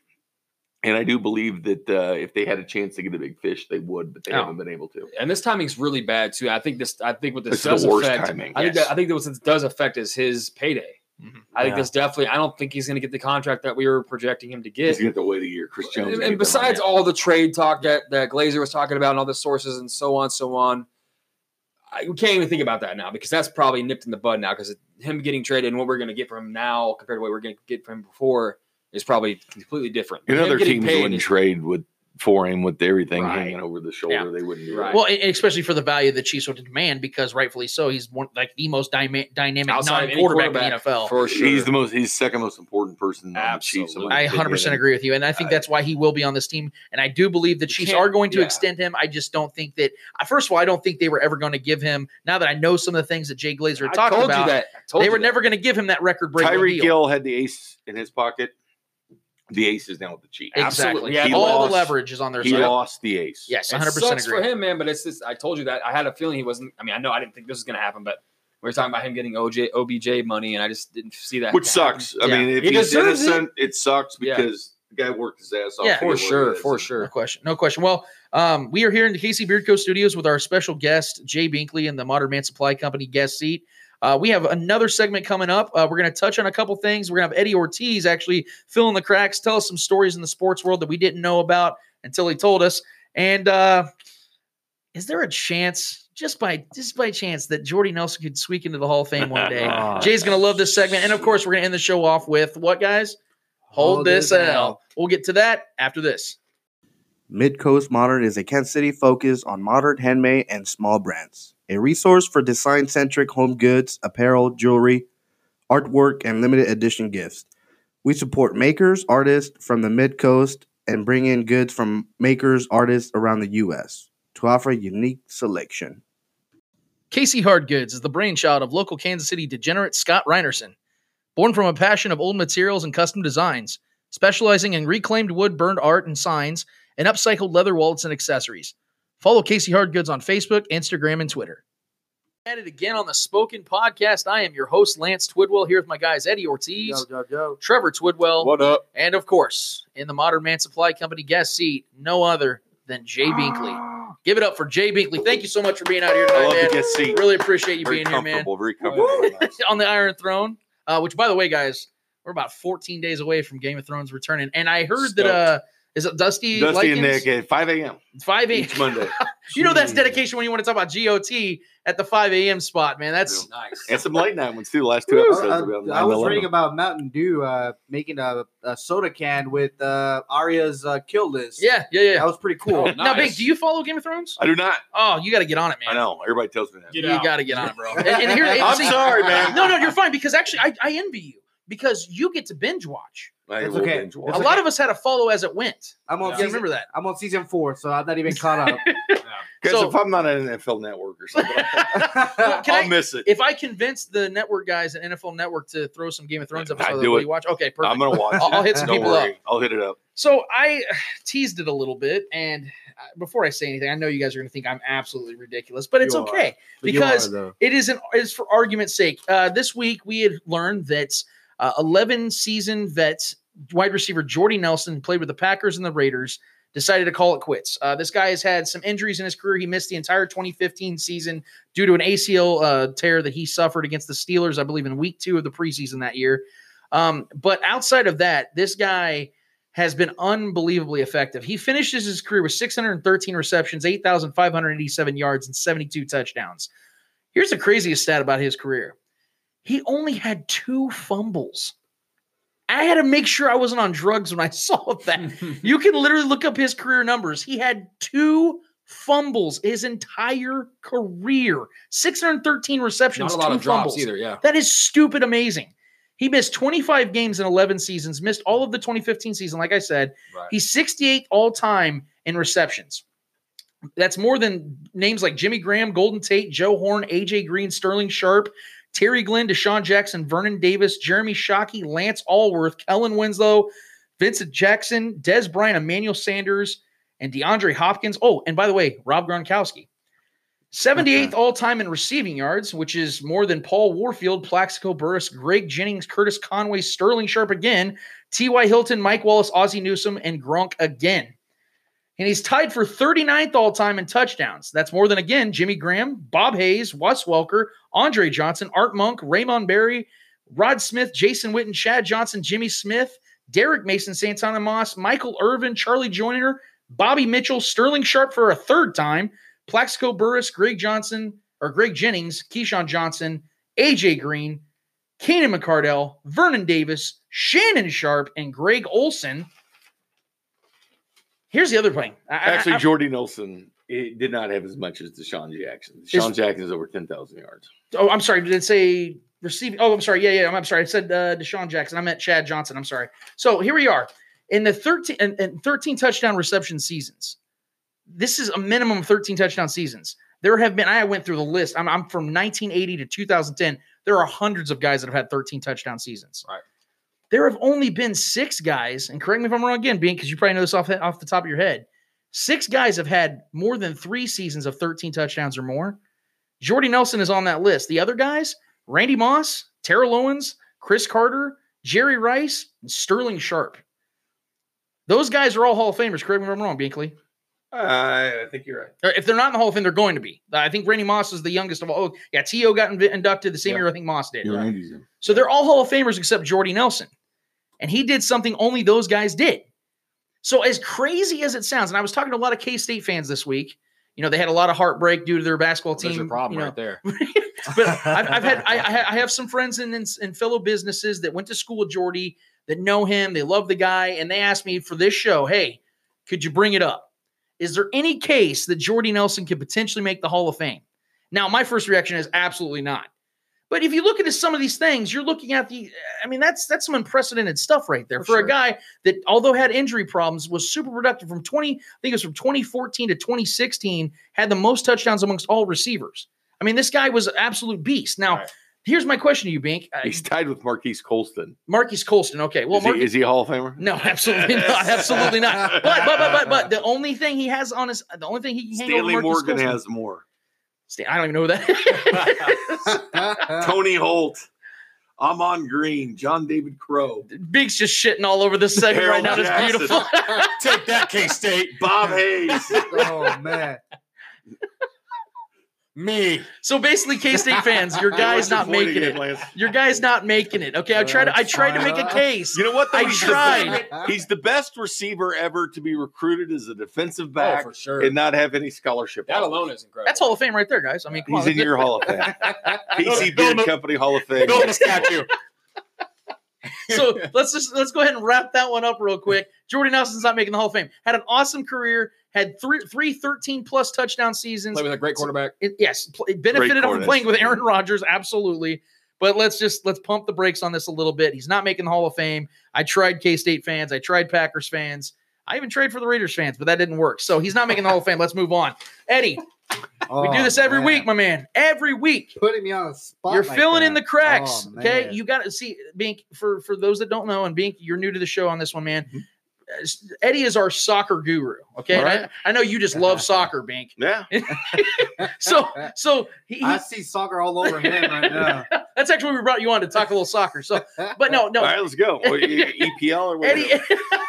And I do believe that uh, if they had a chance to get a big fish, they would, but they Oh. haven't been able to. and this timing's really bad too. I think this. I think what this It's the does worst affect. timing. I think Yes. that. I think that what this does affect is his payday. Mhm. I think this definitely. I don't think he's going to get the contract that we were projecting him to He's get. gonna have to wait a year. Chris Jones. And, gave and him besides that. all the trade talk that that Glazer was talking about, and all the sources and so on, so on, I, we can't even think about that now because that's probably nipped in the bud now because him getting traded and what we're going to get from him now compared to what we we're going to get from him before is probably completely different. and Him other getting teams paid wouldn't is- trade with for him with everything Right. hanging over the shoulder. They wouldn't do Right. it. Well, and and especially for the value the Chiefs would demand, because rightfully so, he's one like the most dyma- dynamic Outside of non any quarterback in the quarterback. NFL. for sure. He's the most. He's second most important person. On the Chiefs, in my I opinion. 100% agree with you, and I think I- that's why he will be on this team. And I do believe the Chiefs can't- are going to yeah. extend him. I just don't think that. I- First of all, I don't think they were ever going to give him. Now that I know some of the things that Jay Glazer had I talked told about, you that. I told they you were that. never going to give him that record breaking Tyreek deal. Hill had the ace in his pocket. The ace is now with the Chiefs. Exactly. Absolutely. Yeah, He all lost. the leverage is on their He side. lost the ace. Yes, It 100 percent sucks agree. for him, man. But it's just I told you that I had a feeling he wasn't. I mean, I know I didn't think this was going to happen, but we were talking about him getting OJ OBJ money, and I just didn't see that. which happen. sucks. I Yeah. mean, if He he's deserves it. innocent, it, sucks Yeah. because The guy worked his ass off. Yeah. to get For where he sure, is. for No sure. question. No question. Well, um, we are here in the Casey Beard Co. studios with our special guest, Jay Binkley, and the Modern Man Supply Company guest seat. Uh, we have another segment coming up. Uh, we're going to touch on a couple things. We're going to have Eddie Ortiz actually fill in the cracks, tell us some stories in the sports world that we didn't know about until he told us. And uh, is there a chance, just by just by chance, that Jordy Nelson could squeak into the Hall of Fame one day? Jay's going to love this segment. And of course, we're going to end the show off with what, guys? Hold, Hold this this L. L. We'll get to that after this. Midcoast Modern is a Kansas City focus on modern handmade and small brands, a resource for design centric home goods, apparel, jewelry, artwork, and limited edition gifts. We support makers, artists from the Midcoast, and bring in goods from makers, artists around the U.S. to offer a unique selection. Casey Hardgoods is the brainchild of local Kansas City degenerate Scott Reinerson. Born from a passion of old materials and custom designs, specializing in reclaimed wood burned art and signs, and upcycled leather wallets and accessories. Follow Casey Hardgoods on Facebook, Instagram, and Twitter. At it again on the Spoken Podcast. I am your host, Lance Twidwell, here with my guys Eddie Ortiz, Yo, yo, yo. Trevor Twidwell, What up? and of course, in the Modern Man Supply Company guest seat, no other than Jay Binkley. Give it up for Jay Binkley. Thank you so much for being out here I tonight, love man. to get seen. Really appreciate you very being here, man. comfortable. Very comfortable. on the Iron Throne, uh, which, by the way, guys, we're about 14 days away from Game of Thrones returning. And I heard that uh, is it Dusty? Dusty and Likens? Nick at 5 a.m. Five a.m. each Monday. You know that's dedication when you want to talk about GOT at the five a.m. spot, man. That's Nice. And some late night ones too. The last two Woo. episodes. I, will be on I was 9/11. reading about Mountain Dew uh, making a, a soda can with uh, Arya's uh, kill list. yeah, yeah, yeah. that was pretty cool. Oh, Now, nice. Big, do you follow Game of Thrones? I do not. Oh, you got to get on it, man. I know. Everybody tells me that. Get you out. got to get on it, bro. And, and here, and I'm see- sorry, man. No, no, you're fine because actually, I, I envy you because you get to binge watch. I That's will okay. binge a watch. lot of us had to follow as it went. I'm Oh, Yeah. on You season. remember that? I'm on season four, so I'm not even caught up. Guys, so- if I'm not on NFL Network or something, Well, can I'll I- miss it. if I convince the network guys at NFL Network to throw some Game of Thrones I episodes, that do we it. watch. Okay, perfect. I'm gonna watch. I'll- it. I'll hit some Don't people worry. up. I'll hit it up. So I teased it a little bit, and uh, before I say anything, I know you guys are going to think I'm absolutely ridiculous, but it's You are. okay But you Because- are, though. it is an is for argument's sake. Uh, this week we had learned that uh, 11 season vet wide receiver Jordy Nelson who played with the Packers and the Raiders. Decided to call it quits. Uh, this guy has had some injuries in his career. He missed the entire 2015 season due to an ACL uh, tear that he suffered against the Steelers, I believe, in week two of the preseason that year. Um, but outside of that, this guy has been unbelievably effective. He finishes his career with 613 receptions, 8,587 yards, and 72 touchdowns. Here's the craziest stat about his career he only had two fumbles. I had to make sure I wasn't on drugs when I saw that. you can literally look up his career numbers. He had two fumbles his entire career 613 receptions, Not a lot two of drops fumbles. either. Yeah. That is stupid amazing. He missed 25 games in 11 seasons, missed all of the 2015 season, like I said. Right. He's 68th all time in receptions. That's more than names like Jimmy Graham, Golden Tate, Joe Horn, AJ Green, Sterling Sharp, Terry Glenn, Deshaun Jackson, Vernon Davis, Jeremy Shockey, Lance Allworth, Kellen Winslow, Vincent Jackson, Des Bryant, Emmanuel Sanders, and DeAndre Hopkins. Oh, and by the way, Rob Gronkowski. 78th all time in receiving yards, which is more than Paul Warfield, Plaxico Burris, Greg Jennings, Curtis Conway, Sterling Sharp again, T.Y. Hilton, Mike Wallace, Ozzie Newsome, and Gronk again. And he's tied for 39th all time in touchdowns. That's more than again Jimmy Graham, Bob Hayes, Wes Welker, Andre Johnson, Art Monk, Raymond Berry, Rod Smith, Jason Witten, Chad Johnson, Jimmy Smith, Derek Mason, Santana Moss, Michael Irvin, Charlie Joyner, Bobby Mitchell, Sterling Sharp for a third time, Plaxico Burris, Greg Johnson, or Greg Jennings, Keyshawn Johnson, AJ Green, Keenan McCardell, Vernon Davis, Shannon Sharp, and Greg Olson. Here's the other thing. I- I- Actually, I- Jordy Nelson it did not have as much as Deshaun Jackson. Deshaun Jackson is over ten thousand yards. Oh, I'm sorry. Did it say receiving? Oh, I'm sorry. Yeah, yeah. I'm, I'm sorry. I said uh, Deshaun Jackson. I meant Chad Johnson. I'm sorry. So here we are in the 13 and, and 13 touchdown reception seasons. This is a minimum of 13 touchdown seasons. There have been. I went through the list. I'm, I'm from 1980 to 2010. There are hundreds of guys that have had 13 touchdown seasons. Right. There have only been six guys, and correct me if I'm wrong again, being because you probably know this off the- off the top of your head. Six guys have had more than three seasons of 13 touchdowns or more. Jordy Nelson is on that list. The other guys, Randy Moss, Terrell Owens, Chris Carter, Jerry Rice, and Sterling Sharp. Those guys are all Hall of Famers. Correct me if I'm wrong, Binkley. I think you're right. Or If they're not in the Hall of Fame, they're going to be. I think Randy Moss is the youngest of all. Oh, yeah, T.O. got inv- inducted the same Yeah. year I think Moss did. You're Randy's in. So they're all Hall of Famers except Jordy Nelson. And he did something only those guys did. So, as crazy as it sounds, and I was talking to a lot of K State fans this week, you know, they had a lot of heartbreak due to their basketball team. There's your problem you know. right there. but I've, I've had, I, I ha- I have some friends and in, in fellow businesses that went to school with Jordy that know him, they love the guy, and they asked me for this show, hey, could you bring it up? Is there any case that Jordy Nelson could potentially make the Hall of Fame? Now, my first reaction is absolutely not. But if you look at some of these things, you're looking at the. I mean, that's that's some unprecedented stuff right there for sure. a guy that, although had injury problems, was super productive from 20. I think it was from 2014 to 2016. Had the most touchdowns amongst all receivers. I mean, this guy was an absolute beast. Now, Right. here's my question to you, Bink. Uh, He's tied with Marquise Colston. Marquise Colston. Okay, well, Is, he, Marquise- is he a Hall of Famer? no, absolutely not. Absolutely not. But but but but but the only thing he has on his the only thing he can hang Stanley over Marquise Morgan Colston- has more. Stan- I don't even know who that. Tony Holt, Amon Green, John David Crow, Bink's just shitting all over this segment right Harold now. It's Jackson. beautiful. Take that, K State. Bob Hayes. oh man, Me. So basically, K State fans, your guy's not making it. Your guy's not making it. Okay, I tried. To, I tried to make a case. You know what? Though? I He's the- tried. he's the best receiver ever to be recruited as a defensive back Oh, for sure. and not have any scholarship. that alone is incredible. That's Hall of Fame right there, guys. I mean, come He's on. in your Hall of Fame. PC Build him Beard a- Company Hall of Fame. Build him a statue. so let's just let's go ahead and wrap that one up real quick. Jordy Nelson's not making the Hall of Fame. Had an awesome career. Had three three 13 plus touchdown seasons. Play with a great quarterback. It, yes, pl- it benefited him from quarterback. playing with Aaron Rodgers, absolutely. But let's just let's pump the brakes on this a little bit. He's not making the Hall of Fame. I tried K State fans, I tried Packers fans, I even tried for the Raiders fans, but that didn't work. So he's not making the Hall of Fame. Let's move on. Eddie, we do Oh, this every man. week, my man. Every week. Putting me on the spot. You're like filling in that. the cracks. Oh, okay. man. You got to see Bink for, for those that don't know, and Bink, you're new to the show on this one, man. Mm-hmm. Uh, Eddie is our soccer guru. Okay. All And I, I know you just love soccer, Bink. Yeah. So, so he, he- I see soccer all over him right now. that's actually what we brought you on to talk a little soccer. So, but no, All no, right, let's go. Or E- EPL or whatever. Eddie.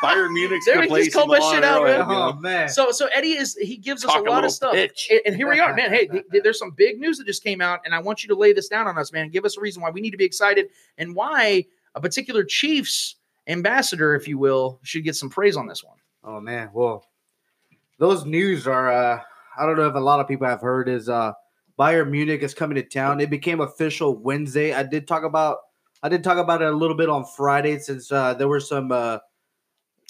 Bayern Munich There, to he play just called my shit out, man. Oh man. so, so Eddie is he gives us Talk a a lot little of stuff, bitch. and, and here we are, man. Hey, th- th- there's some big news that just came out, and I want you to lay this down on us, man. Give us a reason why we need to be excited and why a particular Chiefs ambassador, if you will, should get some praise on this one. Oh man, well, those news are. uh I don't know if a lot of people have heard is uh Bayern Munich is coming to town. It became official Wednesday. I did talk about. I did talk about it a little bit on Friday since uh, there were some uh,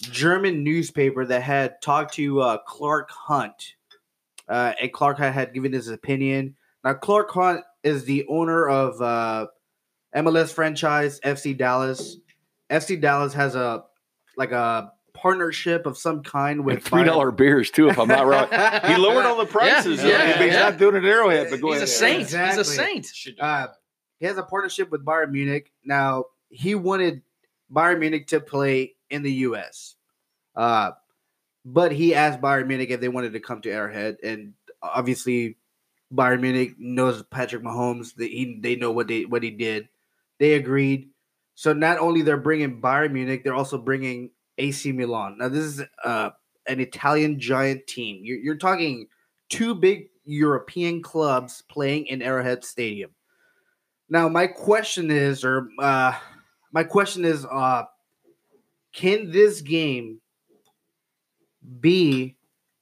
German newspaper that had talked to uh, Clark Hunt, uh, and Clark Hunt had given his opinion. Now Clark Hunt is the owner of uh, MLS franchise FC Dallas. FC Dallas has a like a partnership of some kind with Three dollar beers too, if I'm not wrong. He lowered all the prices. Yeah, yeah, he's yeah. not doing an arrowhead, but go He's a ahead. saint. Exactly. He's a saint. Uh, he has a partnership with Bayern Munich. Now he wanted Bayern Munich to play in the U.S., uh, but he asked Bayern Munich if they wanted to come to Arrowhead, and obviously Bayern Munich knows Patrick Mahomes. They he, they know what they what he did. They agreed. So not only they're bringing Bayern Munich, they're also bringing AC Milan. Now this is uh, an Italian giant team. You're, you're talking two big European clubs playing in Arrowhead Stadium. Now, my question is, or uh, my question is, uh, can this game be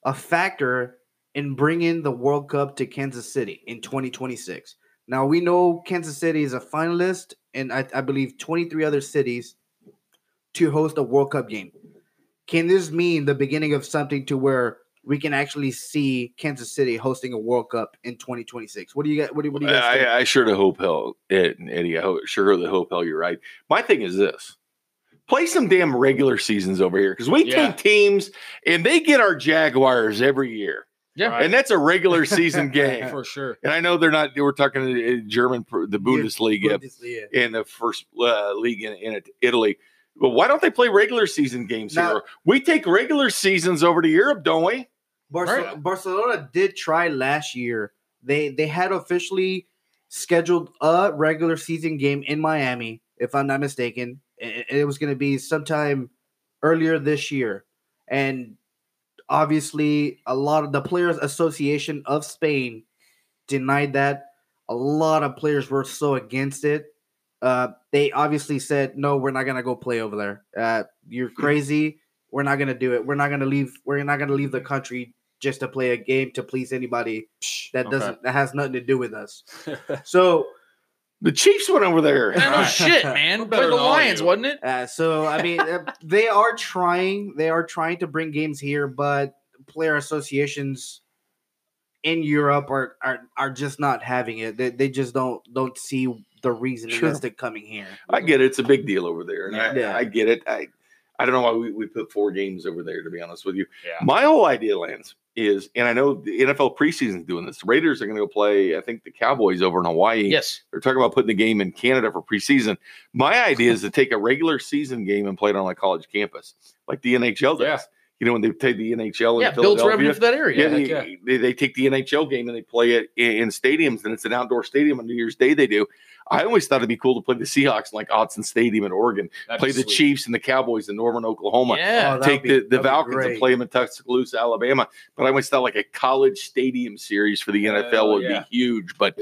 a factor in bringing the World Cup to Kansas City in 2026? Now, we know Kansas City is a finalist, and I, I believe 23 other cities to host a World Cup game. Can this mean the beginning of something to where we can actually see Kansas City hosting a World Cup in 2026? What do you got? What do, what do you guys? think? I, I sure to hope hell, Ed and Eddie. I hope, sure the hope hell you're right. My thing is this: play some damn regular seasons over here because we Yeah. take teams and they get our Jaguars every year, Yeah. Right. and that's a regular season game. for sure. And I know they're not. We're talking uh, German, pr- the Bundesliga Bundesliga. in the first uh, league in, in Italy. But why don't they play regular season games Now- here? We take regular seasons over to Europe, don't we? Barce- Right. Barcelona did try last year. They they had officially scheduled a regular season game in Miami, if I'm not mistaken. I- I- It, was going to be sometime earlier this year. and obviously a lot of the players association of spain denied that a lot of players were so against it uh, they obviously said no we're not going to go play over there uh, you're crazy we're not going to do it we're not going to leave we're not going to leave the country just to play a game to please anybody that okay. doesn't that has nothing to do with us so The Chiefs went over there. Man, no shit, man. Play better the than all Lions, you. wasn't it? Uh, so I mean, uh, they are trying. They are trying to bring games here, but player associations in Europe are are, are just not having it. They, they just don't don't see the reason Sure. as to coming here. I get it. It's a big deal over there. And I, Yeah. I get it. I, I don't know why we, we put four games over there, to be honest with you. Yeah. My whole idea, Lance, is, and I know the NFL preseason's doing this. The Raiders are going to go play, I think, the Cowboys over in Hawaii. Yes. They're talking about putting the game in Canada for preseason. My idea is to take a regular season game and play it on a college campus, like the NHL does. Yeah. You know, when they play the NHL Yeah, in builds Philadelphia. revenue for that Yeah, area. they, heck yeah. They, they take the NHL game and they play it in, in stadiums, and it's an outdoor stadium on New Year's Day. They do. I always thought it'd be cool to play the Seahawks in like Odson Stadium in Oregon, That'd play be the sweet. Chiefs and the Cowboys in Norman, Oklahoma. Yeah. Oh, that'd Take be- the, the that'd be Falcons and great. play them in Tuscaloosa, Alabama. But I always thought like a college stadium series for the NFL Hell would yeah. be huge. But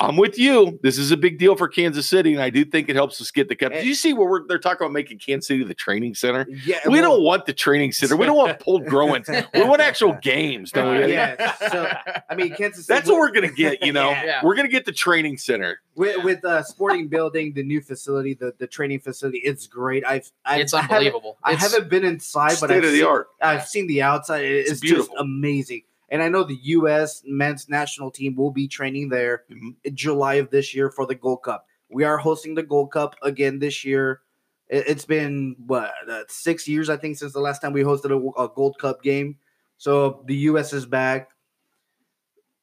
I'm with you. This is a big deal for Kansas City, and I do think it helps us get the cup. Eh. Did you see where we're, they're talking about making Kansas City the training center? Yeah, We well, don't want the training center. We don't want pulled growing. We want actual games, don't we? Oh, Yeah, so I mean, Kansas. City- That's what we're gonna get. You know, Yeah. we're gonna get the training center. with, with uh, sporting building, the new facility, the, the training facility. It's great. I've, I've It's I haven't- unbelievable. I It's- haven't been inside, but State I've of the seen- art. I've seen the outside. It- It's It's, beautiful. just amazing. And I know the U.S. men's national team will be training there Mhm. in July of this year for the Gold Cup. We are hosting the Gold Cup again this year. It, has been what uh, six years, I think, since the last time we hosted a, a Gold Cup game. So the U.S. is back.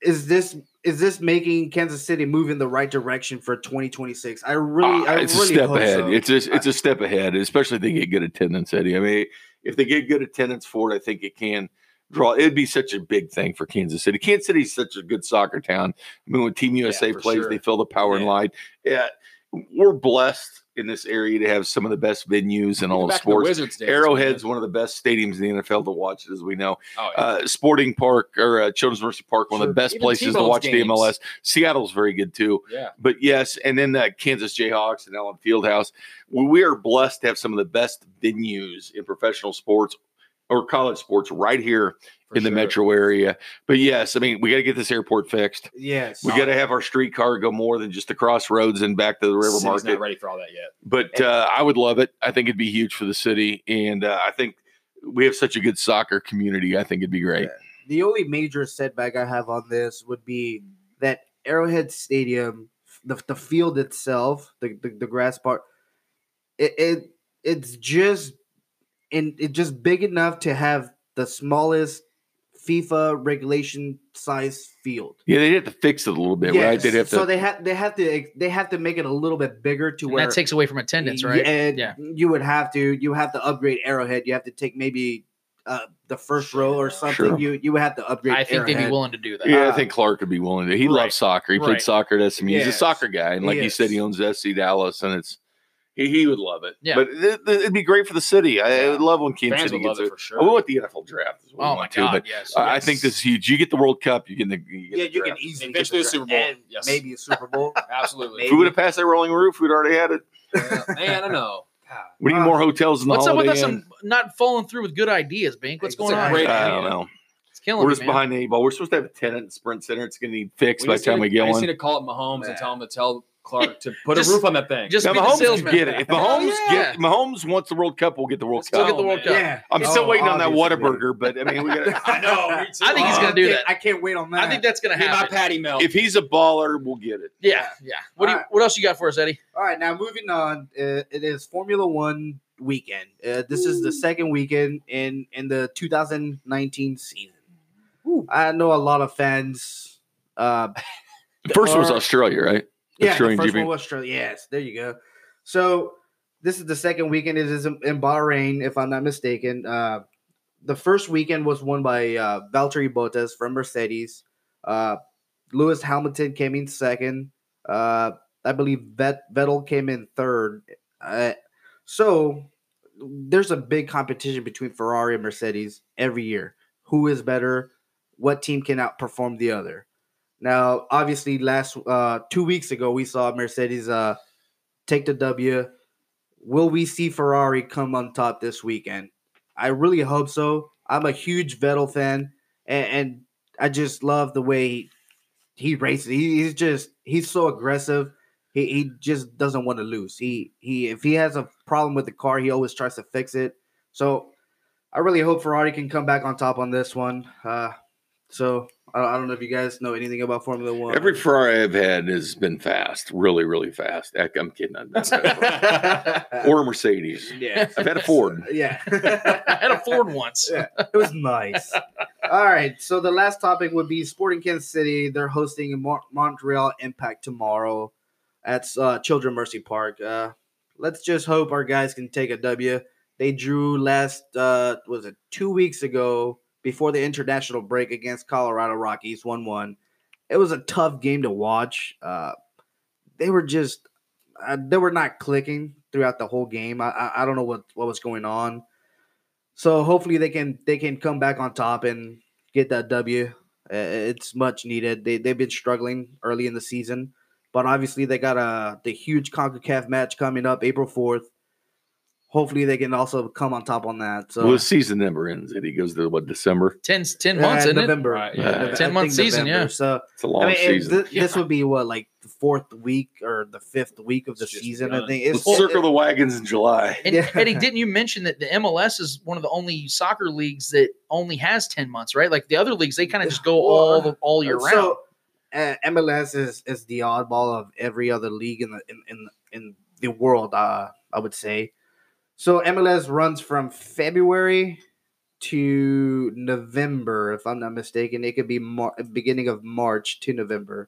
Is this is this making Kansas City move in the right direction for 2026? I really, Ah, I it's really a step hope ahead. so. It's just it's a step ahead, especially if they get good attendance, Eddie. I mean, if they get good attendance for it, I think it can draw. It'd be such a big thing for Kansas City. Kansas City's such a good soccer town. I mean, when Team USA for plays, sure. they fill the power and Yeah. light. Yeah, we're blessed in this area to have some of the best venues in all of Back to the sports. Wizards days, man. Arrowhead's one of the best stadiums in the NFL to watch, as we know. Oh, yeah. uh, Sporting Park or uh, Children's Mercy Park, one of the Sure. best Even places to T-Bone's watch the games. MLS. Seattle's very good too. yeah. But yes, and then the Kansas Jayhawks and Allen Fieldhouse. We, we are blessed to have some of the best venues in professional sports or college sports right here for in the sure. metro area. But yes, I mean, we got to get this airport fixed. yes, We got to have our streetcar go more than just the crossroads and back to the river City's market not ready for all that yet. but uh, I would love it. I think it'd be huge for the city, and uh, I think we have such a good soccer community. I think it'd be great. the only major setback I have on this would be that Arrowhead Stadium, the, the field itself, the, the, the grass part, it, it it's just and it's just big enough to have the smallest FIFA regulation size field. Yeah, they'd have to fix it a little bit, right? Yes. They'd have to. so they have they have to they have to make it a little bit bigger to And where that takes away from attendance, right? yeah, and Yeah. you would have to you have to upgrade Arrowhead. You have to take maybe uh, the first row or something. Sure. You you would have to upgrade. I think they'd be Arrowhead. willing to do that. yeah, I uh, think Clark would be willing to. He right, loves soccer. He played right. soccer at SMU. He's a Yes. soccer guy, and like he said, he Yes. owns SC Dallas, and it's he, he would love it. Yeah. but it, it'd be great for the city. I, I Yeah. would love when Kansas Fans City would love gets it it. for I sure. want the NFL draft. Is what I Oh my want god, To, but yes. I I think this is huge. You get the World Cup, you get the. You get Yeah, the you can draft. easily Eventually get the a Super Bowl. draft. And Yes. maybe a Super Bowl. Absolutely. If we would have passed that rolling roof, we'd already had it. Yeah, man, I know. God. We need more hotels in the What's up with Holiday us Inn. and not following through with good ideas, Bank? What's It's going a on? great I idea. don't know. It's killing We're me, just man. behind the eight ball. We're supposed to have a tenant at Sprint Center. It's going to need fixed We by the just need time to- we get I just need one. to call up Mahomes and Yeah. tell him to tell Clark to put Just- a roof on that thing. Just Now, be the Mahomes can salesman. get it. If Mahomes yeah. get Mahomes wants the World Cup, we'll get the World Let's We'll Cup. get the Oh, World man. Cup. I'm still Oh, waiting on that obviously. Whataburger, but I mean, we got I know. me too. I think he's Oh, gonna do I that. can't- I can't wait on that. I think that's gonna Give me my happen. patty melt. if he's a baller, we'll get it. Yeah, yeah. What do you, All right. what else you got for us, Eddie? All right, now moving on. Uh, it is Formula One weekend. Uh, this is the second weekend in in the 2019 season. I know a lot of fans. Uh, The first one was Or- Australia, right? yeah, the Australian first GP. one was Australia. Yes, there you go. So this is the second weekend. It is in, in Bahrain, if I'm not mistaken. Uh, the first weekend was won by uh, Valtteri Bottas from Mercedes. Uh, Lewis Hamilton came in second. Uh, I believe Vet- Vettel came in third. Uh, so there's a big competition between Ferrari and Mercedes every year. Who is better? What team can outperform the other? Now, obviously, last uh, two weeks ago, we saw Mercedes uh, take the W. Will we see Ferrari come on top this weekend? I really hope so. I'm a huge Vettel fan, and, and I just love the way he, he races. He, he's just he's so aggressive. He, he just doesn't want to lose. He he if he has a problem with the car, he always tries to fix it. So I really hope Ferrari can come back on top on this one. Uh, so I, I don't know if you guys know anything about Formula One. Every Ferrari I've had has been fast, really, really fast. Heck, I'm kidding. I'm not or a Mercedes. yeah, I've had a Ford. yeah. I had a Ford once. Yeah, it was nice. All right, so the last topic would be Sporting Kansas City. They're hosting a Mon- Montreal Impact tomorrow at uh, Children Mercy Park. Uh, let's just hope our guys can take a W. They drew last uh, was it two weeks ago before the international break against Colorado Rockies one one. It was a tough game to watch. Uh, they were just uh, they were not clicking throughout the whole game. I, I I don't know what what was going on. So hopefully they can they can come back on top and get that W. Uh, It's much needed. They they've been struggling early in the season, but obviously they got a the huge Concacaf match coming up April fourth. Hopefully they can also come on top on that. So uh, well, the season never ends. It goes to what December. 10, 10 Yeah, months, isn't Uh, November. Right, yeah. Nov- I 10-month think season, yeah. So It's a long I mean, it- season. thi- this would be what like the fourth week or the fifth week of the It's just season. I begun. think Let's circle the wagons in July. it? And Yeah. Eddie, didn't you mention that the MLS is one of the only soccer leagues that only has ten months, right? Like the other leagues, they kind of just go Well, all the, all year round. So uh, MLS is is the oddball of every other league in the in in, in the world. Uh, I would say. So MLS runs from February to November, if I'm not mistaken. It could be Mar- beginning of March to November.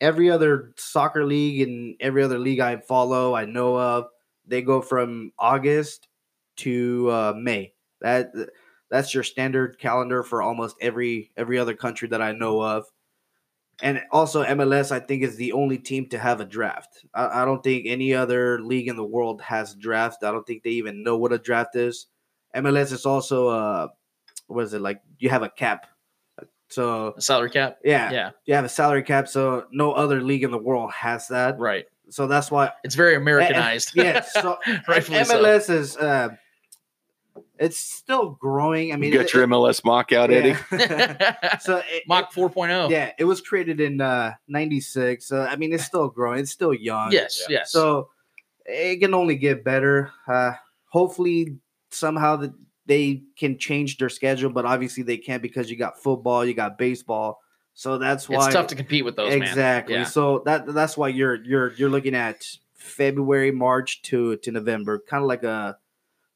Every other soccer league and every other league I follow, I know of, they go from August to uh, May. That that's your standard calendar for almost every every other country that I know of. And also MLS, I think, is the only team to have a draft. I, I don't think any other league in the world has draft. I don't think they even know what a draft is. MLS is also uh what is it like you have a cap. So Salary cap. yeah, Yeah, you have a salary cap, so no other league in the world has that. right. So that's why It's very Americanized. yeah, so rightfully so. MLS is uh it's still growing. I mean, you got it- your MLS mock out, Eddie. yeah. so it, Mach oh. 4.0. yeah, it was created in uh, 96. So, I mean, it's still growing. It's still young. Yes, yes. So it can only get better. Uh, hopefully, somehow that they can change their schedule, but obviously they can't because you got football, you got baseball. So that's why it's tough to compete with those. man. exactly. Yeah. So that that's why you're you're you're looking at February, March to to November, kind of like a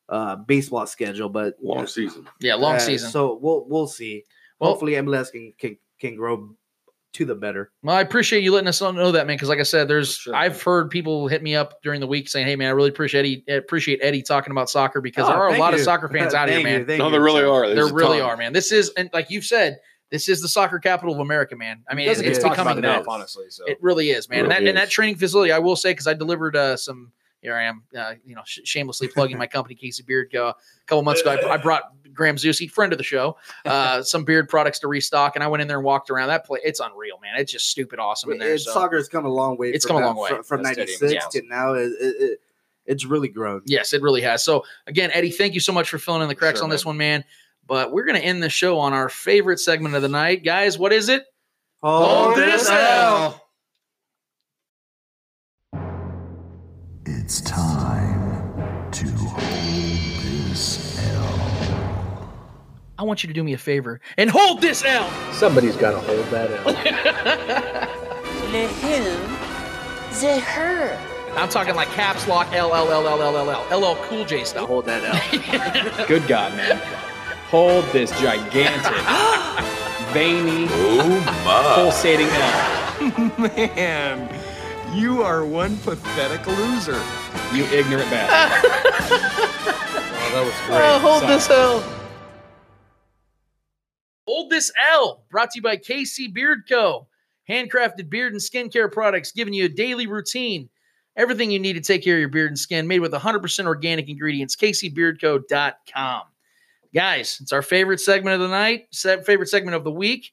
uh, baseball schedule, but Long season. Yeah, long uh, season. So we'll we'll see. Well- Hopefully MLS can, can can grow to the better. Well, I appreciate you letting us all know that, man. Because like I said, there's For sure. I've heard people hit me up during the week saying, "Hey, man, I really appreciate Eddie, eh, appreciate Eddie talking about soccer because there Oh, are a thank lot of you. soccer fans out here, Thank you, man. thank No, you. there really are. there There's a really ton. are, man. This is and like you've said, this is the soccer capital of America, man. I mean, it's, doesn't it get it's is. talked becoming about Something enough, that. else. honestly. So It really is, man. and, that, Really and that is. training facility, I will say, because I delivered uh, some. Here I am, uh, you know, sh- shamelessly plugging my company, Casey Beard. Uh, a couple months ago, I, I brought Graham Zusi, friend of the show, uh, some beard products to restock, and I went in there and walked around. That place, it's unreal, man. It's just stupid awesome in there. It- so. Soccer has come a long way. It's from come a long that- way. from, from That stadium '96 is to now. It, it, it- it's really grown. Yes, it really has. So again, Eddie, thank you so much for filling in the cracks Sure, on this one, man. But we're gonna end the show on our favorite segment of the night, guys. What is it? Hold this L. It's time to hold this L. I want you to do me a favor and hold this L. Somebody's got to hold that out. Le who, the her. I'm talking like caps lock L L L L L L L LL Cool J stuff. hold that out. Good God, man. Hold this gigantic, veiny, Oh my! pulsating L. Man, you are one pathetic loser. You ignorant bastard. Wow, that was great. Sorry. L. Hold this L. Brought to you by KC Beard Co. Handcrafted beard and skincare products, giving you a daily routine. Everything you need to take care of your beard and skin, made with 100% organic ingredients. KCBeardCo.com. Guys, it's our favorite segment of the night, se- favorite segment of the week.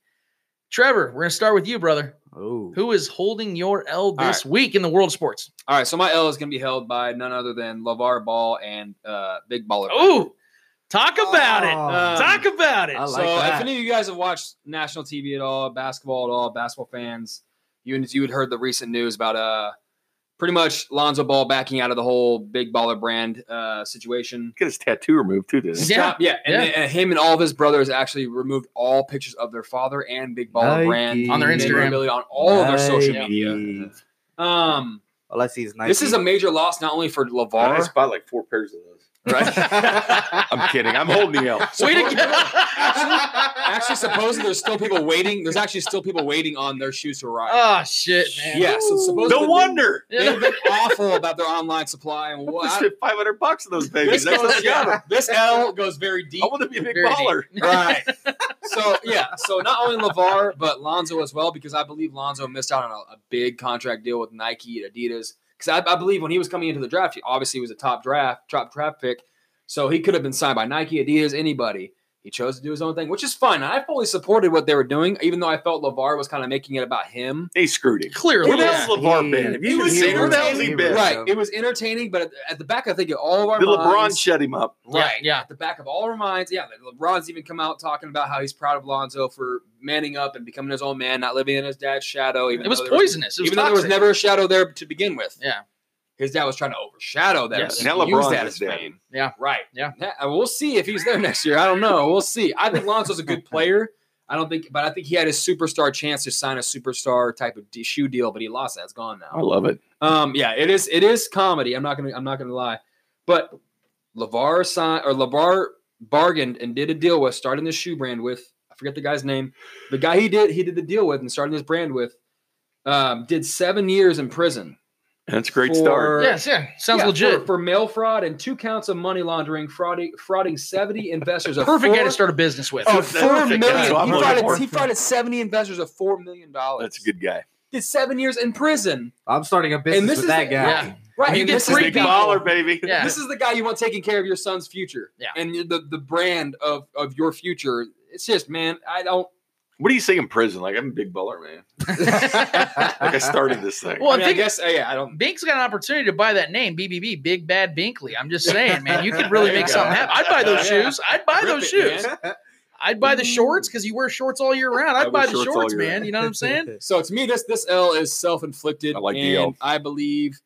Trevor, we're going to start with you, brother. Oh. Who is holding your L All this right. week in the world of sports? All right, so my L is going to be held by none other than LeVar Ball and uh, Big Baller. Oh, talk about it. Um, talk about it. so if any of you guys have watched national TV at all, basketball at all, basketball fans, you you had heard the recent news about uh pretty much Lonzo Ball backing out of the whole big baller brand uh situation. Get his tattoo removed too. Didn't he? Stop. Yeah, and, Yeah. then- and him and all of his brothers actually removed all pictures of their father and Big Baller Brand On their and Instagram. memorabilia, on all of their social Nike. media. Um, all I see is Nike. This is a major loss not only for I Lavar, spot like four pairs of those. right? I'm kidding. I'm holding the L. Way to go. actually, actually, supposedly there's still people waiting. There's actually still people waiting on their shoes to arrive. Oh shit, man. yeah, so supposedly No wonder. they- they've been awful about their online supply and what. I spent 500 bucks on those babies. this, That's goes, what I got 'em. yeah, this L goes very deep. I want to be a big Very baller. deep. right? So yeah, so not only Lavar but Lonzo as well because I believe Lonzo missed out on a, a big contract deal with Nike and Adidas because I, I believe when he was coming into the draft, he obviously was a top draft, top draft pick, so he could have been signed by Nike, Adidas, anybody. He chose to do his own thing, which is fine. I fully supported what they were doing, even though I felt Lavar was kind of making it about him. They screwed him. Clearly. Where the hell's LeVar been? Have It you even was seen where the hell's he entertaining, been? Right. It was entertaining, but at, at the back, I think of all of our Did LeBron minds- shut him up? Right. Yeah. At the back of all our minds, yeah. LeBron's even come out talking about how he's proud of Lonzo for manning up and becoming his own man, not living in his dad's shadow. Even It was though there was- poisonous. It was even though there was toxic. never a shadow there to begin with. Yeah. His dad was trying to overshadow that. Yes. and Now use LeBron's that his as dad. fame. Yeah. Right. Yeah. That- uh, we'll see if he's there next year. I don't know. We'll see. I think Lonzo's a good player. I don't think, but I think he had his superstar chance to sign a superstar type of de- shoe deal, but he lost that. It's gone now. I love it. Um, yeah, it is. It is comedy. I'm not gonna. I'm not gonna lie. But Lavar signed or Lavar bargained and did a deal with starting this shoe brand with. I forget the guy's name. The guy he did he did the deal with and starting this brand with. Um, did seven years in prison. That's a great for- start. Yes, yeah. Sounds yeah, legit. for, for mail fraud and two counts of money laundering, frauding, frauding seventy investors. of perfect guy four- to start a business with. That's of four perfect. That's what million. I'm He looking frauded, for. he frauded seventy investors of four million dollars. That's a good guy. Did seven years in prison. I'm starting a business And this with is that the- guy. yeah. Right, You and get this is three the Big people- baller, baby. Yeah. This is the guy you want taking care of your son's future. Yeah. And the the brand of of your future. It's just, man, I don't. What do you say in prison? Like I'm a big baller, man. Like I started this thing. Well, I, I mean, I think- guess, uh, yeah, I don't. Bink's got an opportunity to buy that name, BBB, Big Bad Binkley. I'm just saying, man, you could really There you make go. something happen. I'd buy those Yeah. shoes. I'd buy Rip those it, man. shoes. I'd buy the shorts because you wear shorts all year round. I'd I buy wear the shorts all shorts, year man. round. You know what I'm saying? So to me, this this L is self inflicted. I like the and L. I believe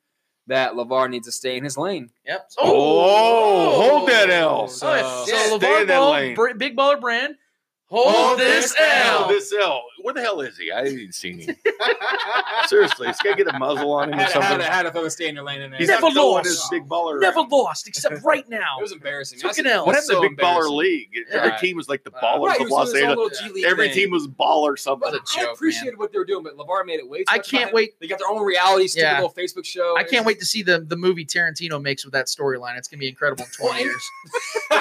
that Lavar needs to stay in his lane. Yep. Oh, Oh, hold that L. So, oh, So- so Stay LeVar in that Ball, lane. br- Big Baller Brand, hold, this L. This L. Where the hell is he? I didn't see him. Seriously, he's got to get a muzzle on I him or had, I had, I something. had to fucking stay in your lane. In there. He's Never not going lost. this big baller. Never route. lost, except right now. It was embarrassing. Took That's- an L. What happened so to Big Baller embarrassing. League? Every Right. team was like the Uh, ballers right, of he was Los doing his own Angeles. little G League Every thing. team was ball or something. But What a joke, I appreciated what they were doing, but Lavar made it way. Too I much can't behind- wait- They got their own reality stupid Yeah. little Facebook show. I It's can't just- wait to see the, the movie Tarantino makes with that storyline. It's gonna be incredible in 20 Well, and- years.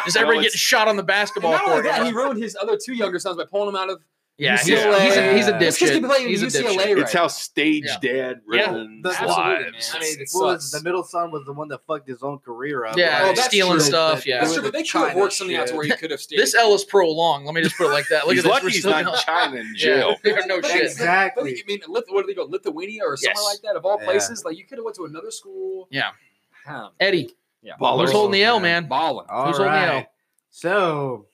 Just everybody Well, getting it's- shot on the And basketball not only court. that, he ruined his other two younger sons by pulling them out of yeah, he's, he's, UCLA. a, he's a It's 'cause he played dipshit. in He's a UCLA, dipshit. right? It's how stage Yeah. dad Yeah. runs The- Absolutely, man. lives. I mean, it What sucks. was- the middle son was the one that fucked his own career up. Yeah, Oh, that's stealing true. stuff. Yeah, That's true, but they could have worked something out to where he could have stayed. this L is prolonged. Let me just put it like that. Look at He's this. lucky We're he's still not in going- China in Yeah. jail. Yeah, no shit. Exactly. I mean, Lith- what do they go? Lithuania or somewhere Yes. like that? Of all Yeah. places, like you could have went to another school. Yeah, Huh. Eddie, Yeah. Ballers. who's holding the L, man? Balling. All Who's holding the right. L? So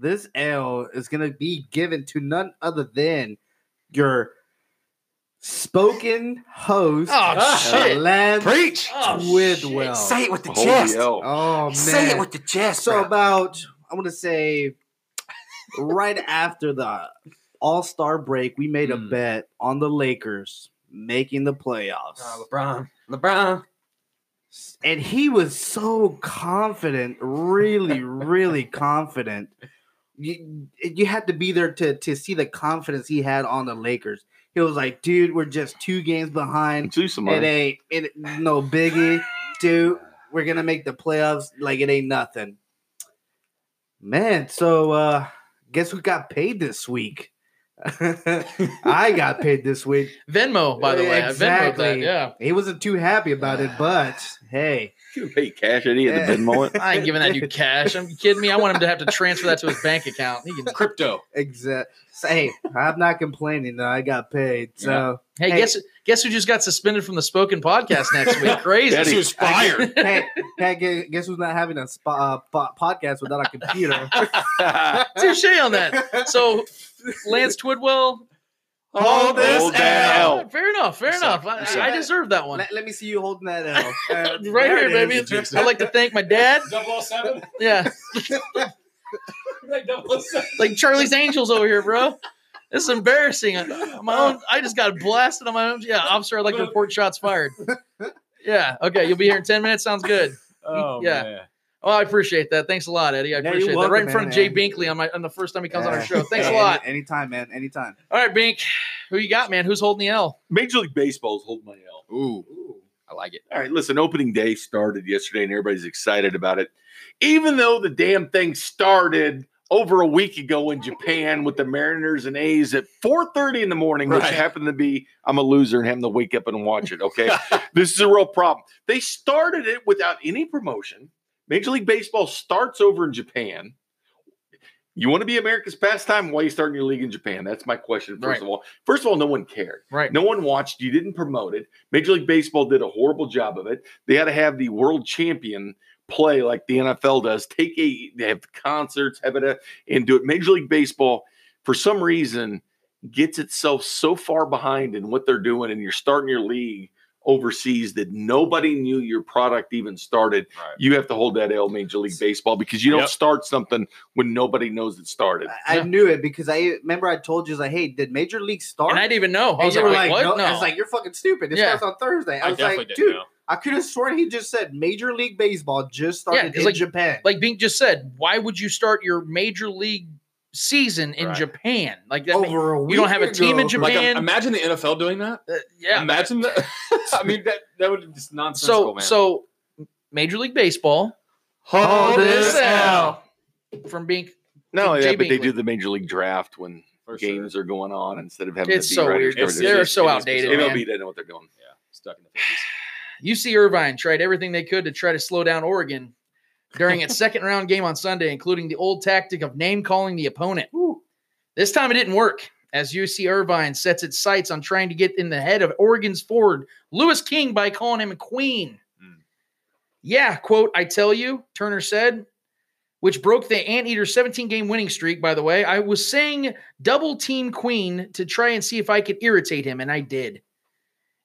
this L is going to be given to none other than your spoken host, Oh shit! Lance Preach. Oh, Twidwell. it with Hold the L. Oh man, the chest. so about I want to say right after the All Star break, we made a Hmm. bet on the Lakers making the playoffs. Ah, LeBron. LeBron. and he was so confident, really, really confident. You, you had to be there to, to see the confidence he had on the Lakers. He was like, dude, we're just two games behind. Do It somebody. ain't it, no biggie, dude. We're gonna make the playoffs like it ain't nothing. Man, so uh guess who got paid this week? I got paid this week. Venmo, by the way. I Venmoed that, yeah. He wasn't too happy about it, but hey. You pay cash at the Venmo. it. I ain't giving that dude cash. I'm kidding me. I want him to have to transfer that to his bank account. He can crypto. Exactly. Hey, I'm not complaining though. I got paid. So yeah. hey, guess guess who just got suspended from the spoken podcast next week? Crazy. Guess who's fired? hey, hey, guess who's not having a spa, uh, podcast without a computer? Touche on that. So Lance Twidwell. Hold this Hold L. L. Fair enough. Fair enough. I, I deserve that one. Let, let, me see you holding that L. Uh, right here, baby. I'd like to thank my dad. 007? Yeah. like 007. like Charlie's Angels over here, bro. This is embarrassing. My own, I just got blasted on my own. Yeah, officer, I'd like to report shots fired. Yeah. Okay. You'll be here in 10 minutes. Sounds good. Oh, yeah. Man. Oh, I appreciate that. Thanks a lot, Eddie. I Yeah, appreciate you're that. welcome, Right in front of Jay man, Binkley on my on the first time he comes on our Yeah. show. Thanks a Any- lot. Anytime, man. Anytime. All right, Bink. Who you got, man? Who's holding the L? Major League Baseball's hold my L. Ooh. I like it. All right, listen, opening day started yesterday and everybody's excited about it. Even though the damn thing started over a week ago in Japan with the Mariners and A's at 4:30 in the morning, which Right. happened to be I'm a loser and having to wake up and watch it, okay? this is a real problem. They started it without any promotion. Major League Baseball starts over in Japan. You want to be America's pastime? Why are you starting your league in Japan? That's my question. First Right. of all, first of all, no one cared. Right. No one watched. You didn't promote it. Major League Baseball did a horrible job of it. They had to have the world champion play like the NFL does. Take a they have concerts, have it, uh, and do it. Major League Baseball, for some reason, gets itself so far behind in what they're doing, and you're starting your league overseas that nobody knew your product even started. Right. You have to hold that L, Major League Baseball, because you don't Yep. start something when nobody knows it started. I, I knew it because I remember I told you, I was like, hey, did Major League start? And I didn't even know. I And was you like, were wait, like, what? no. No. I was like, you're fucking stupid. This Yeah. starts on Thursday. I, I was definitely like, didn't dude, know. I could have sworn he just said Major League Baseball just Yeah, started 'cause in like- Japan. like Bink just said, why would you start your major league season in Right. Japan? Like that. mean- over a week you don't have a team in ago. Like, Japan? um, imagine the NFL doing that. uh, yeah. Imagine that. I mean, that that would be just nonsensical, so man. so, Major League Baseball. Hold this L. From Bink. No, Jay yeah, but they Binkley. do the major league draft when For sure. games are going on instead of having It's the so beat weird. writers It's- go to they're the- so outdated, MLB man. doesn't know what they're doing. Yeah, stuck in the fifties. UC Irvine tried everything they could to try to slow down Oregon during its second round game on Sunday, including the old tactic of name calling the opponent. This time it didn't work as UC Irvine sets its sights on trying to get in the head of Oregon's forward, Lewis King, by calling him a queen. Mm. Yeah, quote, I tell you, Turner said, which broke the Anteater's 17 game winning streak, by the way. I was saying double team queen to try and see if I could irritate him, and I did.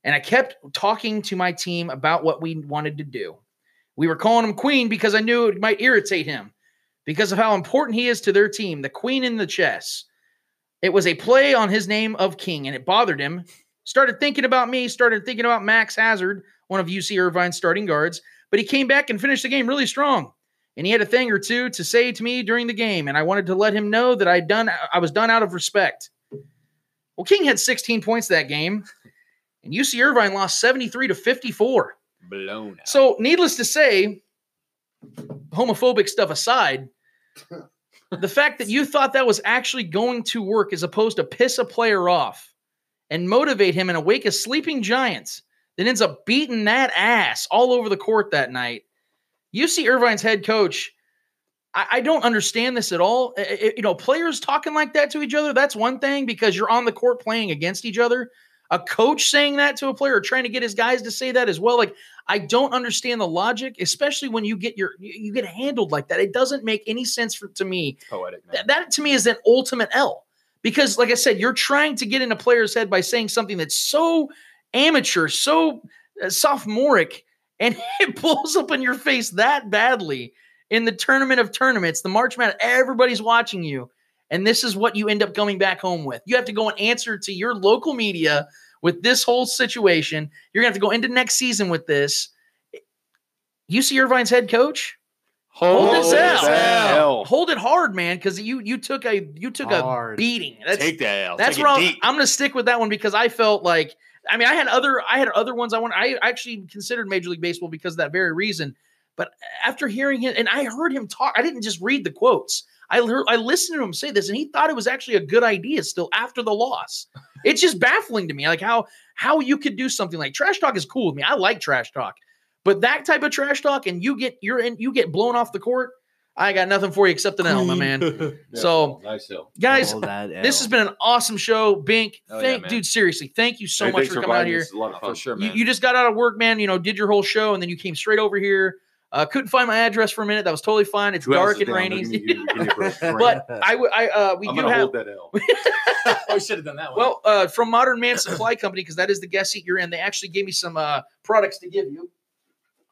And I kept talking to my team about what we wanted to do. We were calling him Queen because I knew it might irritate him because of how important he is to their team, the Queen in the chess. It was a play on his name of King, and it bothered him. Started thinking about me, started thinking about Max Hazard, one of UC Irvine's starting guards, but he came back and finished the game really strong. And he had a thing or two to say to me during the game, and I wanted to let him know that I done I was done out of respect. Well, King had 16 points that game, and UC Irvine lost 73 to 54. Blown out. So, needless to say, homophobic stuff aside, the fact that you thought that was actually going to work as opposed to piss a player off and motivate him and awake a sleeping giant that ends up beating that ass all over the court that night. UC Irvine's head coach, I, I don't understand this at all. I- I- you know, players talking like that to each other, that's one thing because you're on the court playing against each other. A coach saying that to a player, or trying to get his guys to say that as well. Like, I don't understand the logic, especially when you get your you you get handled like that. It doesn't make any sense for, to me. poetic, man. That, that to me is an ultimate L because, like I said, you're trying to get in a player's head by saying something that's so amateur, so uh, sophomoric, and it blows up in your face that badly in the tournament of tournaments, the March Madness. Everybody's watching you, and this is what you end up coming back home with. You have to go and answer to your local media with this whole situation. You're gonna have to go into next season with this. UC Irvine's head coach, Hold this L. L. hold it hard, man, because you you took a you took a Hard. beating. That's Take that L. that's Take where it I'll- deep. I'm going to stick with that one because I felt like I mean I had other I had other ones I want I actually considered Major League Baseball because of that very reason. But after hearing him and I heard him talk, I didn't just read the quotes. I heard, I listened to him say this, and he thought it was actually a good idea. Still after the loss, it's just baffling to me, like how how you could do something like trash talk is cool with me. I like trash talk, but that type of trash talk, and you get you're in, you get blown off the court. I got nothing for you except an L, my man. so, nice L. guys, All that L. this has been an awesome show. Bink, Oh, yeah, thank man. dude, seriously, thank you so Hey, much thanks for for coming out inviting here. us. It's a lot of fun. For sure, You- man. You, just got out of work, man. You know, did your whole show, and then you came straight over here. Uh, couldn't find my address for a minute. That was totally fine. It's Who else dark is and down? rainy. Give me- give me- give me a break. but I, would- I, uh, we I'm do gonna have. hold that L. I should have done that one. Well, uh, from Modern Man Supply Company, because that is the guest seat you're in. They actually gave me some uh, products to give you.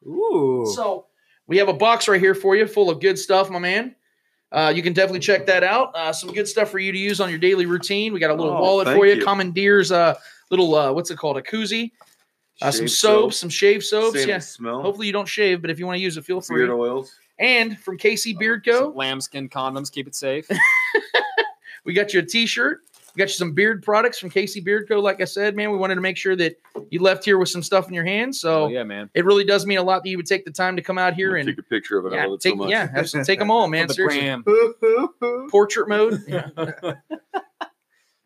Ooh. So we have a box right here for you, full of good stuff, my man. Uh, you can definitely check that out. Uh, some good stuff for you to use on your daily routine. We got a little Oh, wallet thank for you. you. Commandeers, uh, little uh, what's it called, a koozie. Uh, some Shave soaps, soap. some shave soaps. Same yeah. smell. Hopefully you don't shave, but if you want to use it, feel free. Beard oils. And from Casey Beard Co. Lambskin condoms. Keep it safe. We got you a t-shirt. We got you some beard products from Casey Beard Co. Like I said, man, we wanted to make sure that you left here with some stuff in your hands. So Oh, yeah, man. it really does mean a lot that you would take the time to come out here and Take a picture of it. I yeah, love it take, so much. yeah, have some- take them all, man. For the Seriously. gram. Portrait mode. Yeah.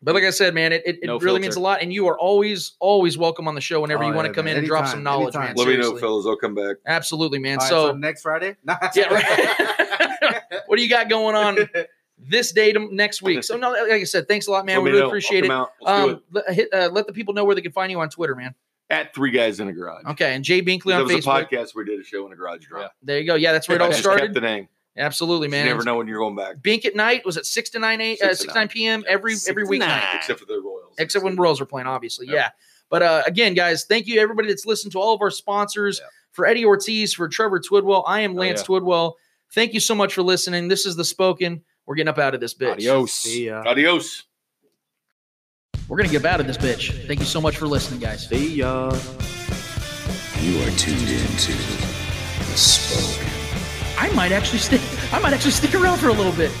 but like I said, man, it, it, it No really filter. means a lot. And you are always, always welcome on the show whenever Oh, you want to yeah, come in man. and drop some Anytime, knowledge, man. anytime. Let me know, Seriously. fellas. I'll come back. Absolutely, man. All right, so, next Friday. yeah, right. what do you got going on this datum next week? So, no, like I said, thanks a lot, man. Let we me really know. I'll appreciate come it. out. Let's do Um, let- hit, uh, let the people know where they can find you on Twitter, man. At Three Guys in a Garage. Okay, and Jay Binkley That on was a Facebook. podcast where we did a show in a garage drop. There you go. Yeah, that's where it I all just Kept started. the name. Absolutely, man. You never know when you're going back. Bink at night was at six to nine eight, uh, six to nine p.m. every every Six to nine. weeknight, Except for the Royals. except when Royals are playing, obviously. Yeah. But uh, again, guys, thank you everybody that's listened to all of our sponsors for Eddie Ortiz, for Trevor Twidwell. I am Lance yeah. Twidwell. Thank you so much for listening. This is the spoken. We're getting up out of this bitch. Adios. Adios. We're gonna get up out of this bitch. Thank you so much for listening, guys. See ya. You are tuned in to the spoken. I might actually stick. I might actually stick around for a little bit.